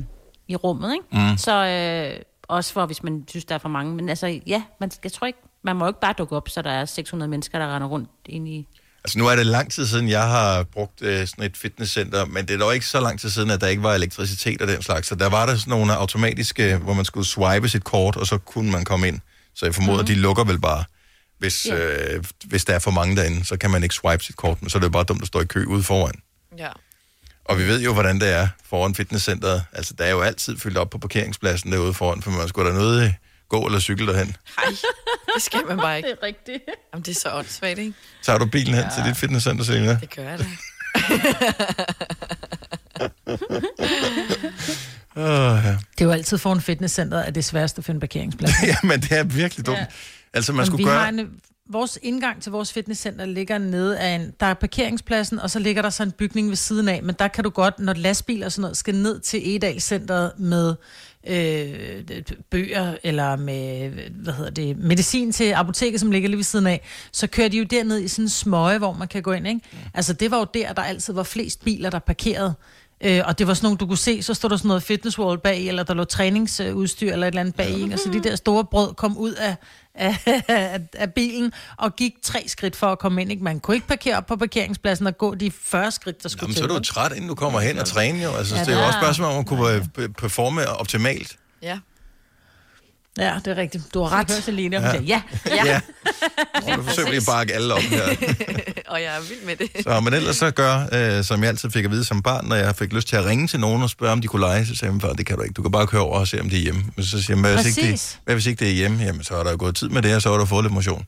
[SPEAKER 5] i rummet, ikke?
[SPEAKER 15] Mm.
[SPEAKER 5] Så øh, også for, hvis man synes, der er for mange. Men altså, ja, man, jeg tror ikke, man må ikke bare dukke op, så der er 600 mennesker, der render rundt ind i...
[SPEAKER 1] Altså nu er det lang tid siden, jeg har brugt øh, sådan et fitnesscenter, men det er dog ikke så lang tid siden, at der ikke var elektricitet og den slags. Så der var der sådan nogle automatiske, hvor man skulle swipe sit kort, og så kunne man komme ind. Så jeg formoder, mm. de lukker vel bare. Hvis,
[SPEAKER 4] Mhm. Ja.
[SPEAKER 1] yeah. øh, hvis der er for mange derinde, så kan man ikke swipe sit kort, men så er det jo bare dumt at stå i kø ude foran.
[SPEAKER 4] Ja.
[SPEAKER 1] Og vi ved jo, hvordan det er foran fitnesscenteret. Altså, der er jo altid fyldt op på parkeringspladsen derude foran, for man skulle da nødt gå eller cykle derhen.
[SPEAKER 4] Nej, det skal man bare ikke.
[SPEAKER 5] det er rigtigt.
[SPEAKER 4] Jamen, det er så åndssvagt, ikke?
[SPEAKER 1] Tager du bilen hen ja. til dit fitnesscenter, Selina?
[SPEAKER 4] Det gør jeg da.
[SPEAKER 1] Åh, ja.
[SPEAKER 6] Det er jo altid foran fitnesscenteret, at det er sværest at finde parkeringsplads.
[SPEAKER 1] Jamen, det er virkelig dumt. Ja. Altså, man
[SPEAKER 6] Jamen,
[SPEAKER 1] skulle
[SPEAKER 6] vi
[SPEAKER 1] gøre...
[SPEAKER 6] Har en, vores indgang til vores fitnesscenter ligger nede af en... Der er parkeringspladsen, og så ligger der så en bygning ved siden af, men der kan du godt, når lastbiler og sådan noget, skal ned til Edalcenteret med øh, bøger eller med, hvad hedder det, medicin til apoteket, som ligger lige ved siden af, så kører de jo derned i sådan en smøge, hvor man kan gå ind, ikke? Altså, det var jo der, der altid var flest biler, der parkerede. Øh, og det var sådan nogle, du kunne se, så stod der sådan noget fitness wall bag, eller der lå træningsudstyr eller et eller andet bag, ikke? og så de der store brød kom ud af, af, af, af bilen og gik tre skridt for at komme ind. Ikke? Man kunne ikke parkere op på parkeringspladsen og gå de 40 skridt, der skulle
[SPEAKER 1] Jamen,
[SPEAKER 6] til.
[SPEAKER 1] så er du jo
[SPEAKER 6] vel?
[SPEAKER 1] træt, inden du kommer hen og træner jo. Altså,
[SPEAKER 6] Ja,
[SPEAKER 1] ja, det er jo
[SPEAKER 6] der
[SPEAKER 1] også
[SPEAKER 6] er-
[SPEAKER 1] spørgsmål om at kunne øh, pe- performe optimalt.
[SPEAKER 4] Ja.
[SPEAKER 6] Ja, det er rigtigt. Du har ret.
[SPEAKER 5] Så Selina,
[SPEAKER 1] hun Ja. siger, ja. Ja. Ja. Og nu forsøger vi lige at bakke alle op her.
[SPEAKER 4] og jeg er vild med det.
[SPEAKER 1] Så, men ellers så gør, øh, som jeg altid fik at vide som barn, når jeg fik lyst til at ringe til nogen og spørge, om de kunne lege, så sagde min far, det kan du ikke. Du kan bare køre over og se, om de er hjemme. Men så siger jeg, hvad hvis, ikke det,
[SPEAKER 5] Præcis.
[SPEAKER 1] hvad hvis ikke det er hjemme? Jamen, så er der jo gået tid med det, og så har du fået lidt motion.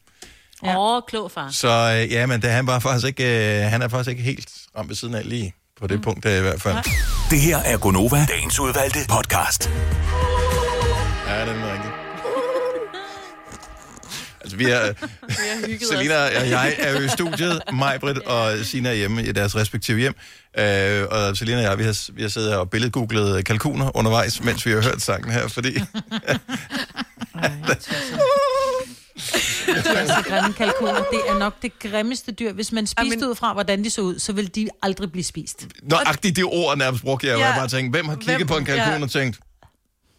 [SPEAKER 5] Åh, ja. oh, klog far.
[SPEAKER 1] Så øh, ja, men det, er han, bare faktisk ikke, øh, han er faktisk ikke helt ramt ved siden af lige på det mm. punkt der i hvert fald.
[SPEAKER 7] Det her er Gonova, dagens udvalgte podcast.
[SPEAKER 1] Ja, den er rigtig. Altså, vi er, Selina og jeg er jo i studiet, Majbrit og Sina er hjemme i deres respektive hjem. Øh, og Selina og jeg, vi har, vi har siddet her og billedgooglet kalkuner undervejs, mens vi har hørt sangen her, fordi...
[SPEAKER 6] De er altså grimme kalkuner. Det er nok det grimmeste dyr. Hvis man spiste ud fra, hvordan de så ud, så vil de aldrig blive spist.
[SPEAKER 1] Nøjagtigt det ord nærmest brugte jeg, ja.
[SPEAKER 6] Ja.
[SPEAKER 1] jeg bare tænkte, hvem har kigget
[SPEAKER 6] Hvem-
[SPEAKER 1] på en kalkun
[SPEAKER 4] ja.
[SPEAKER 1] og tænkt,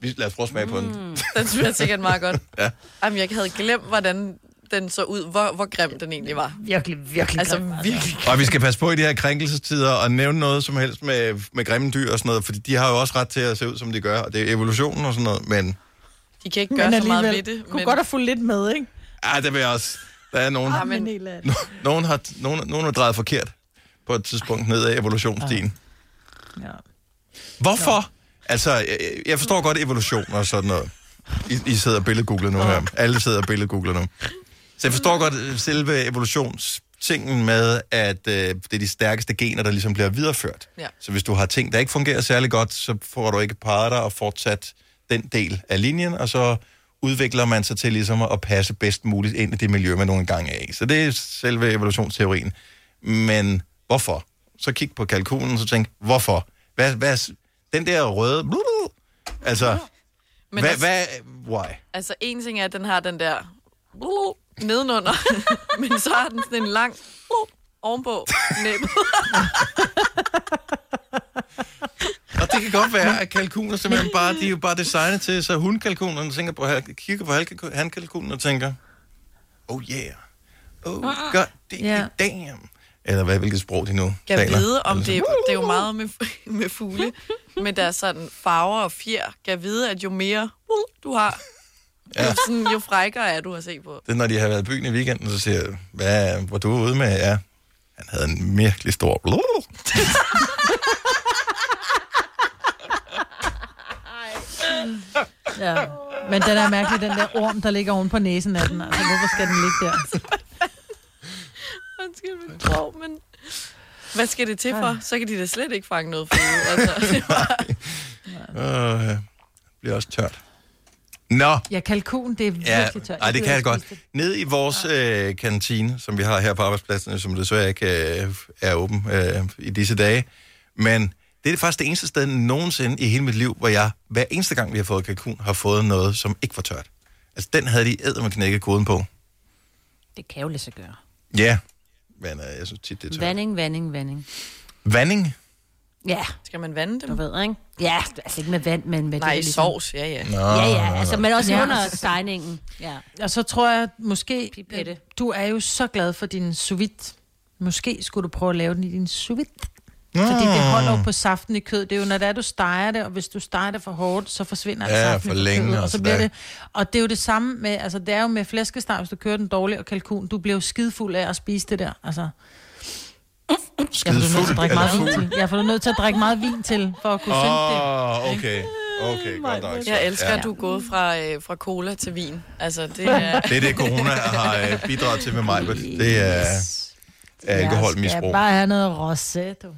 [SPEAKER 1] "Vi- lad os prøve at smage på den.
[SPEAKER 4] Den synes jeg sikkert meget godt.
[SPEAKER 1] Ja.
[SPEAKER 4] Jamen, jeg havde glemt, hvordan den så ud, hvor, hvor grim den egentlig var.
[SPEAKER 6] Virkelig, virkelig
[SPEAKER 4] Altså, virkelig.
[SPEAKER 1] Og vi skal passe på i de her krænkelsestider og nævne noget som helst med, med grimme dyr og sådan noget, fordi de har jo også ret til at se ud, som de gør, og det er evolutionen og sådan noget, men
[SPEAKER 4] De kan ikke gøre så meget ved det.
[SPEAKER 6] Kunne godt have fulgt lidt med, ikke?
[SPEAKER 1] ah, det vil jeg også. Der er nogen,
[SPEAKER 6] Ah, men... helt ærligt.
[SPEAKER 1] nogen, har, nogen, nogen har drejet forkert på et tidspunkt ned ad evolutionsstien.
[SPEAKER 6] Ja.
[SPEAKER 1] Hvorfor? Altså, jeg, jeg forstår godt evolution og sådan noget. I, I sidder og billedgoogler nu her. Alle sidder og billedgoogler nu. Så jeg forstår godt øh, selve evolutionstingen med, at øh, det er de stærkeste gener, der ligesom bliver videreført.
[SPEAKER 4] Ja.
[SPEAKER 1] Så hvis du har ting, der ikke fungerer særlig godt, så får du ikke parret dig og fortsat den del af linjen, og så udvikler man sig til ligesom at passe bedst muligt ind i det miljø, man nogle gange er i. Så det er selve evolutionsteorien. Men hvorfor? Så kig på kalkunen, så tænk, hvorfor? Hvad, hvad, er s- den der røde... blu, blu, Altså,
[SPEAKER 4] Men
[SPEAKER 1] hvad,
[SPEAKER 4] også-
[SPEAKER 1] hvad, why?
[SPEAKER 4] Altså, en ting er, at den har den der blu, nedenunder, men så har den sådan en lang blu, ovenpå næbet.
[SPEAKER 1] Og det kan godt være, at kalkuner simpelthen bare, de er jo bare designet til, så hundkalkunerne tænker på, hal- kigger på halka- hankalkunen og tænker, oh yeah, oh god
[SPEAKER 4] Ja.
[SPEAKER 1] damn. Eller hvad, hvilket sprog de nu
[SPEAKER 4] Kan
[SPEAKER 1] taler.
[SPEAKER 4] vide, om
[SPEAKER 1] Eller
[SPEAKER 4] det,
[SPEAKER 1] sådan.
[SPEAKER 4] det er jo meget med, med fugle, med deres sådan farver og fjer. Kan vide, at jo mere blu, du har,
[SPEAKER 1] Ja.
[SPEAKER 4] jo, sådan, jo frækkere er du at se på.
[SPEAKER 1] Det er, når de har været i byen i weekenden, så siger jeg, hvad, hvor du er ude med, ja. Han havde en virkelig stor blå.
[SPEAKER 6] Ja. Men den er mærkelig, den der orm, der ligger oven på næsen af den. Altså, hvorfor skal den ligge der?
[SPEAKER 4] Undskyld min krog, men... Hvad skal det til for? Så kan de da slet ikke fange noget fugle. Altså, det var...
[SPEAKER 1] Øh, det bliver også tørt. Nå,
[SPEAKER 6] Ja, kalkun, det er
[SPEAKER 1] Ja,
[SPEAKER 6] virkelig tørt.
[SPEAKER 1] ej, det
[SPEAKER 6] gider
[SPEAKER 1] kan jeg
[SPEAKER 6] ikke
[SPEAKER 1] godt. Ned i vores øh, kantine, som vi har her på arbejdspladsen, som desværre ikke øh, er åben øh, i disse dage. Men det er faktisk det eneste sted nogensinde i hele mit liv, hvor jeg hver eneste gang, vi har fået kalkun, har fået noget, som ikke var tørt. Altså, den havde de æder med knækket koden på.
[SPEAKER 5] Det kan jo lade sig gøre.
[SPEAKER 1] Ja, men øh, jeg synes tit, det er tørt.
[SPEAKER 5] Vanding, vanding, vanding.
[SPEAKER 1] Vanding?
[SPEAKER 5] Ja.
[SPEAKER 4] Skal man vande dem?
[SPEAKER 5] Du ved, ikke? Ja, altså ikke med vand, men med
[SPEAKER 4] Nej,
[SPEAKER 5] det,
[SPEAKER 4] ligesom... sovs, ja, ja.
[SPEAKER 5] Nå, ja, ja, altså, men også
[SPEAKER 6] Ja.
[SPEAKER 5] ja. under stejningen. Ja.
[SPEAKER 6] Og så tror jeg, måske... Pipette. Du er jo så glad for din sous vide. Måske skulle du prøve at lave den i din sous vide.
[SPEAKER 1] Nå.
[SPEAKER 6] Fordi det holder jo på saften i kød. Det er jo, når det er, du steger det, og hvis du steger det for hårdt, så forsvinder
[SPEAKER 1] Ja,
[SPEAKER 6] saften
[SPEAKER 1] for
[SPEAKER 6] i
[SPEAKER 1] længe
[SPEAKER 6] kødet,
[SPEAKER 1] og
[SPEAKER 6] og så
[SPEAKER 1] så
[SPEAKER 6] bliver
[SPEAKER 1] der.
[SPEAKER 6] det. Og det er jo det samme med, altså det er jo med flæskesteg, hvis du kører den dårligt, og kalkun. Du bliver jo skidfuld af at spise det der, altså. Jeg får du nødt til at
[SPEAKER 1] Skidefuld
[SPEAKER 6] drikke meget
[SPEAKER 1] eller
[SPEAKER 6] vin
[SPEAKER 1] fuld?
[SPEAKER 6] til. Jeg får du nødt til at drikke meget vin til, for at kunne synge det.
[SPEAKER 1] Åh, oh, okay. Okay, godt nok. så.
[SPEAKER 4] Jeg elsker,
[SPEAKER 1] Ja.
[SPEAKER 4] at du er gået fra, øh, fra cola til vin. Altså, det er...
[SPEAKER 1] Det er det, corona har øh, bidraget til med mig. vel? Det er
[SPEAKER 6] Jeg skal
[SPEAKER 1] alkoholmisbrug.
[SPEAKER 6] bare have noget rosé, du.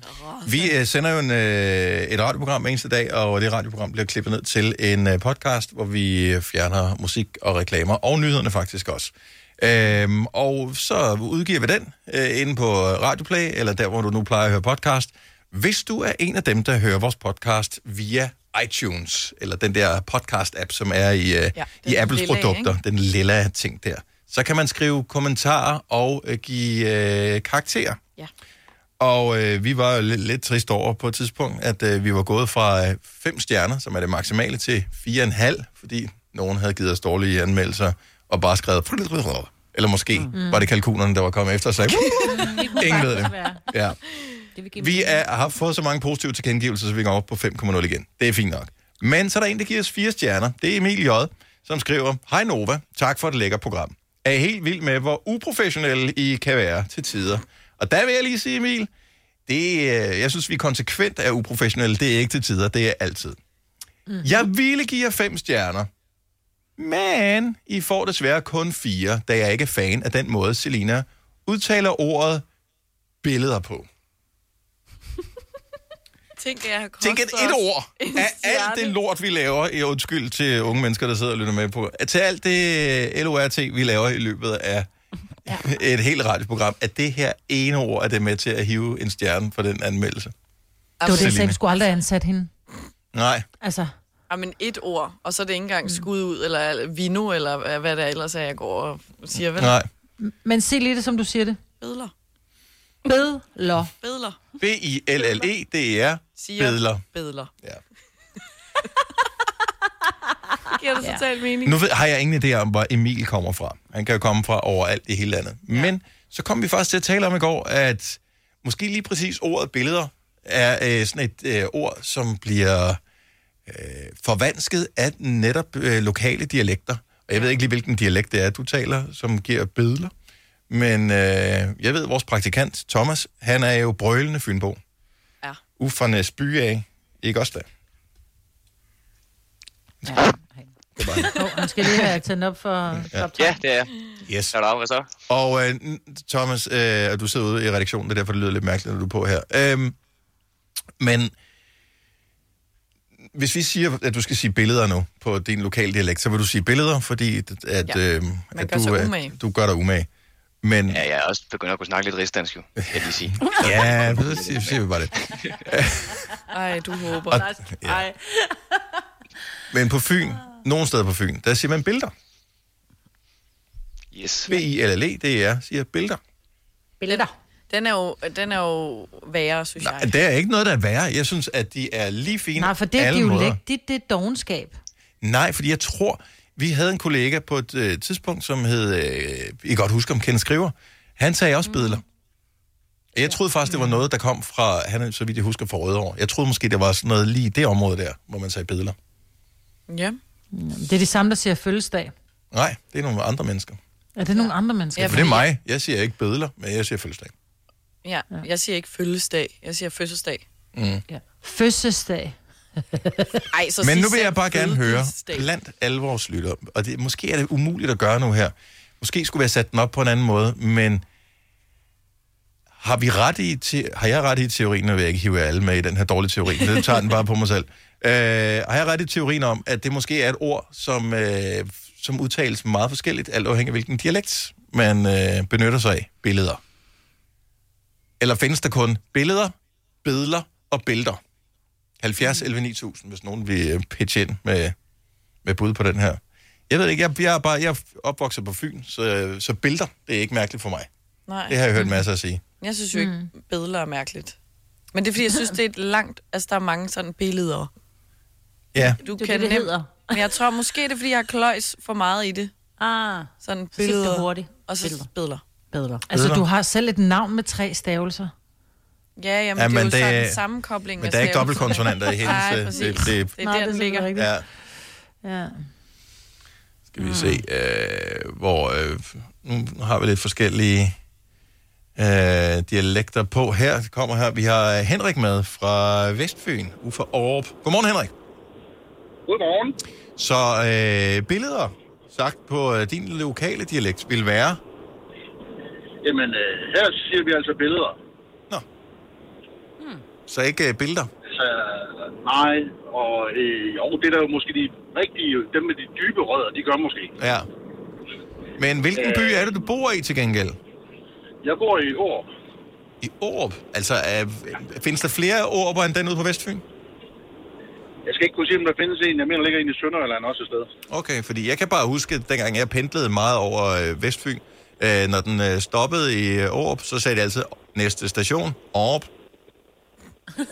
[SPEAKER 1] Vi øh, sender jo en, øh, et radioprogram hver eneste dag, og det radioprogram bliver klippet ned til en øh, podcast, hvor vi øh, fjerner musik og reklamer, og nyhederne faktisk også. Øhm, og så udgiver vi den øh, inde på Radioplay, eller der, hvor du nu plejer at høre podcast. Hvis du er en af dem, der hører vores podcast via iTunes, eller den der podcast-app, som er i, øh, ja, i
[SPEAKER 7] den
[SPEAKER 1] Apples
[SPEAKER 7] lilla,
[SPEAKER 1] produkter,
[SPEAKER 7] ikke?
[SPEAKER 1] den lille ting der, så kan man skrive kommentarer og øh, give øh, karakterer. Og øh, vi var jo lidt, lidt trist over på et tidspunkt, at øh, vi var gået fra øh, fem stjerner, som er det maksimale, til fire og en halv, fordi nogen havde givet os dårlige anmeldelser og bare skrevet... Eller måske mm. var det kalkunerne, der var kommet efter og sagde... Ingen ved det. Ja. Vi er, har fået så mange positive tilkendegivelser, så vi går op på 5,0 igen. Det er fint nok. Men så er der en, der giver os fire stjerner. Det er Emil J., som skriver, Hej Nova, tak for et lækker program. Er helt vild med, hvor uprofessionelle I kan være til tider. Og der vil jeg lige sige, Emil, det, øh, jeg synes, vi konsekvent er uprofessionelle. Det er ikke til tider, det er altid. Mm. Jeg ville give jer fem stjerner, men I får desværre kun fire, da jeg ikke er fan af den måde, Selina udtaler ordet billeder på.
[SPEAKER 4] Tænk, at jeg har kostet
[SPEAKER 1] Tænk, at et
[SPEAKER 4] os
[SPEAKER 1] ord
[SPEAKER 4] en
[SPEAKER 1] af alt det
[SPEAKER 4] stjerne.
[SPEAKER 1] lort, vi laver, i undskyld til unge mennesker, der sidder og lytter med på, at til alt det øh, LORT, vi laver i løbet af et helt radioprogram, at det her ene ord er det med til at hive en stjerne for den anmeldelse.
[SPEAKER 6] Det var det, jeg sagde,
[SPEAKER 1] Selina.
[SPEAKER 6] vi skulle aldrig ansætte hende.
[SPEAKER 1] Nej,
[SPEAKER 6] Altså,
[SPEAKER 4] Jamen et ord, og så er det ikke engang skud ud, eller vino, eller øh, hvad det ellers er, jeg går og siger. Vel?
[SPEAKER 1] nej.
[SPEAKER 6] men se lige det, som du siger det.
[SPEAKER 4] Bedler.
[SPEAKER 6] Bedler.
[SPEAKER 4] Bedler.
[SPEAKER 1] E B-I-L-L-E-D-E-R.
[SPEAKER 4] Siger
[SPEAKER 1] Bedler.
[SPEAKER 4] Bedler.
[SPEAKER 1] Ja.
[SPEAKER 4] Giver det totalt mening?
[SPEAKER 1] Nu ved, har jeg ingen idé om, hvor Emil kommer fra. Han kan jo komme fra overalt i hele landet. Ja. Men så kom vi faktisk til at tale om i går, at måske lige præcis ordet billeder er øh, sådan et øh, ord, som bliver øh, forvansket af netop øh, lokale dialekter. Og jeg ved ikke lige, hvilken dialekt det er, du taler, som giver billeder. Men øh, jeg ved, at vores praktikant, Thomas, han er jo brølende Fynbo.
[SPEAKER 4] Ja.
[SPEAKER 1] Uffernes by af. Ikke også da?
[SPEAKER 6] Nå, oh, han skal lige have tændt op for...
[SPEAKER 1] Ja.
[SPEAKER 15] Ja, det er
[SPEAKER 1] Yes.
[SPEAKER 15] Er der hvad så?
[SPEAKER 1] Og øh, n- Thomas, øh, og du sidder ude i redaktionen, det er derfor, det lyder lidt mærkeligt, når du er på her. Øhm, men hvis vi siger, at du skal sige billeder nu på din lokale dialekt, så vil du sige billeder, fordi at, at,
[SPEAKER 15] Ja.
[SPEAKER 1] øh,
[SPEAKER 15] Man
[SPEAKER 1] at
[SPEAKER 15] gør sig
[SPEAKER 1] du,
[SPEAKER 15] umage.
[SPEAKER 1] at du gør dig umage. Men
[SPEAKER 15] Ja, jeg er også begyndt at kunne snakke lidt rigsdansk, jo. Kan jeg lige sige.
[SPEAKER 1] ja, så siger, siger vi bare det.
[SPEAKER 4] Ej, du håber.
[SPEAKER 1] Og-
[SPEAKER 4] Nej, Ej.
[SPEAKER 1] Men på Fyn, nogen steder på Fyn, der siger man billeder.
[SPEAKER 15] Yes.
[SPEAKER 1] V-I-L-L-E, det er, E siger billeder.
[SPEAKER 4] Billeder. Den er jo, den er jo værre, synes Nej, jeg.
[SPEAKER 1] Der er ikke noget, der er værre. Jeg synes, at de er lige fine
[SPEAKER 6] Nej, for det
[SPEAKER 1] på
[SPEAKER 6] er
[SPEAKER 1] alle måder.
[SPEAKER 6] dialekt, det, det er dogenskab.
[SPEAKER 1] Nej, fordi jeg tror, vi havde en kollega på et øh, tidspunkt, som hed, øh, I kan godt huske om Ken Skriver, han sagde
[SPEAKER 6] Mm.
[SPEAKER 1] også bedler. Jeg troede faktisk, det var noget, der kom fra, han er, så vidt jeg husker, fra Rødovre. Jeg troede måske, det var sådan noget lige i det område der, hvor man sagde bedler.
[SPEAKER 4] Ja.
[SPEAKER 6] Det er de samme, der siger fødselsdag.
[SPEAKER 1] Nej, det er nogle andre mennesker.
[SPEAKER 6] Er det nogle andre mennesker?
[SPEAKER 1] Ja, for det er mig. Jeg siger ikke bedler, men jeg siger fødselsdag.
[SPEAKER 4] Ja, jeg siger ikke fødselsdag, jeg siger fødselsdag.
[SPEAKER 1] Mm.
[SPEAKER 6] Fødselsdag.
[SPEAKER 4] Ej, så
[SPEAKER 1] Men
[SPEAKER 4] sig
[SPEAKER 1] nu vil
[SPEAKER 4] selv
[SPEAKER 1] jeg bare gerne høre,
[SPEAKER 4] fødselsdag.
[SPEAKER 1] blandt alle vores lyttere, og det, måske er det umuligt at gøre nu her, måske skulle vi have sat den op på en anden måde, men har, vi ret i te, har jeg ret i teorien, nu vil jeg ikke hive jer alle med i den her dårlige teori, men det tager den bare på mig selv. Øh, har jeg ret i teorien om, at det måske er et ord, som, øh, som udtales meget forskelligt, alt afhængig af hvilken dialekt man øh, benytter sig af? Billeder. Eller findes der kun billeder, billeder og billeder? 70 11 9000, hvis nogen vil øh, pitche ind med, med bud på den her. Jeg ved ikke, jeg, jeg, er, bare, jeg er opvokset på Fyn, så, så billeder, det er ikke mærkeligt for mig.
[SPEAKER 4] Nej.
[SPEAKER 1] Det har jeg hørt masser at sige.
[SPEAKER 4] Jeg synes jo ikke, billeder er mærkeligt. Men det er fordi, jeg synes, det er et langt... Altså, der er mange sådan billeder.
[SPEAKER 1] Ja.
[SPEAKER 4] Du
[SPEAKER 5] det,
[SPEAKER 4] kan
[SPEAKER 5] det
[SPEAKER 4] nemt-
[SPEAKER 5] hedder.
[SPEAKER 4] Men jeg tror måske, det er, fordi jeg har kløjs for meget i det.
[SPEAKER 5] Ah.
[SPEAKER 4] Sådan
[SPEAKER 5] siger du
[SPEAKER 4] billeder.
[SPEAKER 5] hurtigt.
[SPEAKER 4] Og så billeder.
[SPEAKER 5] Bedre.
[SPEAKER 6] Altså,
[SPEAKER 1] Billeder.
[SPEAKER 6] du har selv et navn med tre stavelser.
[SPEAKER 4] Ja, jamen,
[SPEAKER 1] Jamen,
[SPEAKER 4] jamen det er
[SPEAKER 1] det-
[SPEAKER 4] jo det, sådan en sammenkobling.
[SPEAKER 1] men
[SPEAKER 4] af
[SPEAKER 1] der er ikke
[SPEAKER 4] stavelserne.
[SPEAKER 1] dobbeltkonsonanter i hendes, øh,
[SPEAKER 4] Nej, præcis.
[SPEAKER 1] det-
[SPEAKER 4] Det,
[SPEAKER 1] det-
[SPEAKER 4] det, det er
[SPEAKER 6] Nej,
[SPEAKER 4] der, den
[SPEAKER 6] selvfølgelig
[SPEAKER 4] ligger.
[SPEAKER 6] rigtigt.
[SPEAKER 1] Ja.
[SPEAKER 6] Ja.
[SPEAKER 1] Skal vi se, øh, hvor... Øh, nu har vi lidt forskellige øh, dialekter på her. Det kommer her. Vi har øh, Henrik med fra Vestfyn, ude for Aarup. Godmorgen, Henrik.
[SPEAKER 16] Godmorgen.
[SPEAKER 1] Så øh, billeder sagt på øh, din lokale dialekt vil være...
[SPEAKER 16] Jamen, øh, her siger vi altså billeder.
[SPEAKER 1] Så ikke øh, billeder.
[SPEAKER 16] Så, øh, nej, og øh, jo, det er der jo måske de rigtige, dem med de dybe rødder, de gør måske.
[SPEAKER 1] Ja. Men hvilken by er det, du bor i til gengæld?
[SPEAKER 16] Jeg bor i Aarup.
[SPEAKER 1] I Aarup? Altså, øh, findes der flere Aarup end den ude på Vestfyn?
[SPEAKER 16] Jeg skal ikke kunne sige, om der findes en. Jeg mener, der ligger en i Sønderjylland også et sted.
[SPEAKER 1] Okay, fordi jeg kan bare huske, at dengang jeg pendlede meget over øh, Vestfyn, øh, når den øh, stoppede i øh, Aarup, så sagde det altid, næste station, Aarup.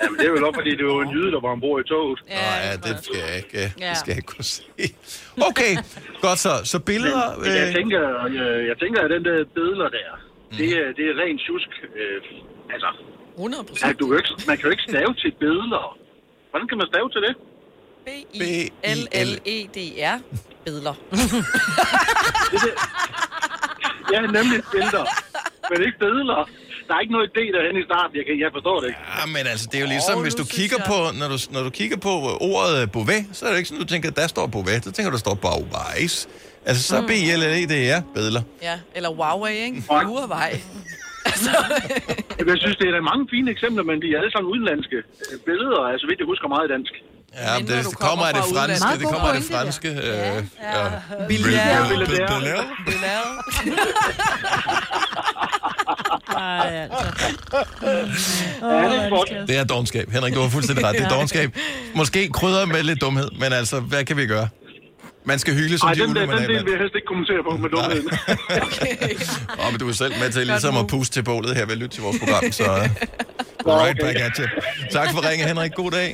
[SPEAKER 16] Jamen, det er vel op, fordi det er jo en jyde, der var ombord i toget.
[SPEAKER 1] Ja, Nå, ja det skal jeg ikke, øh,
[SPEAKER 16] Ja.
[SPEAKER 1] det skal jeg ikke kunne se. Okay, godt så. Så billeder...
[SPEAKER 16] Men jeg
[SPEAKER 1] Øh, Mm.
[SPEAKER 16] tænker, jeg, jeg tænker, at den der bedler der, det, er, det er rent tjusk. Øh, altså,
[SPEAKER 4] 100
[SPEAKER 16] man, du kan jo ikke, man kan jo ikke stave til bedler. Hvordan kan man stave til det?
[SPEAKER 4] B-I-L-L-E-D-R. E Billeder.
[SPEAKER 16] Ja, nemlig billeder. Men ikke billeder. Der er ikke noget idé derhen i starten. Jeg, kan, jeg forstår det ikke.
[SPEAKER 1] Ja, men altså, det er jo ligesom, oh, hvis du kigger på, når du, når du kigger på ordet øh, Beauvais, så er det jo ikke sådan, du tænker, der står Beauvais, så tænker du, der står Beauvais. Altså, så mm.
[SPEAKER 4] Mm.
[SPEAKER 1] BLE, det er bedler.
[SPEAKER 4] Ja, eller Huawei, ikke? Huawei.
[SPEAKER 16] Jeg synes, det er der mange fine eksempler, men de er alle sammen udenlandske øh, billeder. Altså, vidt jeg husker meget dansk.
[SPEAKER 1] Ja, men det, det kommer af det franske, det kommer af det franske. Øh, ja.
[SPEAKER 16] Billiard.
[SPEAKER 1] Billiard.
[SPEAKER 5] Ej, altså.
[SPEAKER 1] Det er dogenskab. Henrik, du har fuldstændig ret. Det er dogenskab. Måske krydder med lidt dumhed, men altså, hvad kan vi gøre? Man skal hygge som
[SPEAKER 16] Ej,
[SPEAKER 1] de
[SPEAKER 16] den, der,
[SPEAKER 1] ulve, man
[SPEAKER 16] den
[SPEAKER 1] er
[SPEAKER 16] del
[SPEAKER 1] imellem.
[SPEAKER 16] vil jeg helst ikke kommentere på med dumheden.
[SPEAKER 1] Åh, men du er selv med til ligesom at puste til bålet her ved at lytte til vores program, så øh, right back at you. Tak for ringen, Henrik. God dag.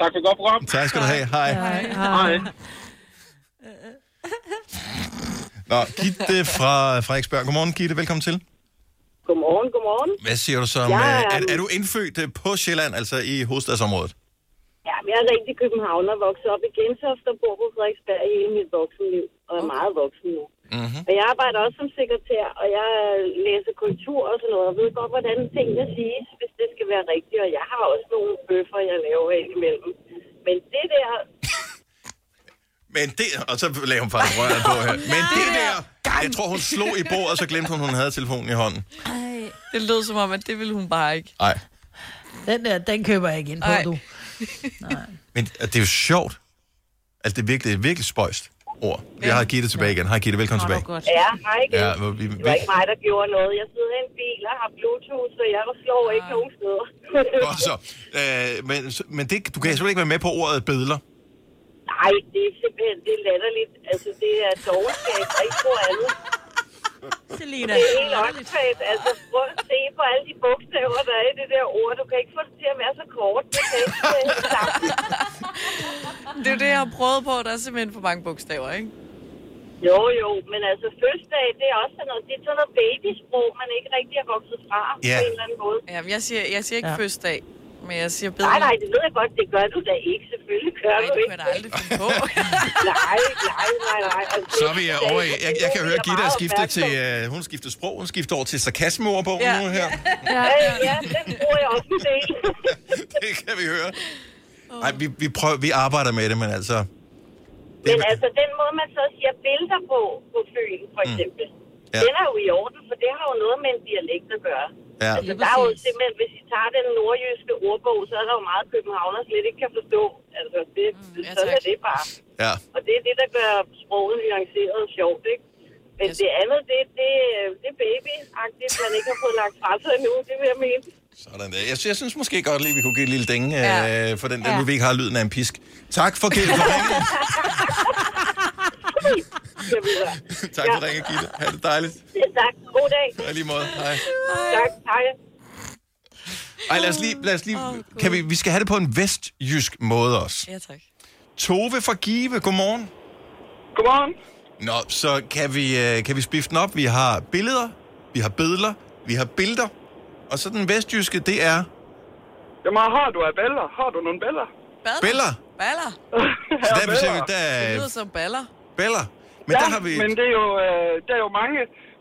[SPEAKER 16] Tak for godt program.
[SPEAKER 1] Tak skal du have. Hej.
[SPEAKER 16] Hej.
[SPEAKER 1] Nå, Gitte fra Frederiksberg. Godmorgen, Gitte. Velkommen til.
[SPEAKER 17] Godmorgen, godmorgen.
[SPEAKER 1] Hvad siger du så? om,
[SPEAKER 17] Jeg
[SPEAKER 1] øh,
[SPEAKER 17] er-
[SPEAKER 1] Er, er du indfødt øh, på Sjælland, altså i hovedstadsområdet?
[SPEAKER 17] Ja, men jeg er rigtig københavner, vokset op i Gentofte og bor på Frederiksberg hele mit voksenliv, og er meget voksen nu.
[SPEAKER 1] Mm-hmm.
[SPEAKER 17] Og jeg arbejder også som sekretær, og jeg læser kultur og sådan noget, og ved godt, hvordan tingene siges, hvis det skal være rigtigt. Og jeg har også nogle bøffer, jeg laver indimellem. Men det der...
[SPEAKER 1] Men det... Og så laver hun faktisk røret på her. Men det der... Jeg tror, hun slog i bordet, og så glemte hun, hun havde telefonen i hånden.
[SPEAKER 4] Det lød som om, at det ville hun bare ikke.
[SPEAKER 1] Nej.
[SPEAKER 18] Den der, den køber jeg ikke ind på,
[SPEAKER 4] Ej.
[SPEAKER 18] du.
[SPEAKER 1] Men det er jo sjovt. Altså, det er virkelig, det er virkelig spøjst ord. Jeg har Gitte tilbage igen. Hej, Gitte. Velkommen tilbage.
[SPEAKER 17] Ja, hej igen.
[SPEAKER 1] Ja, hvor vi,
[SPEAKER 17] Det var ikke mig, der gjorde noget. Jeg sidder i en bil og har bluetooth, så jeg slår ikke nogen steder.
[SPEAKER 1] Godt Ah. så. Øh, men så- men det, du kan selvfølgelig ikke være med på ordet bedler.
[SPEAKER 17] Nej, det er simpelthen det er latterligt. Altså, det er dogenskab, og ikke noget andet.
[SPEAKER 5] Selina.
[SPEAKER 17] Det er helt åndssvagt. Altså, prøv at se på alle de bogstaver, der er i det der ord. Du kan ikke få det til at være så kort. Det kan ikke øh, hænge sammen.
[SPEAKER 4] Det er jo det, jeg har prøvet på. Der er simpelthen for mange bogstaver, ikke?
[SPEAKER 17] Jo, jo, men altså fødselsdag, det er også sådan noget, det er sådan noget babysprog, man ikke rigtig er vokset fra
[SPEAKER 4] Ja.
[SPEAKER 17] på en eller anden måde.
[SPEAKER 4] Ja, jeg siger, jeg siger ikke
[SPEAKER 17] Ja.
[SPEAKER 4] ja. fødselsdag, men jeg siger bedre.
[SPEAKER 17] Nej, nej, det ved jeg godt, det gør du da ikke. Selvfølgelig gør
[SPEAKER 4] Nej,
[SPEAKER 17] du
[SPEAKER 4] det
[SPEAKER 17] ikke.
[SPEAKER 4] kunne jeg da aldrig finde på.
[SPEAKER 17] nej, nej, nej, nej. Altså,
[SPEAKER 1] Så er vi øh, over i, jeg, jeg kan høre
[SPEAKER 17] Jeg er
[SPEAKER 1] Gitte
[SPEAKER 17] meget
[SPEAKER 1] skifte til, øh, hun skifter sprog, hun skifter over til sarkasmeordbog ja. nu her.
[SPEAKER 17] Ja, ja, det bruger jeg også en del.
[SPEAKER 1] det kan vi høre. Ej, vi, vi, prøver, vi arbejder med det, men altså,
[SPEAKER 17] Men altså, den måde, man så siger billeder på, på Fyn, for eksempel,
[SPEAKER 1] Ja.
[SPEAKER 17] Mm. ja. den er jo i orden, for det har jo noget med en dialekt at gøre.
[SPEAKER 1] Ja.
[SPEAKER 17] Altså, der er jo simpelthen, hvis I tager den nordjyske ordbog, så er der jo meget københavner slet ikke kan forstå. Altså, det, mm,
[SPEAKER 4] ja,
[SPEAKER 17] sådan
[SPEAKER 4] tak.
[SPEAKER 17] er det bare.
[SPEAKER 1] Ja.
[SPEAKER 17] Og det er det, der gør sproget nuanceret og sjovt, ikke? Men det andet, det, det, det er baby-agtigt, man ikke har fået lagt fra sig endnu, det vil jeg mene.
[SPEAKER 1] sådan der. Jeg, jeg synes måske godt lige, vi kunne give et lille dænge øh, for den der,
[SPEAKER 17] Ja.
[SPEAKER 1] nu vi ikke har lyden af en pisk. Tak for, Gitte, for ringen. tak for ringen, Gitte. Ha' det dejligt.
[SPEAKER 17] Ja, tak. God dag.
[SPEAKER 1] Og i lige måde. Hej.
[SPEAKER 17] Tak. Hej.
[SPEAKER 1] Ej, lad os lige... Lad os lige kan vi, vi skal have det på en vestjysk måde også.
[SPEAKER 4] Ja, tak.
[SPEAKER 1] Tove fra Give, godmorgen.
[SPEAKER 17] Godmorgen.
[SPEAKER 1] Nå, så kan vi, øh, kan vi spifte den op. Vi har billeder, vi har billeder, vi har billeder. Og så den vestjyske, det er...
[SPEAKER 13] Jamen, har du af baller? Har du nogle baller?
[SPEAKER 1] Biller.
[SPEAKER 4] Baller.
[SPEAKER 1] Så der, er vi simpelthen- der
[SPEAKER 4] Det lyder
[SPEAKER 1] er
[SPEAKER 4] som baller.
[SPEAKER 1] biller. Men der har vi...
[SPEAKER 13] men det er jo, øh, der er jo mange...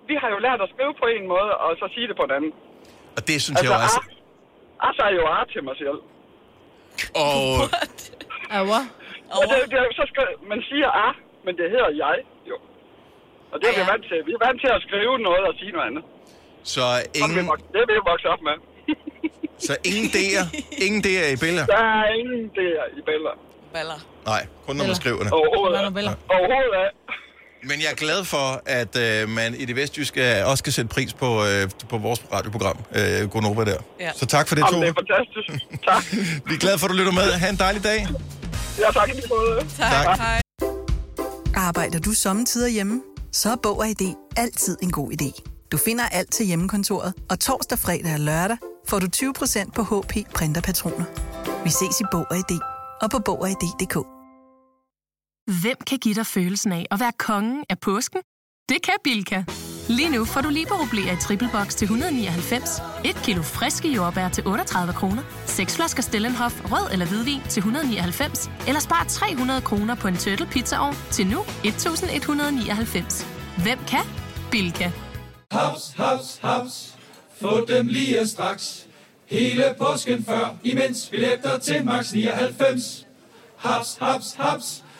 [SPEAKER 13] Vi har jo lært at skrive på en måde, og så sige det på en anden.
[SPEAKER 1] Og det synes jeg jo altså...
[SPEAKER 13] Altså, er jo ar til mig selv.
[SPEAKER 1] Og...
[SPEAKER 13] Aua. Og det, det, er jo så skal, man siger ar, men det hedder jeg, jo. Og det er vi vant til. Vi er vant til at skrive noget og sige noget andet.
[SPEAKER 1] Så ingen,
[SPEAKER 13] Det er vi vokset op med.
[SPEAKER 1] så ingen D'er, ingen D'er i biller.
[SPEAKER 13] Der er ingen der i baller.
[SPEAKER 4] Baller.
[SPEAKER 1] Nej, kun når man skriver det.
[SPEAKER 13] Overhovedet. Overhovedet.
[SPEAKER 1] Men jeg er glad for, at øh, man i det vestjyske også kan sætte pris på, øh, på vores radioprogram, øh, Gonova der.
[SPEAKER 13] Ja.
[SPEAKER 1] Så tak for det,
[SPEAKER 13] Jamen,
[SPEAKER 1] Tove.
[SPEAKER 13] det er fantastisk. Tak.
[SPEAKER 1] Vi er glade for, at du lytter med. Ha' en dejlig dag.
[SPEAKER 13] Ja, tak i lige måde.
[SPEAKER 1] Tak.
[SPEAKER 4] Hej.
[SPEAKER 11] Arbejder du sommetider hjemme? Så er Bog og ID altid en god idé. Du finder alt til hjemmekontoret, og torsdag, fredag og lørdag får du 20% på HP printerpatroner. Vi ses i Bog og ID og på Bog og ID.dk.
[SPEAKER 14] Hvem kan give dig følelsen af at være kongen af påsken? Det kan Bilka. Lige nu får du liberobleer i triple box til 199, et kilo friske jordbær til 38 kroner, seks flasker Stellenhof rød eller hvidvin til 199, eller spar 300 kroner på en turtle pizzaovn til nu 1199. Hvem kan? Bilka.
[SPEAKER 12] Haps, haps, haps. Få dem lige straks. Hele påsken før, imens billetter til max 99. Haps, haps, haps.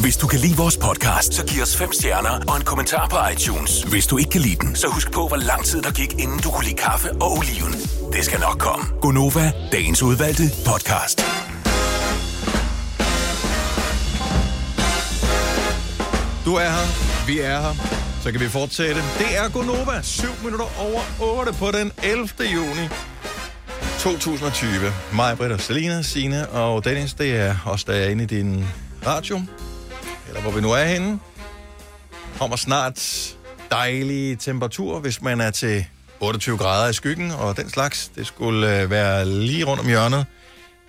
[SPEAKER 7] Hvis du kan lide vores podcast, så giv os fem stjerner og en kommentar på iTunes. Hvis du ikke kan lide den, så husk på, hvor lang tid der gik, inden du kunne lide kaffe og oliven. Det skal nok komme.
[SPEAKER 1] Gonova,
[SPEAKER 7] Dagens udvalgte podcast.
[SPEAKER 1] Du er her, vi er her, så kan vi fortsætte. Det er Gonova, 7 minutter over 8 på den 11. juni 2020. Mig, Britt og Selina, Sine og Dennis, det er os, der er inde i din radio, eller hvor vi nu er henne. Kommer snart dejlige temperaturer, hvis man er til 28 grader i skyggen og den slags. Det skulle øh, være lige rundt om hjørnet.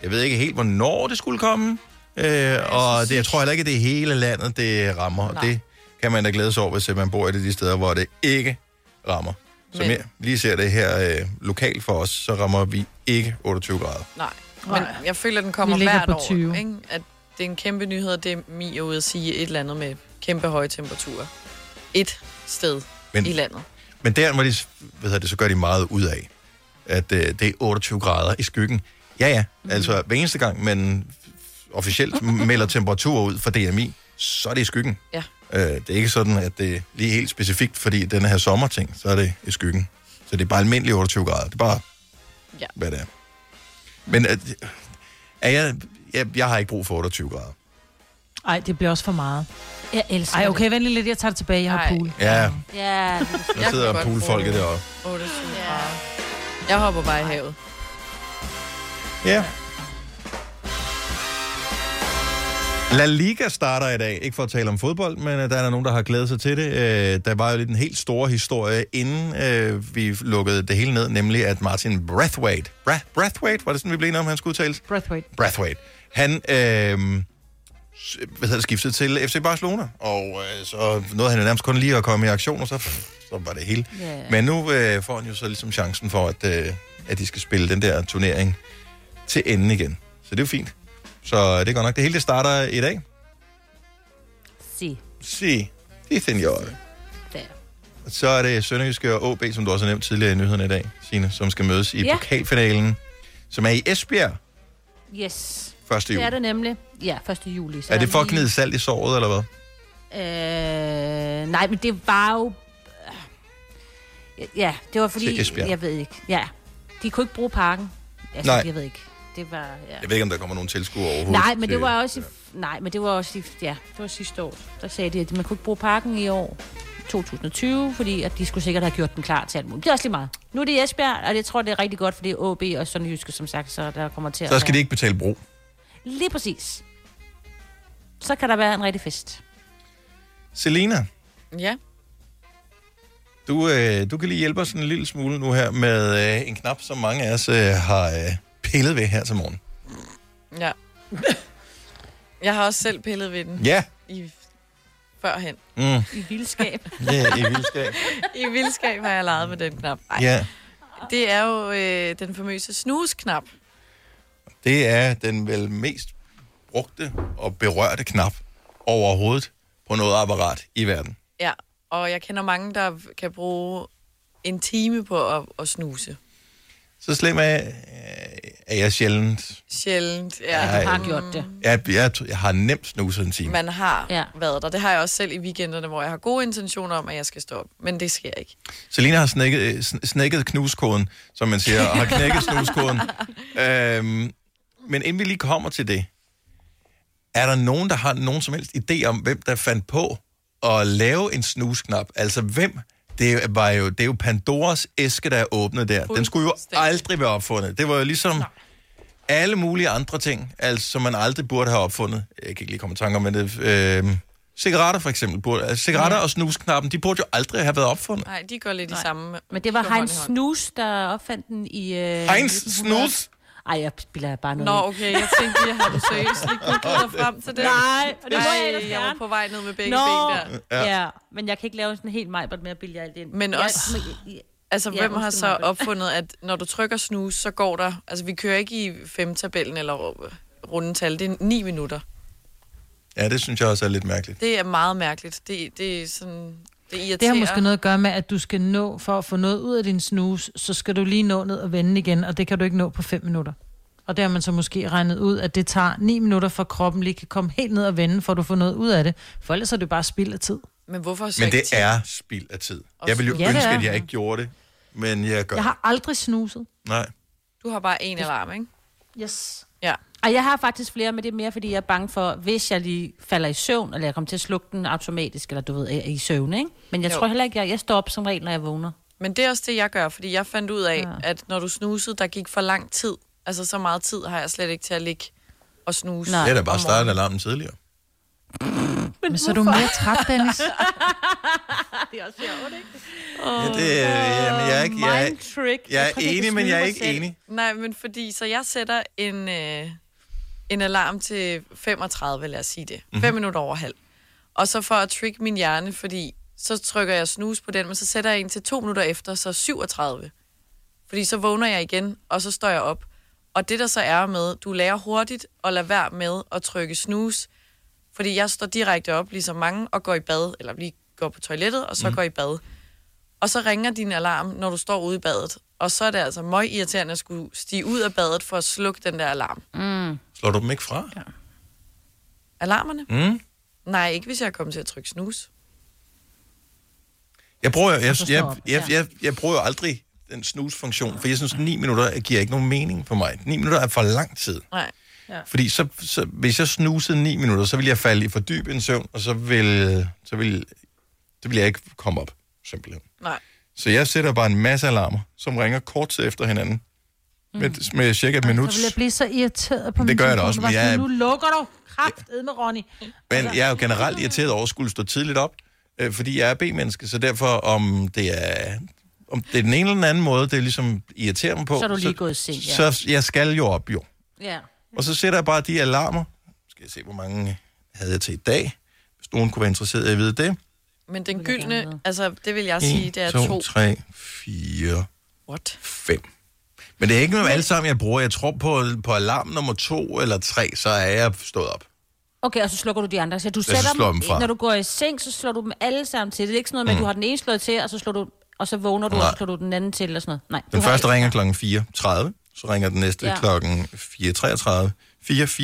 [SPEAKER 1] Jeg ved ikke helt, hvornår det skulle komme. Øh, og det, jeg tror heller ikke, at det er hele landet, det rammer. Nej. Det kan man da glæde sig over, hvis øh, man bor i det de steder, hvor det ikke rammer. Som
[SPEAKER 4] Men-
[SPEAKER 1] jeg lige ser det her øh, lokalt for os, så rammer vi ikke 28 grader.
[SPEAKER 4] Nej, men jeg føler, den kommer
[SPEAKER 6] Vi ligger
[SPEAKER 4] hvert
[SPEAKER 6] på
[SPEAKER 4] år,
[SPEAKER 6] 20.
[SPEAKER 4] ikke? At det er en kæmpe nyhed, og det er Mia ude at sige et eller andet med kæmpe høje temperaturer. Et sted
[SPEAKER 1] Men-
[SPEAKER 4] men, i landet.
[SPEAKER 1] Men der, hvor de, hvad hedder det, så gør de meget ud af, at øh, det er 28 grader i skyggen. Ja, ja,
[SPEAKER 4] Mhm.
[SPEAKER 1] altså hver eneste gang, man officielt melder temperaturer ud for DMI, så er det i skyggen.
[SPEAKER 4] Ja.
[SPEAKER 1] Øh, det er ikke sådan, at det er lige helt specifikt, fordi den her sommerting, så er det i skyggen. Så det er bare almindelig 28 grader. Det er bare,
[SPEAKER 4] Ja.
[SPEAKER 1] hvad det er. Men er, er jeg, jeg, jeg har ikke brug for 28 grader.
[SPEAKER 6] Ej, det bliver også for meget.
[SPEAKER 5] Jeg elsker
[SPEAKER 6] Ej, okay, vent lige lidt, jeg tager det tilbage, jeg har pool.
[SPEAKER 1] Ja,
[SPEAKER 5] Ja.
[SPEAKER 1] der sidder poolfolket deroppe.
[SPEAKER 4] 28 grader. Jeg hopper bare i havet.
[SPEAKER 1] Ja. La Liga starter i dag. Ikke for at tale om fodbold, men øh, der er nogen, der har glædet sig til det. Øh, Der var jo lidt en helt stor historie, inden øh, vi lukkede det hele ned, nemlig at Martin Brathwaite... Bra- Brathwaite? Var det sådan, vi blev enige om, han skulle udtales?
[SPEAKER 6] Brathwaite.
[SPEAKER 1] Brathwaite. Han øh, s- hvad hedder det, skiftede til FC Barcelona, og øh, så nåede han jo nærmest kun lige at komme i aktion, og så, pff, så var det hele.
[SPEAKER 12] Ja.
[SPEAKER 1] Men nu øh, får han jo så ligesom chancen for, at, øh, at de skal spille den der turnering til enden igen. Så det er jo fint. Så det er godt nok. Det hele det starter i dag.
[SPEAKER 5] Se.
[SPEAKER 1] Si. Det er jeg
[SPEAKER 5] Der.
[SPEAKER 1] Så er det Sønderjyske og AB, som du også har nævnt tidligere i nyhederne i dag, Signe, som skal mødes i
[SPEAKER 5] Ja.
[SPEAKER 1] ja. pokalfinalen, som er i Esbjerg
[SPEAKER 5] Yes.
[SPEAKER 1] 1. juli.
[SPEAKER 5] Det er
[SPEAKER 1] Er,
[SPEAKER 5] det nemlig. Ja, 1. juli. Så
[SPEAKER 1] er
[SPEAKER 5] der
[SPEAKER 1] det for at
[SPEAKER 5] lige-
[SPEAKER 1] gnide salt i såret, eller hvad?
[SPEAKER 5] Øh, nej, men det var jo... øh, Ja, det var
[SPEAKER 1] Til
[SPEAKER 5] fordi...
[SPEAKER 1] Esbjerg.
[SPEAKER 5] Jeg ved ikke. Ja, de kunne ikke bruge parken. Altså,
[SPEAKER 1] Nej.
[SPEAKER 5] Jeg ved ikke. Det var... Ja.
[SPEAKER 1] Jeg ved ikke, om der kommer nogen tilskuere overhovedet.
[SPEAKER 5] Nej, men
[SPEAKER 1] til-
[SPEAKER 5] det var også... I, nej, men det var også... I, ja, det var sidste år. Der sagde de, at man kunne ikke bruge parken i år 2020, fordi at de skulle sikkert have gjort den klar til alt muligt. Det er også lige meget. Nu er det i Esbjerg, og jeg tror, det er rigtig godt, fordi AB og Sønderjyske, som sagt, så der kommer til
[SPEAKER 1] Så
[SPEAKER 5] at
[SPEAKER 1] skal de ikke betale bro.
[SPEAKER 5] være- Lige præcis. Så kan der være en rigtig fest.
[SPEAKER 1] Selena,
[SPEAKER 4] Ja.
[SPEAKER 1] du, øh, du kan lige hjælpe os en lille smule nu her med øh, en knap, som mange af os øh, har øh, pillet ved her til morgen.
[SPEAKER 4] Ja. Jeg har også selv pillet ved den.
[SPEAKER 1] Ja.
[SPEAKER 4] I, førhen.
[SPEAKER 1] Mm.
[SPEAKER 5] I vildskab.
[SPEAKER 1] Ja, i vildskab.
[SPEAKER 4] I vildskab har jeg leget med den knap. Ej.
[SPEAKER 1] Ja,
[SPEAKER 4] Det er jo øh, den famøse snusknap.
[SPEAKER 1] det er den vel mest brugte og berørte knap overhovedet på noget apparat i verden.
[SPEAKER 4] Ja, og jeg kender mange, der kan bruge en time på at, at snuse.
[SPEAKER 1] Så slem er, øh, er jeg sjældent.
[SPEAKER 4] Sjældent. Ja,
[SPEAKER 1] Ja, du har
[SPEAKER 4] Mm,
[SPEAKER 5] gjort det.
[SPEAKER 1] Jeg, jeg, jeg har nemt snuset en time.
[SPEAKER 4] Man har ja. været der. Det har jeg også selv i weekenderne, hvor jeg har gode intentioner om, at jeg skal stå op. Men det sker ikke.
[SPEAKER 1] Selina har snækket, øh, sn- snækket knuskoden, som man siger, og har knækket snuskoden. Øhm, men inden vi lige kommer til det, er der nogen, der har nogen som helst idé om, hvem der fandt på at lave en snusknap? Altså, hvem det var jo, det er jo Pandoras æske, der er åbnet der. Den skulle jo aldrig være opfundet. Det var jo ligesom alle mulige andre ting, altså, som man aldrig burde have opfundet. Jeg kan ikke lige komme i tanke om, men det, øh, cigaretter for eksempel. Burde, altså, cigaretter og snusknappen, de burde jo aldrig have været opfundet.
[SPEAKER 4] Nej, de går lidt i samme...
[SPEAKER 5] Men det var
[SPEAKER 4] de går hånd
[SPEAKER 5] Heinz
[SPEAKER 4] i hånd.
[SPEAKER 5] Snus, der opfandt den i... Øh,
[SPEAKER 1] Heinz
[SPEAKER 5] 1900.
[SPEAKER 1] Snus?
[SPEAKER 5] Ej, jeg spiller bare noget.
[SPEAKER 4] Nå,
[SPEAKER 5] ind.
[SPEAKER 4] okay, jeg tænkte lige, har du seriøst lige googlet dig frem til det?
[SPEAKER 5] Nej, og det må jeg ellers
[SPEAKER 4] jeg var
[SPEAKER 5] gerne.
[SPEAKER 4] på vej ned med begge
[SPEAKER 5] Nå,
[SPEAKER 4] ben der.
[SPEAKER 5] Ja. ja. men jeg kan ikke lave sådan en helt majbert med at bilde jer alt ind.
[SPEAKER 4] Men
[SPEAKER 5] jeg,
[SPEAKER 4] også-
[SPEAKER 5] men-
[SPEAKER 4] Altså,
[SPEAKER 5] Ja,
[SPEAKER 4] ja, hvem har
[SPEAKER 5] undskyld,
[SPEAKER 4] så
[SPEAKER 5] Maj-Brit.
[SPEAKER 4] opfundet, at når du trykker snus, så går der... Altså, vi kører ikke i femtabellen eller rundetal. Det er ni minutter.
[SPEAKER 1] Ja, det synes jeg også er lidt mærkeligt.
[SPEAKER 4] Det er meget mærkeligt. Det, det er sådan... Det irriterer.
[SPEAKER 6] Det har måske noget at gøre med, at du skal nå, for at få noget ud af din snus, så skal du lige nå ned og vende igen, og det kan du ikke nå på 5 minutter. Og det har man så måske regnet ud, at det tager 9 minutter, for kroppen lige kan komme helt ned og vende, for at du får noget ud af det. For ellers er det jo bare spild af tid.
[SPEAKER 4] Men hvorfor så
[SPEAKER 1] Men
[SPEAKER 4] ikke
[SPEAKER 1] det
[SPEAKER 4] ti?
[SPEAKER 1] er spild af tid. Jeg ville jo
[SPEAKER 6] Ja, det
[SPEAKER 1] ønske,
[SPEAKER 6] er.
[SPEAKER 1] at jeg ikke gjorde det, men jeg gør
[SPEAKER 6] Jeg har aldrig snuset.
[SPEAKER 1] det. Nej.
[SPEAKER 4] Du har bare en alarm, ikke?
[SPEAKER 5] Yes.
[SPEAKER 4] Ja.
[SPEAKER 5] Og jeg har faktisk flere, men det er mere, fordi jeg er bange for, hvis jeg lige falder i søvn, eller jeg kommer til at slukke den automatisk, eller du ved, i i søvn, ikke? Men jeg
[SPEAKER 4] Jo.
[SPEAKER 5] jo. tror heller ikke, jeg, jeg står op som regel, når jeg vågner.
[SPEAKER 4] Men det er også det, jeg gør, fordi jeg fandt ud af, ja. at når du snusede, der gik for lang tid. Altså, så meget tid har jeg slet ikke til at ligge og snuse.
[SPEAKER 1] Nej. Jeg da
[SPEAKER 4] om
[SPEAKER 1] bare startet alarmen tidligere.
[SPEAKER 6] Men, Men så er du mere træt, Dennis.
[SPEAKER 5] det er også sjovt, ikke?
[SPEAKER 1] Ja, det, øh, jamen, jeg er ikke... Jeg,
[SPEAKER 4] Mind trick.
[SPEAKER 1] jeg er
[SPEAKER 4] tror, kan
[SPEAKER 1] enig, men
[SPEAKER 4] snyde
[SPEAKER 1] jeg er
[SPEAKER 4] mig
[SPEAKER 1] ikke
[SPEAKER 4] selv.
[SPEAKER 1] enig.
[SPEAKER 4] Nej, men fordi, så jeg sætter en, øh, en alarm til 35, lad os sige det.
[SPEAKER 1] Mhm.
[SPEAKER 4] 5 mm-hmm. minutter over halv. Og så for at trick min hjerne, fordi så trykker jeg snus på den, men så sætter jeg en til 2 minutter efter, så 37. Fordi så vågner jeg igen, og så står jeg op. Og det der så er med, du lærer hurtigt at lade være med at trykke snus, fordi jeg står direkte op, ligesom mange, og går i bad, eller lige går på toilettet, og så
[SPEAKER 5] Mm.
[SPEAKER 4] mm. går i bad. Og så ringer din alarm, når du står ude i badet. Og så er det altså møg irriterende at skulle stige ud af badet for at slukke den der alarm.
[SPEAKER 5] Mm.
[SPEAKER 1] Slår du dem ikke fra? Ja.
[SPEAKER 4] Alarmerne?
[SPEAKER 1] Mm.
[SPEAKER 4] Nej, ikke hvis jeg kommer til at trykke snus.
[SPEAKER 1] Jeg bruger, jeg, jeg,
[SPEAKER 4] Så står
[SPEAKER 1] jeg,
[SPEAKER 4] op,
[SPEAKER 1] jeg, jeg, jeg bruger jo aldrig den snusfunktion, for jeg synes, 9 minutter giver ikke nogen mening for mig. 9 minutter er for lang tid.
[SPEAKER 4] Nej.
[SPEAKER 1] Fordi så, så, hvis jeg snusede 9 minutter, så ville jeg falde i for dyb en søvn, og så ville, så ville, så ville jeg ikke komme op, simpelthen.
[SPEAKER 4] Nej.
[SPEAKER 1] Så jeg sætter bare en masse alarmer, som ringer kort tid efter hinanden. Mm. Med, med cirka et minut.
[SPEAKER 6] Så vil jeg blive så irriteret på
[SPEAKER 1] Det
[SPEAKER 6] min
[SPEAKER 1] gør jeg da
[SPEAKER 6] telefon.
[SPEAKER 1] også, men
[SPEAKER 6] Bare sådan,
[SPEAKER 1] jeg-
[SPEAKER 6] Nu lukker du kraftedet med Ronny.
[SPEAKER 1] Men
[SPEAKER 5] Altså-
[SPEAKER 1] jeg er jo generelt irriteret over at skulle stå tidligt op, øh, fordi jeg er B-menneske, så derfor om det er om det er den ene eller den anden måde, det er ligesom irriterer mig på.
[SPEAKER 5] Så er du lige gået i seng, ja.
[SPEAKER 1] ja. Så jeg skal jo op, jo.
[SPEAKER 5] Ja.
[SPEAKER 1] Og så sætter jeg bare de alarmer. Skal jeg se, hvor mange havde jeg til i dag? Hvis nogen kunne være interesseret i at vide det.
[SPEAKER 4] Men den gyldne, altså det vil jeg sige, det er
[SPEAKER 1] 1,
[SPEAKER 4] to.
[SPEAKER 1] 3, 4,
[SPEAKER 4] What?
[SPEAKER 1] 5. Men det er ikke noget alle sammen, jeg bruger. Jeg tror på, på alarm nummer 2 eller 3, så er jeg stået op.
[SPEAKER 5] Okay, og så slukker du de andre. Så du
[SPEAKER 1] så
[SPEAKER 5] sætter
[SPEAKER 1] slår jeg
[SPEAKER 5] dem,
[SPEAKER 1] dem fra.
[SPEAKER 5] når du går i seng, så slår du dem alle sammen til. Det er ikke sådan noget med, at
[SPEAKER 1] Mm.
[SPEAKER 5] du har den ene slået til, og så, slår du, og så vågner du, Nej. og
[SPEAKER 1] Nej.
[SPEAKER 5] så slår du den anden til, eller sådan noget. Nej,
[SPEAKER 1] Den
[SPEAKER 5] du har
[SPEAKER 1] første
[SPEAKER 5] ikke-
[SPEAKER 1] ringer klokken 4.30, så ringer den næste
[SPEAKER 5] Ja. Mm.
[SPEAKER 1] ja. klokken 4.33,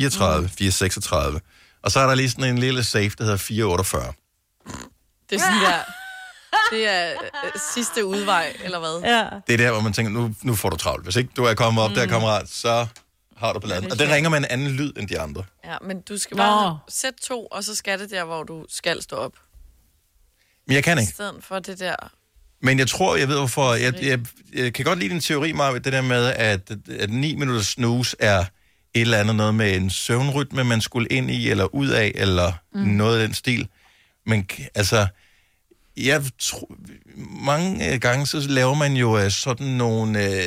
[SPEAKER 1] 4.34, 4.36, og så er der lige sådan en lille safe, der hedder 4.48.
[SPEAKER 4] Det er sådan der, det er øh, sidste udvej, eller hvad?
[SPEAKER 5] Ja.
[SPEAKER 1] Det er der, hvor man tænker, nu, nu får du travlt. Hvis ikke du er kommet op mm. der, kammerat, så har du
[SPEAKER 4] Ja,
[SPEAKER 1] bladet.
[SPEAKER 4] det
[SPEAKER 1] Og den
[SPEAKER 4] skal-
[SPEAKER 1] ringer med en anden lyd end de andre.
[SPEAKER 4] Ja, men du skal
[SPEAKER 5] Nå.
[SPEAKER 4] bare sætte to, og så skal det der, hvor du skal stå op.
[SPEAKER 1] Men jeg kan
[SPEAKER 4] I
[SPEAKER 1] ikke.
[SPEAKER 4] stedet for det der.
[SPEAKER 1] Men jeg tror, jeg ved hvorfor. Jeg, jeg, jeg kan godt lide din teori, Maja, det der med, at, at 9 minutter snus er et eller andet noget med en søvnrytme, man skulle ind i eller ud af, eller mm. noget af den stil. Men k- altså, jeg tror, mange øh, gange, så laver man jo øh, sådan nogle, øh,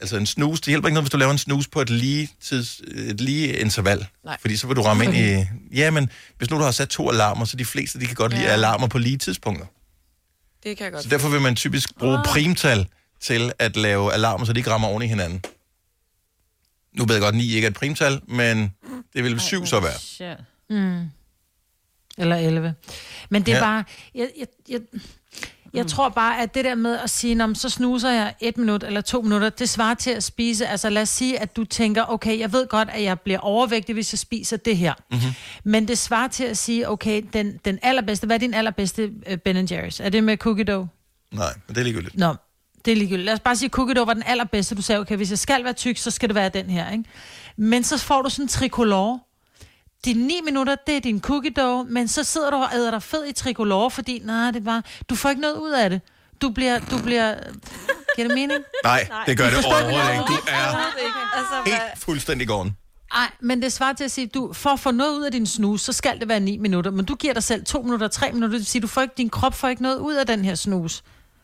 [SPEAKER 1] altså en snus, det hjælper ikke noget, hvis du laver en snus på et lige, tids, et lige interval.
[SPEAKER 4] Nej.
[SPEAKER 1] Fordi så vil du ramme ind i, ja, men hvis nu du har sat to alarmer, så de fleste, de kan godt lide
[SPEAKER 4] Ja.
[SPEAKER 1] alarmer på lige tidspunkter.
[SPEAKER 4] Det kan jeg godt.
[SPEAKER 1] Så derfor vil man typisk
[SPEAKER 6] Ah.
[SPEAKER 1] bruge primtal til at lave alarmer, så de ikke rammer oven i hinanden. Nu ved jeg godt, at 9 ikke er et primtal, men det vil 7 så være.
[SPEAKER 5] Shit.
[SPEAKER 6] Mm. Eller 11. Men det er
[SPEAKER 1] Ja.
[SPEAKER 6] ja. bare... Jeg, jeg, jeg, jeg mm. tror bare, at det der med at sige, "Nå, men så snuser jeg et minut eller to minutter, det svarer til at spise. Altså lad os sige, at du tænker, okay, jeg ved godt, at jeg bliver overvægtig, hvis jeg spiser det her.
[SPEAKER 14] Mm.
[SPEAKER 6] Mm-hmm. Men det svarer til at sige, okay, den, den allerbedste, hvad er din allerbedste øh, Ben Jerry's? Er det med cookie dough?
[SPEAKER 1] Nej, men det er ligegyldigt.
[SPEAKER 6] Nå, det er ligegyldigt. Lad os bare sige, at cookie dough var den allerbedste. Du sagde, okay, hvis jeg skal være tyk, så skal det være den her, ikke? Men så får du sådan en tricolore. De 9 minutter, det er din cookie dough, men så sidder du og æder dig fed i tricolore, fordi nej, det var, du får ikke noget ud af det. Du bliver, du bliver... Giver det mening?
[SPEAKER 1] Nej, det gør
[SPEAKER 6] Du
[SPEAKER 1] det
[SPEAKER 6] forstår
[SPEAKER 1] overhovedet ikke. Du er
[SPEAKER 6] Altså,
[SPEAKER 1] helt fuldstændig gården.
[SPEAKER 6] Nej, men det svarer til at sige, du, for at få noget ud af din snus, så skal det være 9 minutter, men du giver dig selv 2 minutter, 3 minutter, det vil sige, du får ikke, din krop får ikke noget ud af den her snus.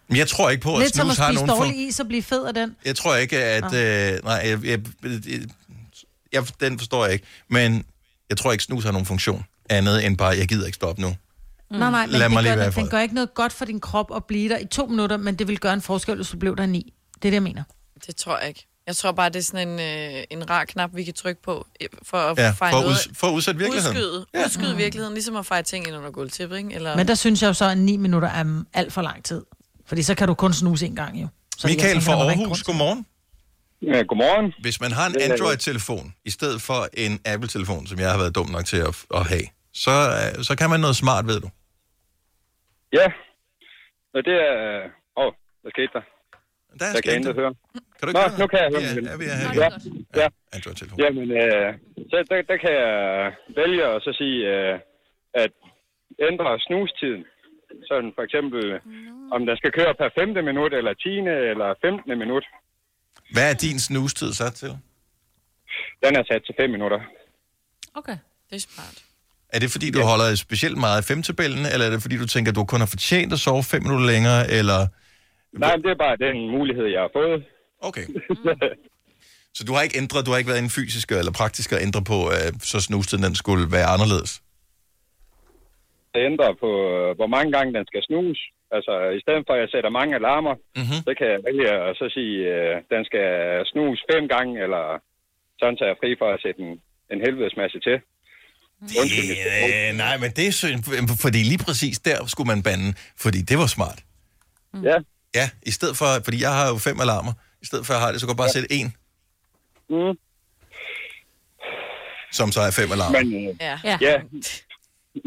[SPEAKER 1] Men jeg tror ikke på, at
[SPEAKER 6] Lidt som at
[SPEAKER 1] snus har
[SPEAKER 6] spise
[SPEAKER 1] nogen
[SPEAKER 6] dårlig
[SPEAKER 1] form...
[SPEAKER 6] for... is Ah. og blive fed af den.
[SPEAKER 1] Jeg tror ikke, at... Øh, nej, jeg, jeg, jeg, jeg, den forstår jeg ikke. Men jeg tror ikke, snus har nogen funktion andet end bare, jeg gider ikke stoppe nu.
[SPEAKER 6] Mm. Nej, nej, men
[SPEAKER 1] Lad mig
[SPEAKER 6] det
[SPEAKER 1] lige
[SPEAKER 6] gør,
[SPEAKER 1] være i
[SPEAKER 6] den,
[SPEAKER 1] fred.
[SPEAKER 6] den gør ikke noget godt for din krop at blive der i 2 minutter, men det vil gøre en forskel, hvis du blev der i 9. Det er det, jeg mener.
[SPEAKER 4] Det tror jeg ikke. Jeg tror bare, det er sådan en, øh, en rar knap, vi kan trykke på, øh, for at
[SPEAKER 1] Ja,
[SPEAKER 4] ja,
[SPEAKER 1] for
[SPEAKER 4] fejre
[SPEAKER 1] at
[SPEAKER 4] noget.
[SPEAKER 1] uds- for at udsætte virkeligheden.
[SPEAKER 4] Udskyde, ja. udskyde virkeligheden, ligesom at fejre ting ind under gulvtæppet, ikke? Eller...
[SPEAKER 6] Men der synes jeg jo så, at 9 minutter er mm, alt for lang tid. Fordi så kan du kun snuse en gang, jo. Så jeg
[SPEAKER 1] Michael
[SPEAKER 6] tænker,
[SPEAKER 1] fra
[SPEAKER 6] der må være en
[SPEAKER 1] Aarhus, godmorgen.
[SPEAKER 19] Ja, godmorgen.
[SPEAKER 1] Hvis man har en
[SPEAKER 19] Det er-
[SPEAKER 1] Android-telefon, i stedet for en Apple-telefon, som jeg har været dum nok til at, at have, så, øh, så kan man noget smart, ved du.
[SPEAKER 19] Ja. Og det er... Åh, oh, hvad skete der?
[SPEAKER 1] der
[SPEAKER 19] jeg kan intet høre.
[SPEAKER 1] Kan du
[SPEAKER 19] ikke Nå, nu kan jeg høre.
[SPEAKER 1] Ja, ja, vi er her.
[SPEAKER 19] Ja, ja.
[SPEAKER 1] Android-telefon.
[SPEAKER 19] Jamen, øh, så der, der kan jeg vælge og så sige, øh, at ændre snustiden. Sådan for eksempel, om den skal køre per 5. minut, eller 10. eller 15. minut.
[SPEAKER 1] Hvad er din snustid sat til?
[SPEAKER 19] Den er sat til 5 minutter.
[SPEAKER 4] Okay, det er smart.
[SPEAKER 1] Er det fordi, du ja. holder specielt meget af femtabellen, eller er det fordi, du tænker, at du kun har fortjent at sove fem minutter længere, eller...
[SPEAKER 19] Nej, det er bare den mulighed, jeg har fået.
[SPEAKER 1] Okay.
[SPEAKER 17] Mm.
[SPEAKER 1] Så du har ikke ændret, du har ikke været en fysisk eller praktisk at ændre på, øh, så snustiden den skulle være anderledes?
[SPEAKER 19] det ændrer på, øh, hvor mange gange den skal snuse. Altså, i stedet for, at jeg sætter mange alarmer,
[SPEAKER 1] mm-hmm.
[SPEAKER 19] så kan jeg vælge at så sige, øh, den skal snuse fem gange, eller sådan, så jeg er fri for at sætte en, en helvedes masse til. Undskyld.
[SPEAKER 1] Yeah, Øh, nej, men det er synd, fordi lige præcis der skulle man bande, fordi det var smart.
[SPEAKER 19] Ja.
[SPEAKER 1] Ja, i stedet for, fordi jeg har jo fem alarmer, i stedet for at jeg har det, så kan jeg bare ja. sætte en.
[SPEAKER 19] Mm.
[SPEAKER 1] Som så er fem alarmer.
[SPEAKER 19] Men, øh, ja. ja.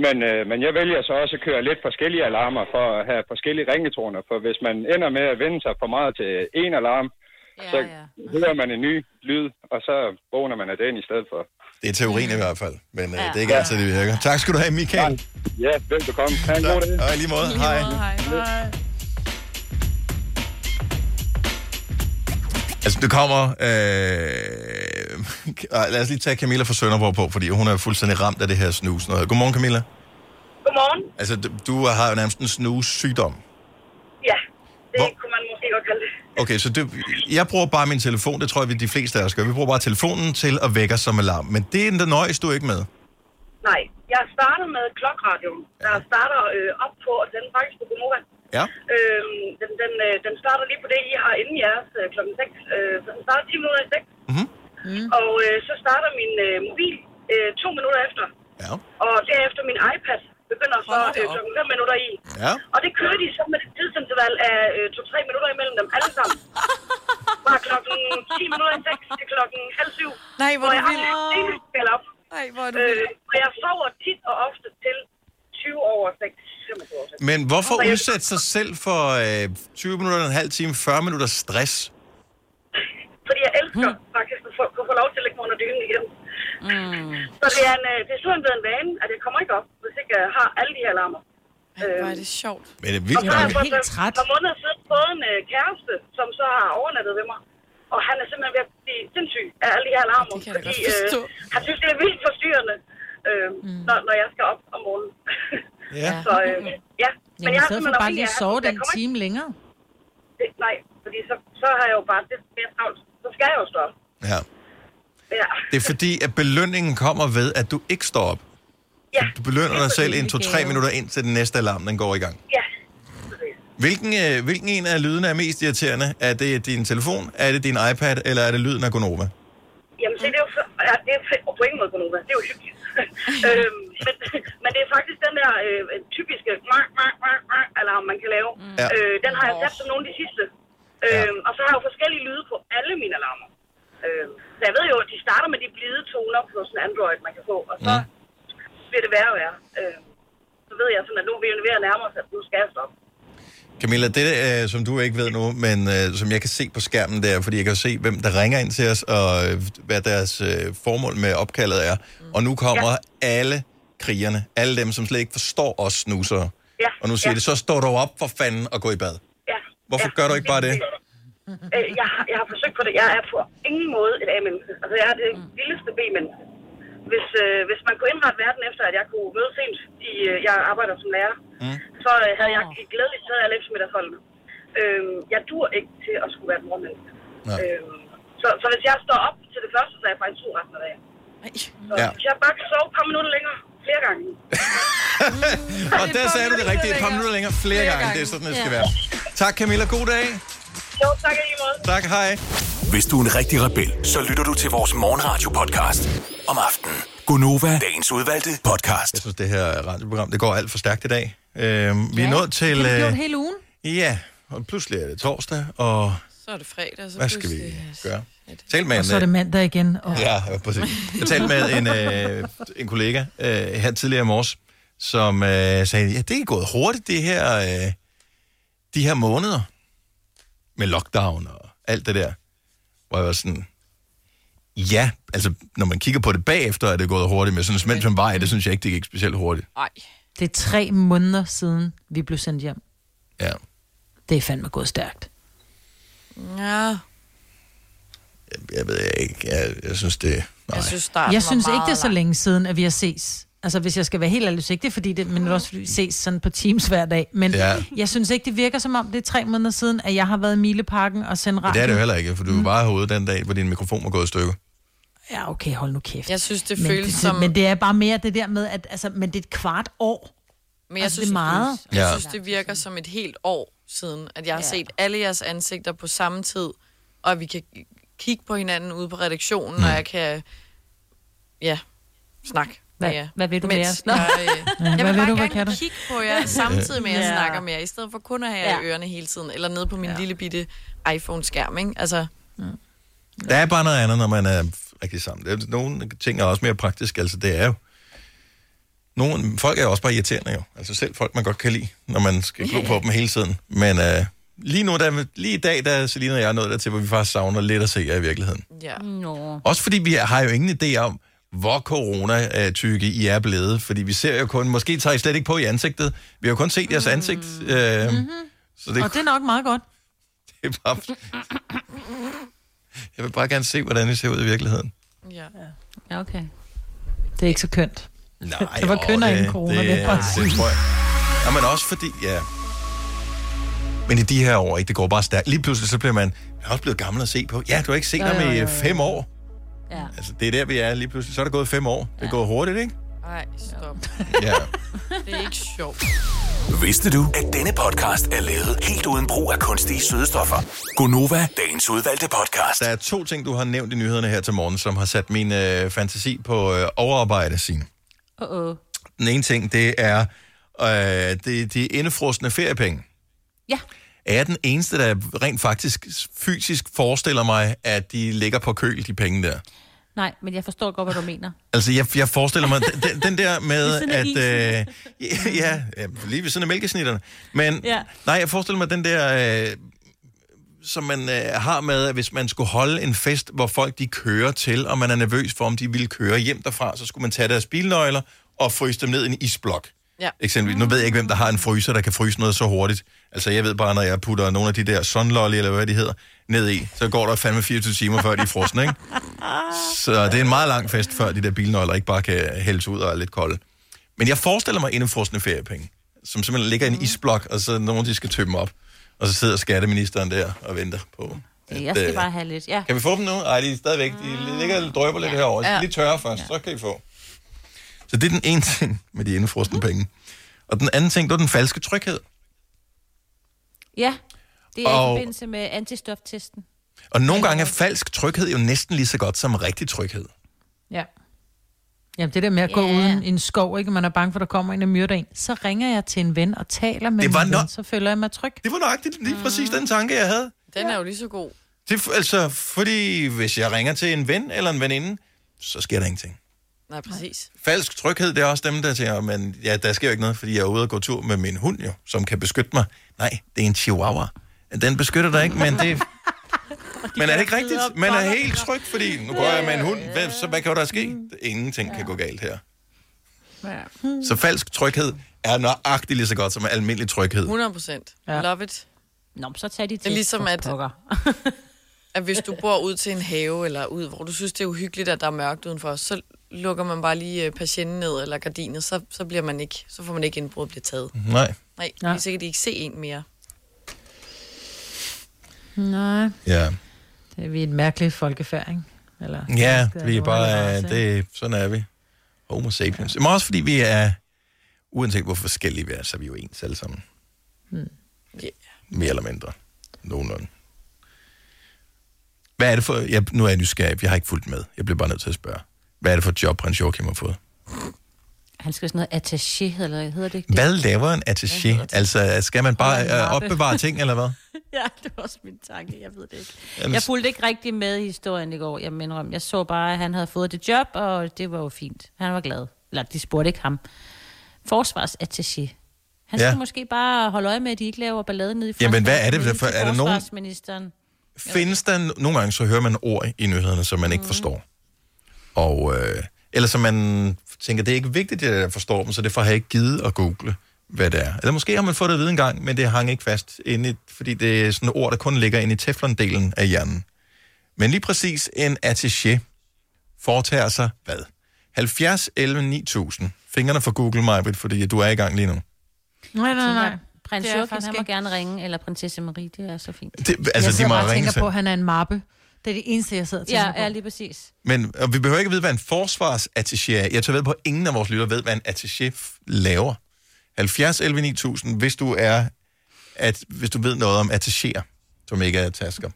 [SPEAKER 19] Men, øh, men jeg vælger så også at køre lidt forskellige alarmer for at have forskellige ringetoner, for hvis man ender med at vende sig for meget til en alarm, ja, så ja. hører man en ny lyd, og så vågner man af den i stedet for.
[SPEAKER 1] Det er teorien i hvert fald, men øh,
[SPEAKER 19] Ja.
[SPEAKER 1] det er ikke altid, det virker. Tak skal du have, Michael.
[SPEAKER 19] Ja, velbekomme. Ha' en god dag.
[SPEAKER 1] Hej, lige måde. Hej. Altså, det kommer... Øh... Ej, Lad os lige tage Camilla fra Sønderborg på, fordi hun er fuldstændig ramt af det her snus. Noget. Godmorgen, Camilla.
[SPEAKER 17] Godmorgen.
[SPEAKER 1] Altså, du- du har jo nærmest en snus-sygdom.
[SPEAKER 17] Ja, det Hvor? kunne man måske godt kalde det.
[SPEAKER 1] Okay, så det, jeg bruger bare min telefon. Det tror jeg, vi de fleste af os gør. Vi bruger bare telefonen til at vække os som alarm. Men det er den nøjes du ikke med.
[SPEAKER 17] Nej, jeg startede med klokradioen. Der starter øh, op på, og den er faktisk på Gomorra.
[SPEAKER 1] Ja.
[SPEAKER 17] Øhm, den, den, øh, den starter lige på det, I har inden jeres øh, klokken 6. Øh, så den starter 10 minutter i 6. Mm-hmm. Og øh, så starter min øh, mobil øh, to minutter efter.
[SPEAKER 1] Ja.
[SPEAKER 17] Og derefter min iPad begynder så øh, klokken 5 minutter i.
[SPEAKER 1] Ja.
[SPEAKER 17] Og det kører de så med et tidsinterval af øh, to-tre minutter imellem dem alle sammen. Fra klokken 10 minutter i 6 til klokken halv syv.
[SPEAKER 4] Nej, hvor er
[SPEAKER 17] jeg
[SPEAKER 4] du
[SPEAKER 17] har
[SPEAKER 4] vild.
[SPEAKER 17] en spil op.
[SPEAKER 4] Nej, hvor er du
[SPEAKER 17] øh,
[SPEAKER 4] vild.
[SPEAKER 17] Og jeg sover tit og ofte til 20 over 6. 25 over 6.
[SPEAKER 1] Men hvorfor
[SPEAKER 17] Og jeg-
[SPEAKER 1] udsætte sig selv for øh, 20 minutter, en halv time, 40 minutter stress?
[SPEAKER 17] Fordi jeg elsker hmm. faktisk at få, kunne få lov til at lægge mig under dynen igen. Mm.
[SPEAKER 4] Hmm.
[SPEAKER 17] Så det er, en, øh, det er sådan blevet en vane, at jeg kommer ikke op, hvis ikke jeg har alle de her alarmer. Ej,
[SPEAKER 4] hvor er det sjovt.
[SPEAKER 1] Men det er vildt
[SPEAKER 17] og
[SPEAKER 1] nok.
[SPEAKER 17] så har jeg træt. For måneder siden fået en øh, kæreste, som så har overnattet ved mig. Og han er simpelthen ved at blive sindssyg af alle de her alarmer. Det fordi, øh,
[SPEAKER 4] forstå. Hmm.
[SPEAKER 17] han synes, det er vildt forstyrrende, øh, mm. når, når jeg skal op om morgenen.
[SPEAKER 1] Ja.
[SPEAKER 17] så øh, ja.
[SPEAKER 6] Jamen, i stedet for bare lige at sove
[SPEAKER 17] den
[SPEAKER 6] den time længere.
[SPEAKER 17] Det, nej, fordi så, så har jeg jo bare lidt mere travlt. Så skal jeg jo stå op.
[SPEAKER 1] Ja.
[SPEAKER 17] Ja.
[SPEAKER 1] Det er fordi, at belønningen kommer ved, at du ikke står op.
[SPEAKER 17] Ja.
[SPEAKER 1] Du belønner dig selv en
[SPEAKER 17] en
[SPEAKER 1] to-tre
[SPEAKER 17] gave.
[SPEAKER 1] minutter ind til den næste alarm, den går i gang.
[SPEAKER 17] Ja.
[SPEAKER 1] Hvilken, øh, hvilken en af lydene er mest irriterende? Er det din telefon, er det din iPad, eller er det lyden af Gonova?
[SPEAKER 17] Jamen, se, det er jo f- ja, det er f- og på ingen måde Gunova. Det er jo hyggeligt. øhm, men, men det er faktisk den der øh, typiske mark, mark, mark, mark alarm, man kan lave. Mm.
[SPEAKER 1] Ja.
[SPEAKER 17] Øh, den har jeg sat som nogle af de sidste. Øhm, Og så har jeg jo forskellige lyde på alle mine alarmer. Øhm, så jeg ved jo, at de starter med de blide toner på sådan en Android, man kan få. Og
[SPEAKER 1] Mm.
[SPEAKER 17] så bliver det værre og værre. Øhm, så ved jeg sådan, at nu er vi jo ved at nærme os, at nu skal jeg stoppe.
[SPEAKER 1] Camilla, det øh, som du ikke ved nu, men øh, som jeg kan se på skærmen der, fordi jeg kan se, hvem der ringer ind til os, og øh, hvad deres øh, formål med opkaldet er. Og nu kommer ja. alle krigerne, alle dem, som slet ikke forstår os snusere.
[SPEAKER 17] Ja.
[SPEAKER 1] Og nu siger
[SPEAKER 17] ja.
[SPEAKER 1] ja. det, så står du op for fanden og gå i bad.
[SPEAKER 17] Ja,
[SPEAKER 1] Hvorfor gør du ikke bare det?
[SPEAKER 17] Øh, jeg, har- jeg har forsøgt på det. Jeg er på ingen måde et A-menneske. Altså, jeg er det
[SPEAKER 1] Mm.
[SPEAKER 17] vildeste B-menneske. Hvis, øh, hvis man kunne indrette verden efter, at jeg kunne møde sent, i, øh, jeg arbejder som lærer, mm. så øh, havde jeg glædeligt taget Alex middagsholdet. Øh, jeg dur ikke til at skulle være et mormenneske. Øh, så, så hvis jeg står op til det første, så er jeg faktisk to resten af dagen. Så
[SPEAKER 1] Ja.
[SPEAKER 17] hvis jeg bare kan sove et par minutter længere, flere gange.
[SPEAKER 1] Og der sagde du det rigtigt. Et par minutter længere flere gange. Det er sådan, det skal være. Tak Camilla. God dag.
[SPEAKER 17] Jo, tak i lige måde.
[SPEAKER 1] Tak. Hej.
[SPEAKER 7] Hvis du er en rigtig rebel, så lytter du til vores morgenradio-podcast om aftenen. Gunova, dagens udvalgte podcast.
[SPEAKER 1] Jeg synes, det her radioprogram, det går alt for stærkt i dag. Øhm, vi er nået til...
[SPEAKER 6] Det har vi gjort
[SPEAKER 1] Øh,
[SPEAKER 6] hele ugen.
[SPEAKER 1] ja, og pludselig er det torsdag, og
[SPEAKER 4] Så er det fredag, og så
[SPEAKER 1] hvad skal vi
[SPEAKER 4] pludselig-
[SPEAKER 1] gøre? Tal med øh,
[SPEAKER 6] Og så er det mandag igen. Og...
[SPEAKER 1] Ja, ja, præcis. Jeg talte med en, øh, en kollega øh, her tidligere i morges, som øh, sagde, ja, det er gået hurtigt, det her, øh, de her måneder med lockdown og alt det der. Hvor jeg var sådan, ja, altså når man kigger på det bagefter, er det gået hurtigt, men sådan, mens man var i det, synes jeg ikke, det gik specielt hurtigt.
[SPEAKER 4] Ej.
[SPEAKER 6] Det er tre måneder siden, vi blev sendt hjem.
[SPEAKER 1] Ja.
[SPEAKER 6] Det er fandme gået stærkt.
[SPEAKER 4] Ja.
[SPEAKER 1] Jeg ved ikke, jeg, jeg synes det... Nej.
[SPEAKER 4] Jeg synes, starten
[SPEAKER 6] jeg synes
[SPEAKER 4] var
[SPEAKER 6] ikke,
[SPEAKER 4] meget
[SPEAKER 6] det er så længe siden, at vi har ses. Altså, hvis jeg skal være helt ærlig, så ikke det er fordi det, men det er også fordi vi ses sådan på Teams hver dag. Men
[SPEAKER 1] Ja.
[SPEAKER 6] ja. jeg synes ikke, det virker som om, det er tre måneder siden, at jeg har været i Mileparken og sendt
[SPEAKER 1] Men
[SPEAKER 6] radio.
[SPEAKER 1] det er det jo heller ikke, for du var bare herude den dag, hvor din mikrofon var gået i stykker.
[SPEAKER 6] Ja, okay, hold nu kæft.
[SPEAKER 4] Jeg synes, det
[SPEAKER 6] men
[SPEAKER 4] føles
[SPEAKER 6] det,
[SPEAKER 4] som...
[SPEAKER 6] Men det er bare mere det der med, at altså, men det er et kvart år.
[SPEAKER 4] Men jeg,
[SPEAKER 6] altså,
[SPEAKER 4] synes,
[SPEAKER 6] det er meget.
[SPEAKER 4] Føles, jeg
[SPEAKER 6] Ja.
[SPEAKER 4] synes, det virker som et helt år siden, at jeg har ja. set alle jeres ansigter på samme tid, og at vi kan kigge på hinanden ude på redaktionen, mm. og jeg kan... Ja, snak.
[SPEAKER 5] Hvad-
[SPEAKER 4] ja.
[SPEAKER 5] hvad vil du med os? Nå.
[SPEAKER 4] Jeg, øh,
[SPEAKER 5] Ja, hvad
[SPEAKER 4] jeg vil
[SPEAKER 5] vil
[SPEAKER 4] bare
[SPEAKER 5] du, hvad
[SPEAKER 4] gerne
[SPEAKER 5] kan du?
[SPEAKER 4] kigge på jer samtidig med, at jeg
[SPEAKER 5] Ja.
[SPEAKER 4] snakker med jer, i stedet for kun at have jer i ørerne hele tiden, eller nede på min ja. lille bitte iPhone-skærm, ikke? Altså,
[SPEAKER 1] Der er bare noget andet, når man er rigtig sammen. Det er- Nogle ting er også mere praktisk, altså det er jo... Nogle, folk er jo også bare irriterende jo. Altså selv folk, man godt kan lide, når man skal glo på dem hele tiden. Men øh, lige nu, der, lige i dag, der er Selina og jeg nået dertil, hvor vi faktisk savner lidt at se jer i virkeligheden.
[SPEAKER 4] ja.
[SPEAKER 5] Nå.
[SPEAKER 1] Også fordi vi har jo ingen idé om, hvor corona-tykke I er blevet. Fordi vi ser jo kun, måske tager I slet ikke på i ansigtet. Vi har jo kun set jeres ansigt. Øh, mm-hmm. Så det,
[SPEAKER 6] Og det er nok meget godt.
[SPEAKER 1] det er bare... Jeg vil bare gerne se, hvordan I ser ud i virkeligheden.
[SPEAKER 4] Ja.
[SPEAKER 5] ja, okay.
[SPEAKER 6] Det er ikke så kønt.
[SPEAKER 1] Nej,
[SPEAKER 6] det var
[SPEAKER 1] åh,
[SPEAKER 6] kønner inden corona, det, det,
[SPEAKER 1] det, det tror jeg. Ja, men også fordi, ja... Men i de her år, ikke, det går bare stærkt. Lige pludselig, så bliver man, man er også blevet gammel at se på. Ja, du har ikke set
[SPEAKER 5] Jo,
[SPEAKER 1] ham
[SPEAKER 5] jo,
[SPEAKER 1] i
[SPEAKER 5] jo,
[SPEAKER 1] øh,
[SPEAKER 5] jo.
[SPEAKER 1] fem år.
[SPEAKER 5] Ja.
[SPEAKER 1] Altså, det er der, vi er lige pludselig. Så er der gået fem år. Det går hurtigt, ikke?
[SPEAKER 4] Ej, stop.
[SPEAKER 1] Ja.
[SPEAKER 4] Det er ikke sjovt.
[SPEAKER 7] Vidste du, at denne podcast er lavet helt uden brug af kunstige sødestoffer? Gunova, dagens udvalgte podcast.
[SPEAKER 1] Der er to ting, du har nævnt i nyhederne her til morgen, som har sat min øh, fantasi på øh, overarbejde, Signe.
[SPEAKER 5] Uh-oh.
[SPEAKER 1] Den ene ting, det er øh, det, de indefrosne feriepenge.
[SPEAKER 5] Ja.
[SPEAKER 1] Er jeg den eneste, der rent faktisk fysisk forestiller mig, at de ligger på køl, de penge der?
[SPEAKER 5] Nej, men jeg forstår godt, hvad du mener.
[SPEAKER 1] Altså, jeg, jeg forestiller mig den- den, den der med,
[SPEAKER 5] Ved
[SPEAKER 1] at...
[SPEAKER 5] siden af
[SPEAKER 1] Øh, ja, ja, lige ved siden af mælkesnitterne. Men ja.
[SPEAKER 5] Ja.
[SPEAKER 1] nej, jeg forestiller mig den der, øh, som man øh, har med, at hvis man skulle holde en fest, hvor folk de kører til, og man er nervøs for, om de ville køre hjem derfra, så skulle man tage deres bilnøgler og fryse dem ned i en isblok.
[SPEAKER 4] Ja.
[SPEAKER 1] Eksempelvis. Nu ved jeg ikke, hvem der har en fryser, der kan fryse noget så hurtigt. Altså, jeg ved bare, når jeg putter nogle af de der sunlolly, eller hvad de hedder, ned i, så går der fandme 24 timer, før de er frosne, ikke? Så det er en meget lang fest, før de der bilnøgler ikke bare kan hældes ud og er lidt kolde. Men jeg forestiller mig indefrosne feriepenge, som simpelthen ligger i
[SPEAKER 5] Mm.
[SPEAKER 1] en isblok, og så er nogen, de skal tømme op. Og så sidder skatteministeren der og venter på...
[SPEAKER 5] Jeg skal
[SPEAKER 1] øh,
[SPEAKER 5] bare have lidt. Ja.
[SPEAKER 1] Kan vi få dem nu? Nej, de er stadigvæk. De ligger og drøber lidt herovre. De skal
[SPEAKER 5] Ja.
[SPEAKER 1] lige tørre først, så kan I få. Så det er den ene ting med de indefrosne penge. Og den anden ting, det var den falske tryghed.
[SPEAKER 5] Ja, det er
[SPEAKER 1] Og-
[SPEAKER 5] i forbindelse med antistoftesten.
[SPEAKER 1] Og nogle gange er falsk tryghed jo næsten lige så godt som rigtig tryghed.
[SPEAKER 6] Ja. Jamen det der med at gå uden i en skov, ikke? Man er bange for, at der kommer en og myrder en. Så ringer jeg til en ven og taler med
[SPEAKER 1] Det var
[SPEAKER 6] min ven,
[SPEAKER 1] nok-
[SPEAKER 6] så føler jeg mig tryg.
[SPEAKER 1] Det var nøjagtigt lige præcis den tanke, jeg havde.
[SPEAKER 4] Den er jo lige så god.
[SPEAKER 1] Det, er f- altså, fordi hvis jeg ringer til en ven eller en veninde, så sker der ingenting.
[SPEAKER 4] Nej, præcis.
[SPEAKER 1] Falsk tryghed, det er også dem, der tænker, men ja, der sker jo ikke noget, fordi jeg er ude og gå tur med min hund jo, som kan beskytte mig. Nej, det er en chihuahua. Den beskytter dig ikke, men det... Men er det ikke rigtigt? Man er helt tryg, fordi nu går jeg med en hund, hvad, så hvad kan der ske? Ingenting kan gå galt her.
[SPEAKER 4] Ja.
[SPEAKER 1] Så falsk tryghed er nøjagtigt lige så godt som almindelig tryghed.
[SPEAKER 4] 100 procent. Love it.
[SPEAKER 5] Nå, men så tag de
[SPEAKER 4] Det er
[SPEAKER 5] til.
[SPEAKER 4] ligesom,
[SPEAKER 5] For
[SPEAKER 4] at,
[SPEAKER 5] pokker.
[SPEAKER 4] at hvis du bor ud til en have, eller ud, hvor du synes, det er uhyggeligt, at der er mørkt udenfor, så lukker man bare lige øh, patienten ned, eller gardinet, så, så, bliver man ikke, så får man ikke indbrud og bliver taget.
[SPEAKER 1] Nej.
[SPEAKER 4] Nej, ja. så kan de ikke se en mere.
[SPEAKER 6] Nej.
[SPEAKER 1] Ja.
[SPEAKER 6] Det er vi et mærkeligt folkefærd, ikke? Eller,
[SPEAKER 1] Ja,
[SPEAKER 6] Det
[SPEAKER 1] vi er
[SPEAKER 6] jo en
[SPEAKER 1] bare, øh,
[SPEAKER 6] race,
[SPEAKER 1] det, sådan er vi. Homo sapiens. Men også fordi vi er, uanset hvor forskellige vi er, så er vi jo ens alle sammen.
[SPEAKER 6] Mm.
[SPEAKER 4] Yeah.
[SPEAKER 1] Mere eller mindre. Nogenlunde. Hvad er det for, jeg, nu er jeg nysgerrig, jeg har ikke fulgt med. Jeg bliver bare nødt til at spørge. Hvad er det for et job, prins Joachim har fået?
[SPEAKER 5] Han skal sådan noget attaché, eller hvad hedder det ikke?
[SPEAKER 1] Hvad laver en attaché? Altså, skal man bare
[SPEAKER 5] Holder en
[SPEAKER 1] øh,
[SPEAKER 5] mappe.
[SPEAKER 1] opbevare ting, eller hvad?
[SPEAKER 5] ja, det var også min tanke, jeg ved det ikke.
[SPEAKER 1] Jamen,
[SPEAKER 5] Jeg fulgte ikke rigtig med i historien i går, jeg mener om. Jeg så bare, at han havde fået det job, og det var jo fint. Han var glad. Eller de spurgte ikke ham. Forsvarsattaché. Han
[SPEAKER 1] Ja.
[SPEAKER 5] ja. skal måske bare holde øje med, at de ikke laver ballade nede i
[SPEAKER 1] Jamen, hvad er det
[SPEAKER 5] Forsvarsministeriet
[SPEAKER 1] for-
[SPEAKER 5] til
[SPEAKER 1] er der nogen-
[SPEAKER 5] Forsvarsministeren.
[SPEAKER 1] Findes der n- nogle gange, så hører man ord i nyhederne, som man ikke
[SPEAKER 6] Mm.
[SPEAKER 1] forstår. Og, øh, eller som man tænker, det er ikke vigtigt, at jeg forstår dem, så derfor har jeg ikke givet at google, hvad det er. Eller måske har man fået det at vide en gang, men det hang ikke fast, inde i, fordi det er sådan et ord, der kun ligger inde i teflondelen af hjernen. Men lige præcis en attaché foretager sig hvad? 70, 11, 9000. Fingrene for Google, Majbrit, fordi du er i gang lige nu.
[SPEAKER 6] Nej, nej, nej.
[SPEAKER 5] Prins
[SPEAKER 6] Det er jeg
[SPEAKER 5] Joachim,
[SPEAKER 6] faktisk
[SPEAKER 5] han må gerne ringe, eller prinsesse Marie, det er så fint.
[SPEAKER 1] Det, altså, de
[SPEAKER 6] jeg
[SPEAKER 1] må
[SPEAKER 6] bare og
[SPEAKER 1] ringe
[SPEAKER 6] tænker
[SPEAKER 1] til.
[SPEAKER 6] på, at han er en mappe. Det er det eneste, jeg sidder og tænker
[SPEAKER 5] Ja,
[SPEAKER 6] på.
[SPEAKER 5] ja, lige præcis.
[SPEAKER 1] Men og vi behøver ikke vide, hvad en forsvarsattaché er. Jeg tager ved på, at ingen af vores lytter ved, hvad en attaché f- laver. 70 11 9000, hvis du er, at, hvis du ved noget om attachéer, som ikke er tasker.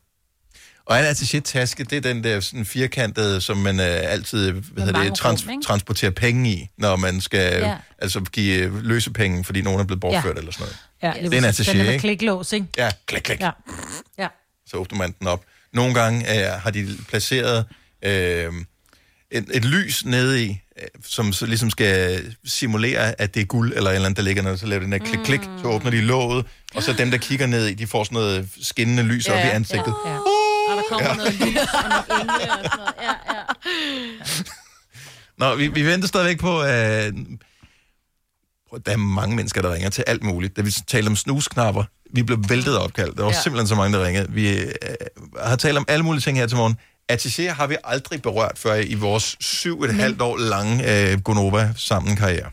[SPEAKER 1] Og en attaché-taske, det er den der sådan firkantede, som man øh, altid hvad hedder
[SPEAKER 5] mange
[SPEAKER 1] det, trans-
[SPEAKER 5] rum, ikke?
[SPEAKER 1] transporterer penge i, når man skal
[SPEAKER 6] Ja.
[SPEAKER 1] ja. altså give øh, løse penge, fordi nogen er blevet bortført
[SPEAKER 6] Ja.
[SPEAKER 1] eller sådan noget.
[SPEAKER 6] Ja,
[SPEAKER 1] det er en attaché,
[SPEAKER 6] Den er med
[SPEAKER 1] ikke?
[SPEAKER 6] kliklås, ikke?
[SPEAKER 1] Ja, klik, klik.
[SPEAKER 6] Ja. ja.
[SPEAKER 1] så åbner man den op. Nogle gange øh, har de placeret øh, et, et lys nede i, øh, som så ligesom skal simulere, at det er guld eller et eller andet, der ligger noget, så laver den der klik-klik, så åbner de låget, og så dem, der kigger ned i, de får sådan noget skinnende lys ja, op i ansigtet.
[SPEAKER 5] Ja. Og der kommer
[SPEAKER 1] Ja.
[SPEAKER 5] ja. noget lys og nogle engle og sådan noget. Ja, ja.
[SPEAKER 1] Nå, vi, vi venter stadigvæk på... Øh, prøv, der er mange mennesker, der ringer til alt muligt. Da vi talte om snusknapper, vi blev væltet af opkald. Der var ja.
[SPEAKER 2] Ja.
[SPEAKER 1] simpelthen så mange, der ringede. Vi øh, har talt om alle mulige ting her til morgen. Attachéer har vi aldrig berørt før i vores syv et halvt år lange øh, Gonova sammen karriere.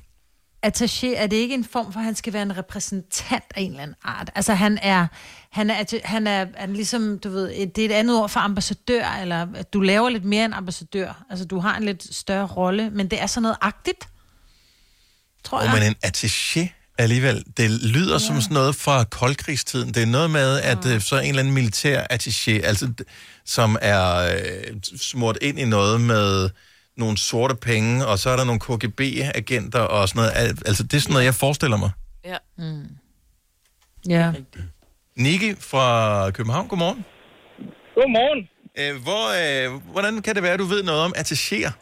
[SPEAKER 6] attaché, er det ikke en form for, at han skal være en repræsentant af en eller anden art? Altså han er, han er, atta- han er, han er ligesom, du ved, et- det er et andet ord for ambassadør, eller at du laver lidt mere end ambassadør. Altså du har en lidt større rolle, men det er sådan noget agtigt, tror
[SPEAKER 1] Og
[SPEAKER 6] jeg.
[SPEAKER 1] men en attaché alligevel, det lyder ja. som sådan noget fra koldkrigstiden. Det er noget med, at mm. så en eller anden militær attaché, altså, d- som er øh, smurt ind i noget med nogle sorte penge, og så er der nogle KGB-agenter og sådan noget. Al- Altså, det er sådan noget, jeg forestiller mig.
[SPEAKER 4] Ja.
[SPEAKER 6] Mm. Ja.
[SPEAKER 1] Niki fra København, godmorgen.
[SPEAKER 8] Godmorgen.
[SPEAKER 1] Øh, hvor, øh, hvordan kan det være, at du ved noget om attachéer?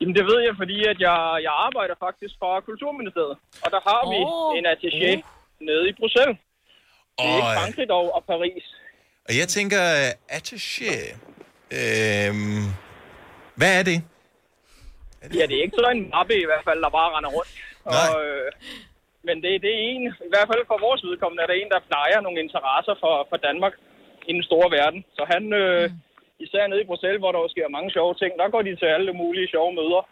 [SPEAKER 8] Jamen, det ved jeg, fordi at jeg, jeg arbejder faktisk fra Kulturministeriet. Og der har vi
[SPEAKER 20] Åh.
[SPEAKER 8] en attaché
[SPEAKER 20] Mm.
[SPEAKER 8] nede i Bruxelles. Det er
[SPEAKER 1] Øj.
[SPEAKER 8] ikke Frankrig dog, og Paris.
[SPEAKER 1] Og jeg tænker, øh, attaché, øh, hvad er det?
[SPEAKER 8] Ja, det er ikke sådan en mappe i hvert fald, der bare render rundt. Og, øh, men det, det er en, i hvert fald for vores vedkommende, er der en, der plejer nogle interesser for, for Danmark i den store verden. Så han, øh,
[SPEAKER 1] Mm.
[SPEAKER 8] især nede i Bruxelles, hvor der jo sker mange sjove ting, der går de til alle mulige sjove møder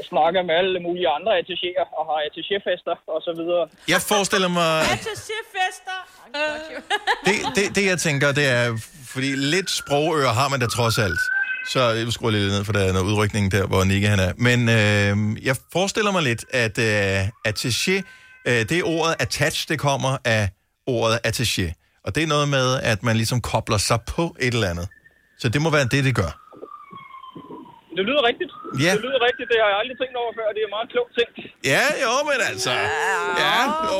[SPEAKER 8] og snakker med alle mulige andre attachéer og har attaché-fester og så videre.
[SPEAKER 1] Jeg forestiller mig...
[SPEAKER 5] Attaché-fester!
[SPEAKER 1] Det, det, det, jeg tænker, det er, fordi lidt sprogøre har man da trods alt. Så jeg skruer lidt ned, for der er noget udrykning der, hvor Nikke han er. Men øh, jeg forestiller mig lidt, at øh, attaché, øh, det ordet attach, det kommer af ordet attaché. Og det er noget med, at man ligesom kobler sig på et eller andet. Så det må være det, det gør.
[SPEAKER 8] Det lyder rigtigt.
[SPEAKER 1] Ja.
[SPEAKER 8] Det lyder rigtigt. Det har jeg aldrig tænkt over før. Det er en meget klogt ting.
[SPEAKER 1] Ja, jo, men altså... Ja, jo.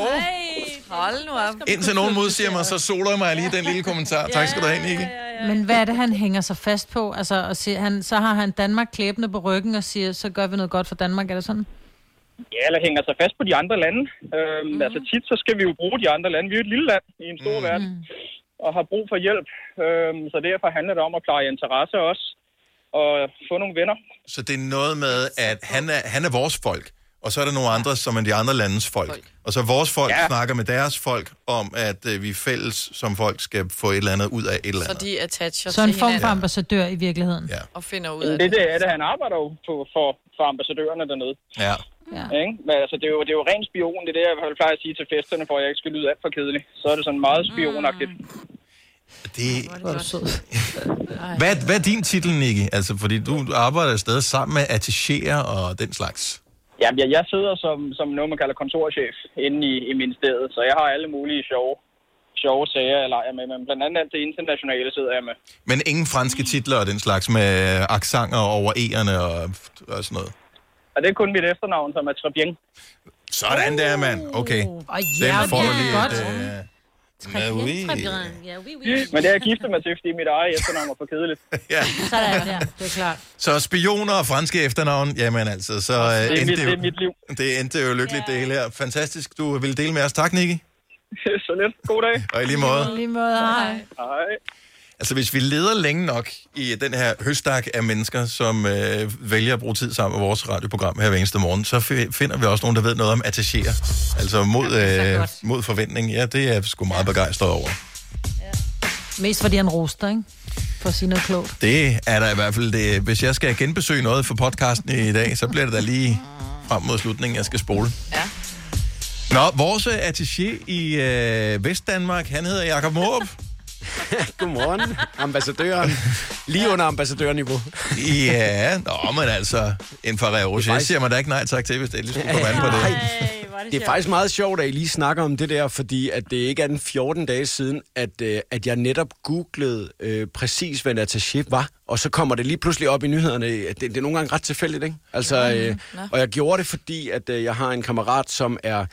[SPEAKER 4] Hold nu op.
[SPEAKER 1] Indtil nogen modsiger mig, så soler jeg mig lige i den lille kommentar. Tak skal du have, Nikke.
[SPEAKER 6] Men hvad er det, han hænger sig fast på? Altså, og siger, han, så har han Danmark klæbende på ryggen og siger, så gør vi noget godt for Danmark, er det sådan?
[SPEAKER 8] Ja, eller hænger sig fast på de andre lande. Øhm, mm-hmm. Altså tit, så skal vi jo bruge de andre lande. Vi er jo et lille land i en stor mm-hmm. verden, og har brug for hjælp. Øhm, så derfor handler det om at klare interesse også, og få nogle venner.
[SPEAKER 1] Så det er noget med, at han er, han er vores folk, og så er der nogle andre, som er de andre landes folk. folk. Og så vores folk ja.
[SPEAKER 4] Ja.
[SPEAKER 1] snakker med deres folk om, at øh, vi fælles som folk skal få et eller andet ud af et eller
[SPEAKER 4] Så
[SPEAKER 1] andet.
[SPEAKER 4] de attacher
[SPEAKER 6] Så en
[SPEAKER 4] til
[SPEAKER 6] form for
[SPEAKER 4] hinanden
[SPEAKER 6] ambassadør i virkeligheden.
[SPEAKER 1] Ja.
[SPEAKER 4] og finder ud af
[SPEAKER 8] Jamen, det, det er det. Han arbejder jo for, for, for ambassadørerne dernede.
[SPEAKER 1] Ja.
[SPEAKER 6] Ja.
[SPEAKER 8] Ikke? Men altså, det er jo, det er jo ren spion. Det er det, jeg i hvert fald plejer at sige til festerne, for at jeg ikke skal lyde alt for kedelig. Så er det sådan meget spionagtigt.
[SPEAKER 1] Det... Hvad, hvad er din titel, Nicky? Altså, fordi du arbejder stadig sammen med attachéer og den slags.
[SPEAKER 8] Jamen, jeg, jeg sidder som, som noget, man kalder kontorchef inde i, i ministeriet, så jeg har alle mulige sjove, sjove sager, jeg leger med. Men blandt andet alt det internationale sidder jeg med.
[SPEAKER 1] Men ingen franske titler og den slags med øh, aksanger over E'erne og, og sådan noget.
[SPEAKER 8] Og det er kun mit efternavn, som er Trebien.
[SPEAKER 1] Sådan der, mand. Okay.
[SPEAKER 8] Og
[SPEAKER 1] Den
[SPEAKER 8] ja,
[SPEAKER 1] får
[SPEAKER 8] det
[SPEAKER 1] du
[SPEAKER 8] er
[SPEAKER 1] lige
[SPEAKER 8] godt.
[SPEAKER 1] et... Øh... Très oui.
[SPEAKER 8] Men det er jeg giftet mig til, fordi mit eget efternavn var for kedeligt.
[SPEAKER 1] ja.
[SPEAKER 6] Sådan der, det er klart.
[SPEAKER 1] Så spioner og franske efternavn, jamen altså, så
[SPEAKER 8] Det er
[SPEAKER 1] øh,
[SPEAKER 8] mit-
[SPEAKER 1] endte,
[SPEAKER 8] det
[SPEAKER 1] jo,
[SPEAKER 8] er mit liv.
[SPEAKER 1] det endte jo lykkeligt, det hele her. Fantastisk, du ville dele med os. Tak, Nicky.
[SPEAKER 8] så lidt. God dag.
[SPEAKER 1] Og i lige måde.
[SPEAKER 6] Lige måde, hej.
[SPEAKER 8] Hej.
[SPEAKER 1] Altså, hvis vi leder længe nok i den her høstak af mennesker, som øh, vælger at bruge tid sammen med vores radioprogram her hver eneste morgen, så fi- finder vi også nogen, der ved noget om attachéer. Altså mod, øh, mod forventning. Ja, det er jeg sgu meget begejstret over.
[SPEAKER 6] Mest fordi han roster, ikke? For at sige noget klogt.
[SPEAKER 1] Det er der i hvert fald det. Hvis jeg skal genbesøge noget for podcasten i dag, så bliver det da lige frem mod slutningen, jeg skal spole. Ja. Nå, vores attaché i øh, Vestdanmark, han hedder Jakob Morup.
[SPEAKER 2] Godmorgen, ambassadøren. Lige under ambassadørniveau.
[SPEAKER 1] ja, nå, men altså, en Ferrero Rocher siger man da ikke nej tak til, hvis det endelig skulle komme an på det.
[SPEAKER 2] Det er faktisk meget sjovt, at I lige snakker om det der, fordi at det ikke er den 14 dage siden, at, øh, at jeg netop googlede øh, præcis, hvad en attaché var, og så kommer det lige pludselig op i nyhederne. Det, det er nogle gange ret tilfældigt, ikke? Altså, øh, og jeg gjorde det, fordi at øh, jeg har en kammerat, som er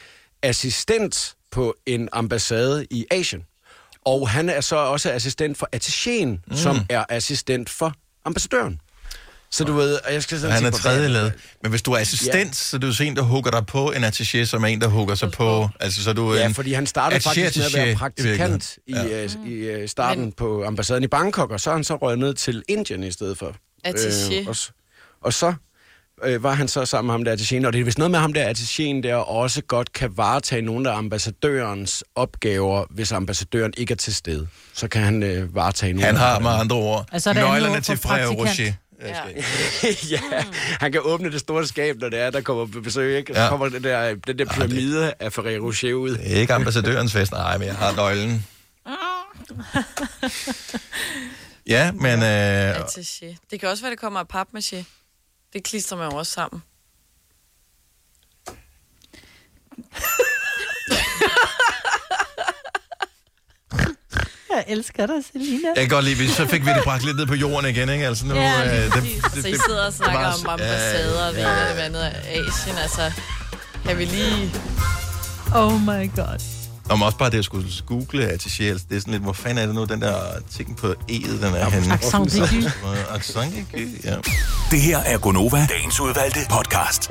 [SPEAKER 2] assistent på en ambassade i Asien. Og han er så også assistent for attachéen, mm. som er assistent for ambassadøren. Så du ved, og jeg skal sådan
[SPEAKER 1] Han
[SPEAKER 2] sige,
[SPEAKER 1] er
[SPEAKER 2] hvor-
[SPEAKER 1] tredje led. Men hvis du er assistent,
[SPEAKER 2] Ja.
[SPEAKER 1] ja. så er det jo så en, der hugger dig på en attaché, som er en, der hugger sig på... Altså, så er du
[SPEAKER 2] Ja,
[SPEAKER 1] en
[SPEAKER 2] fordi han startede faktisk med at
[SPEAKER 1] attaché-attaché i
[SPEAKER 2] være praktikant i,
[SPEAKER 1] virkeligheden.
[SPEAKER 2] ja. i øh, starten Men... på ambassaden i Bangkok, og så er han så røget ned til Indien i stedet for. Øh,
[SPEAKER 4] Attaché.
[SPEAKER 2] og, s- og så øh, var han så sammen med ham der attachéen, og det er vist noget med ham der attachéen der også godt kan varetage nogle af ambassadørens opgaver, hvis ambassadøren ikke er til stede. Så kan han øh, varetage nogle
[SPEAKER 1] Han
[SPEAKER 2] af
[SPEAKER 1] har med andre ord altså,
[SPEAKER 2] Altså, er det andet
[SPEAKER 1] nøglerne
[SPEAKER 2] ord
[SPEAKER 1] til
[SPEAKER 2] for
[SPEAKER 1] Frère Rocher.
[SPEAKER 2] praktikant?
[SPEAKER 1] Ja.
[SPEAKER 2] ja, han kan åbne det store skab, når det er, der kommer på besøg, ikke? Og så
[SPEAKER 1] Ja.
[SPEAKER 2] kommer den der, den der pyramide ja, det... af Ferrero Rocher ud.
[SPEAKER 1] Det er ikke ambassadørens fest, nej, men jeg har nøglen. Ja, men... Øh,
[SPEAKER 4] attaché. Det kan også være, det kommer af papmaché. Det klistrer man jo også sammen.
[SPEAKER 6] Jeg elsker dig, Selina.
[SPEAKER 1] jeg kan godt lide, vi- så fik vi det bragt lidt ned på jorden igen, ikke? Altså, nu,
[SPEAKER 4] Ja,
[SPEAKER 1] øh, det,
[SPEAKER 4] Så I sidder og snakker om ambassader og det ene og det andet af Asien. Altså, kan vi lige...
[SPEAKER 6] Oh my god.
[SPEAKER 1] Nå, men også bare det, at skulle google attaché, altså, det er sådan lidt, hvor fanden er det nu, den der ting på E'et, den er henne?
[SPEAKER 7] accent aigu.
[SPEAKER 1] Accent aigu, ja.
[SPEAKER 7] Det her er Gonova, dagens udvalgte podcast.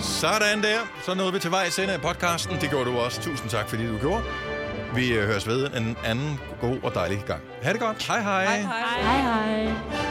[SPEAKER 1] Sådan der. Så nåede vi til vejs ende af podcasten. Det gjorde du også. Tusind tak, fordi du gjorde. Vi øh, høres ved en anden god og dejlig gang. Ha' det godt. Hej hej. hej, hej.
[SPEAKER 6] Hej, hej.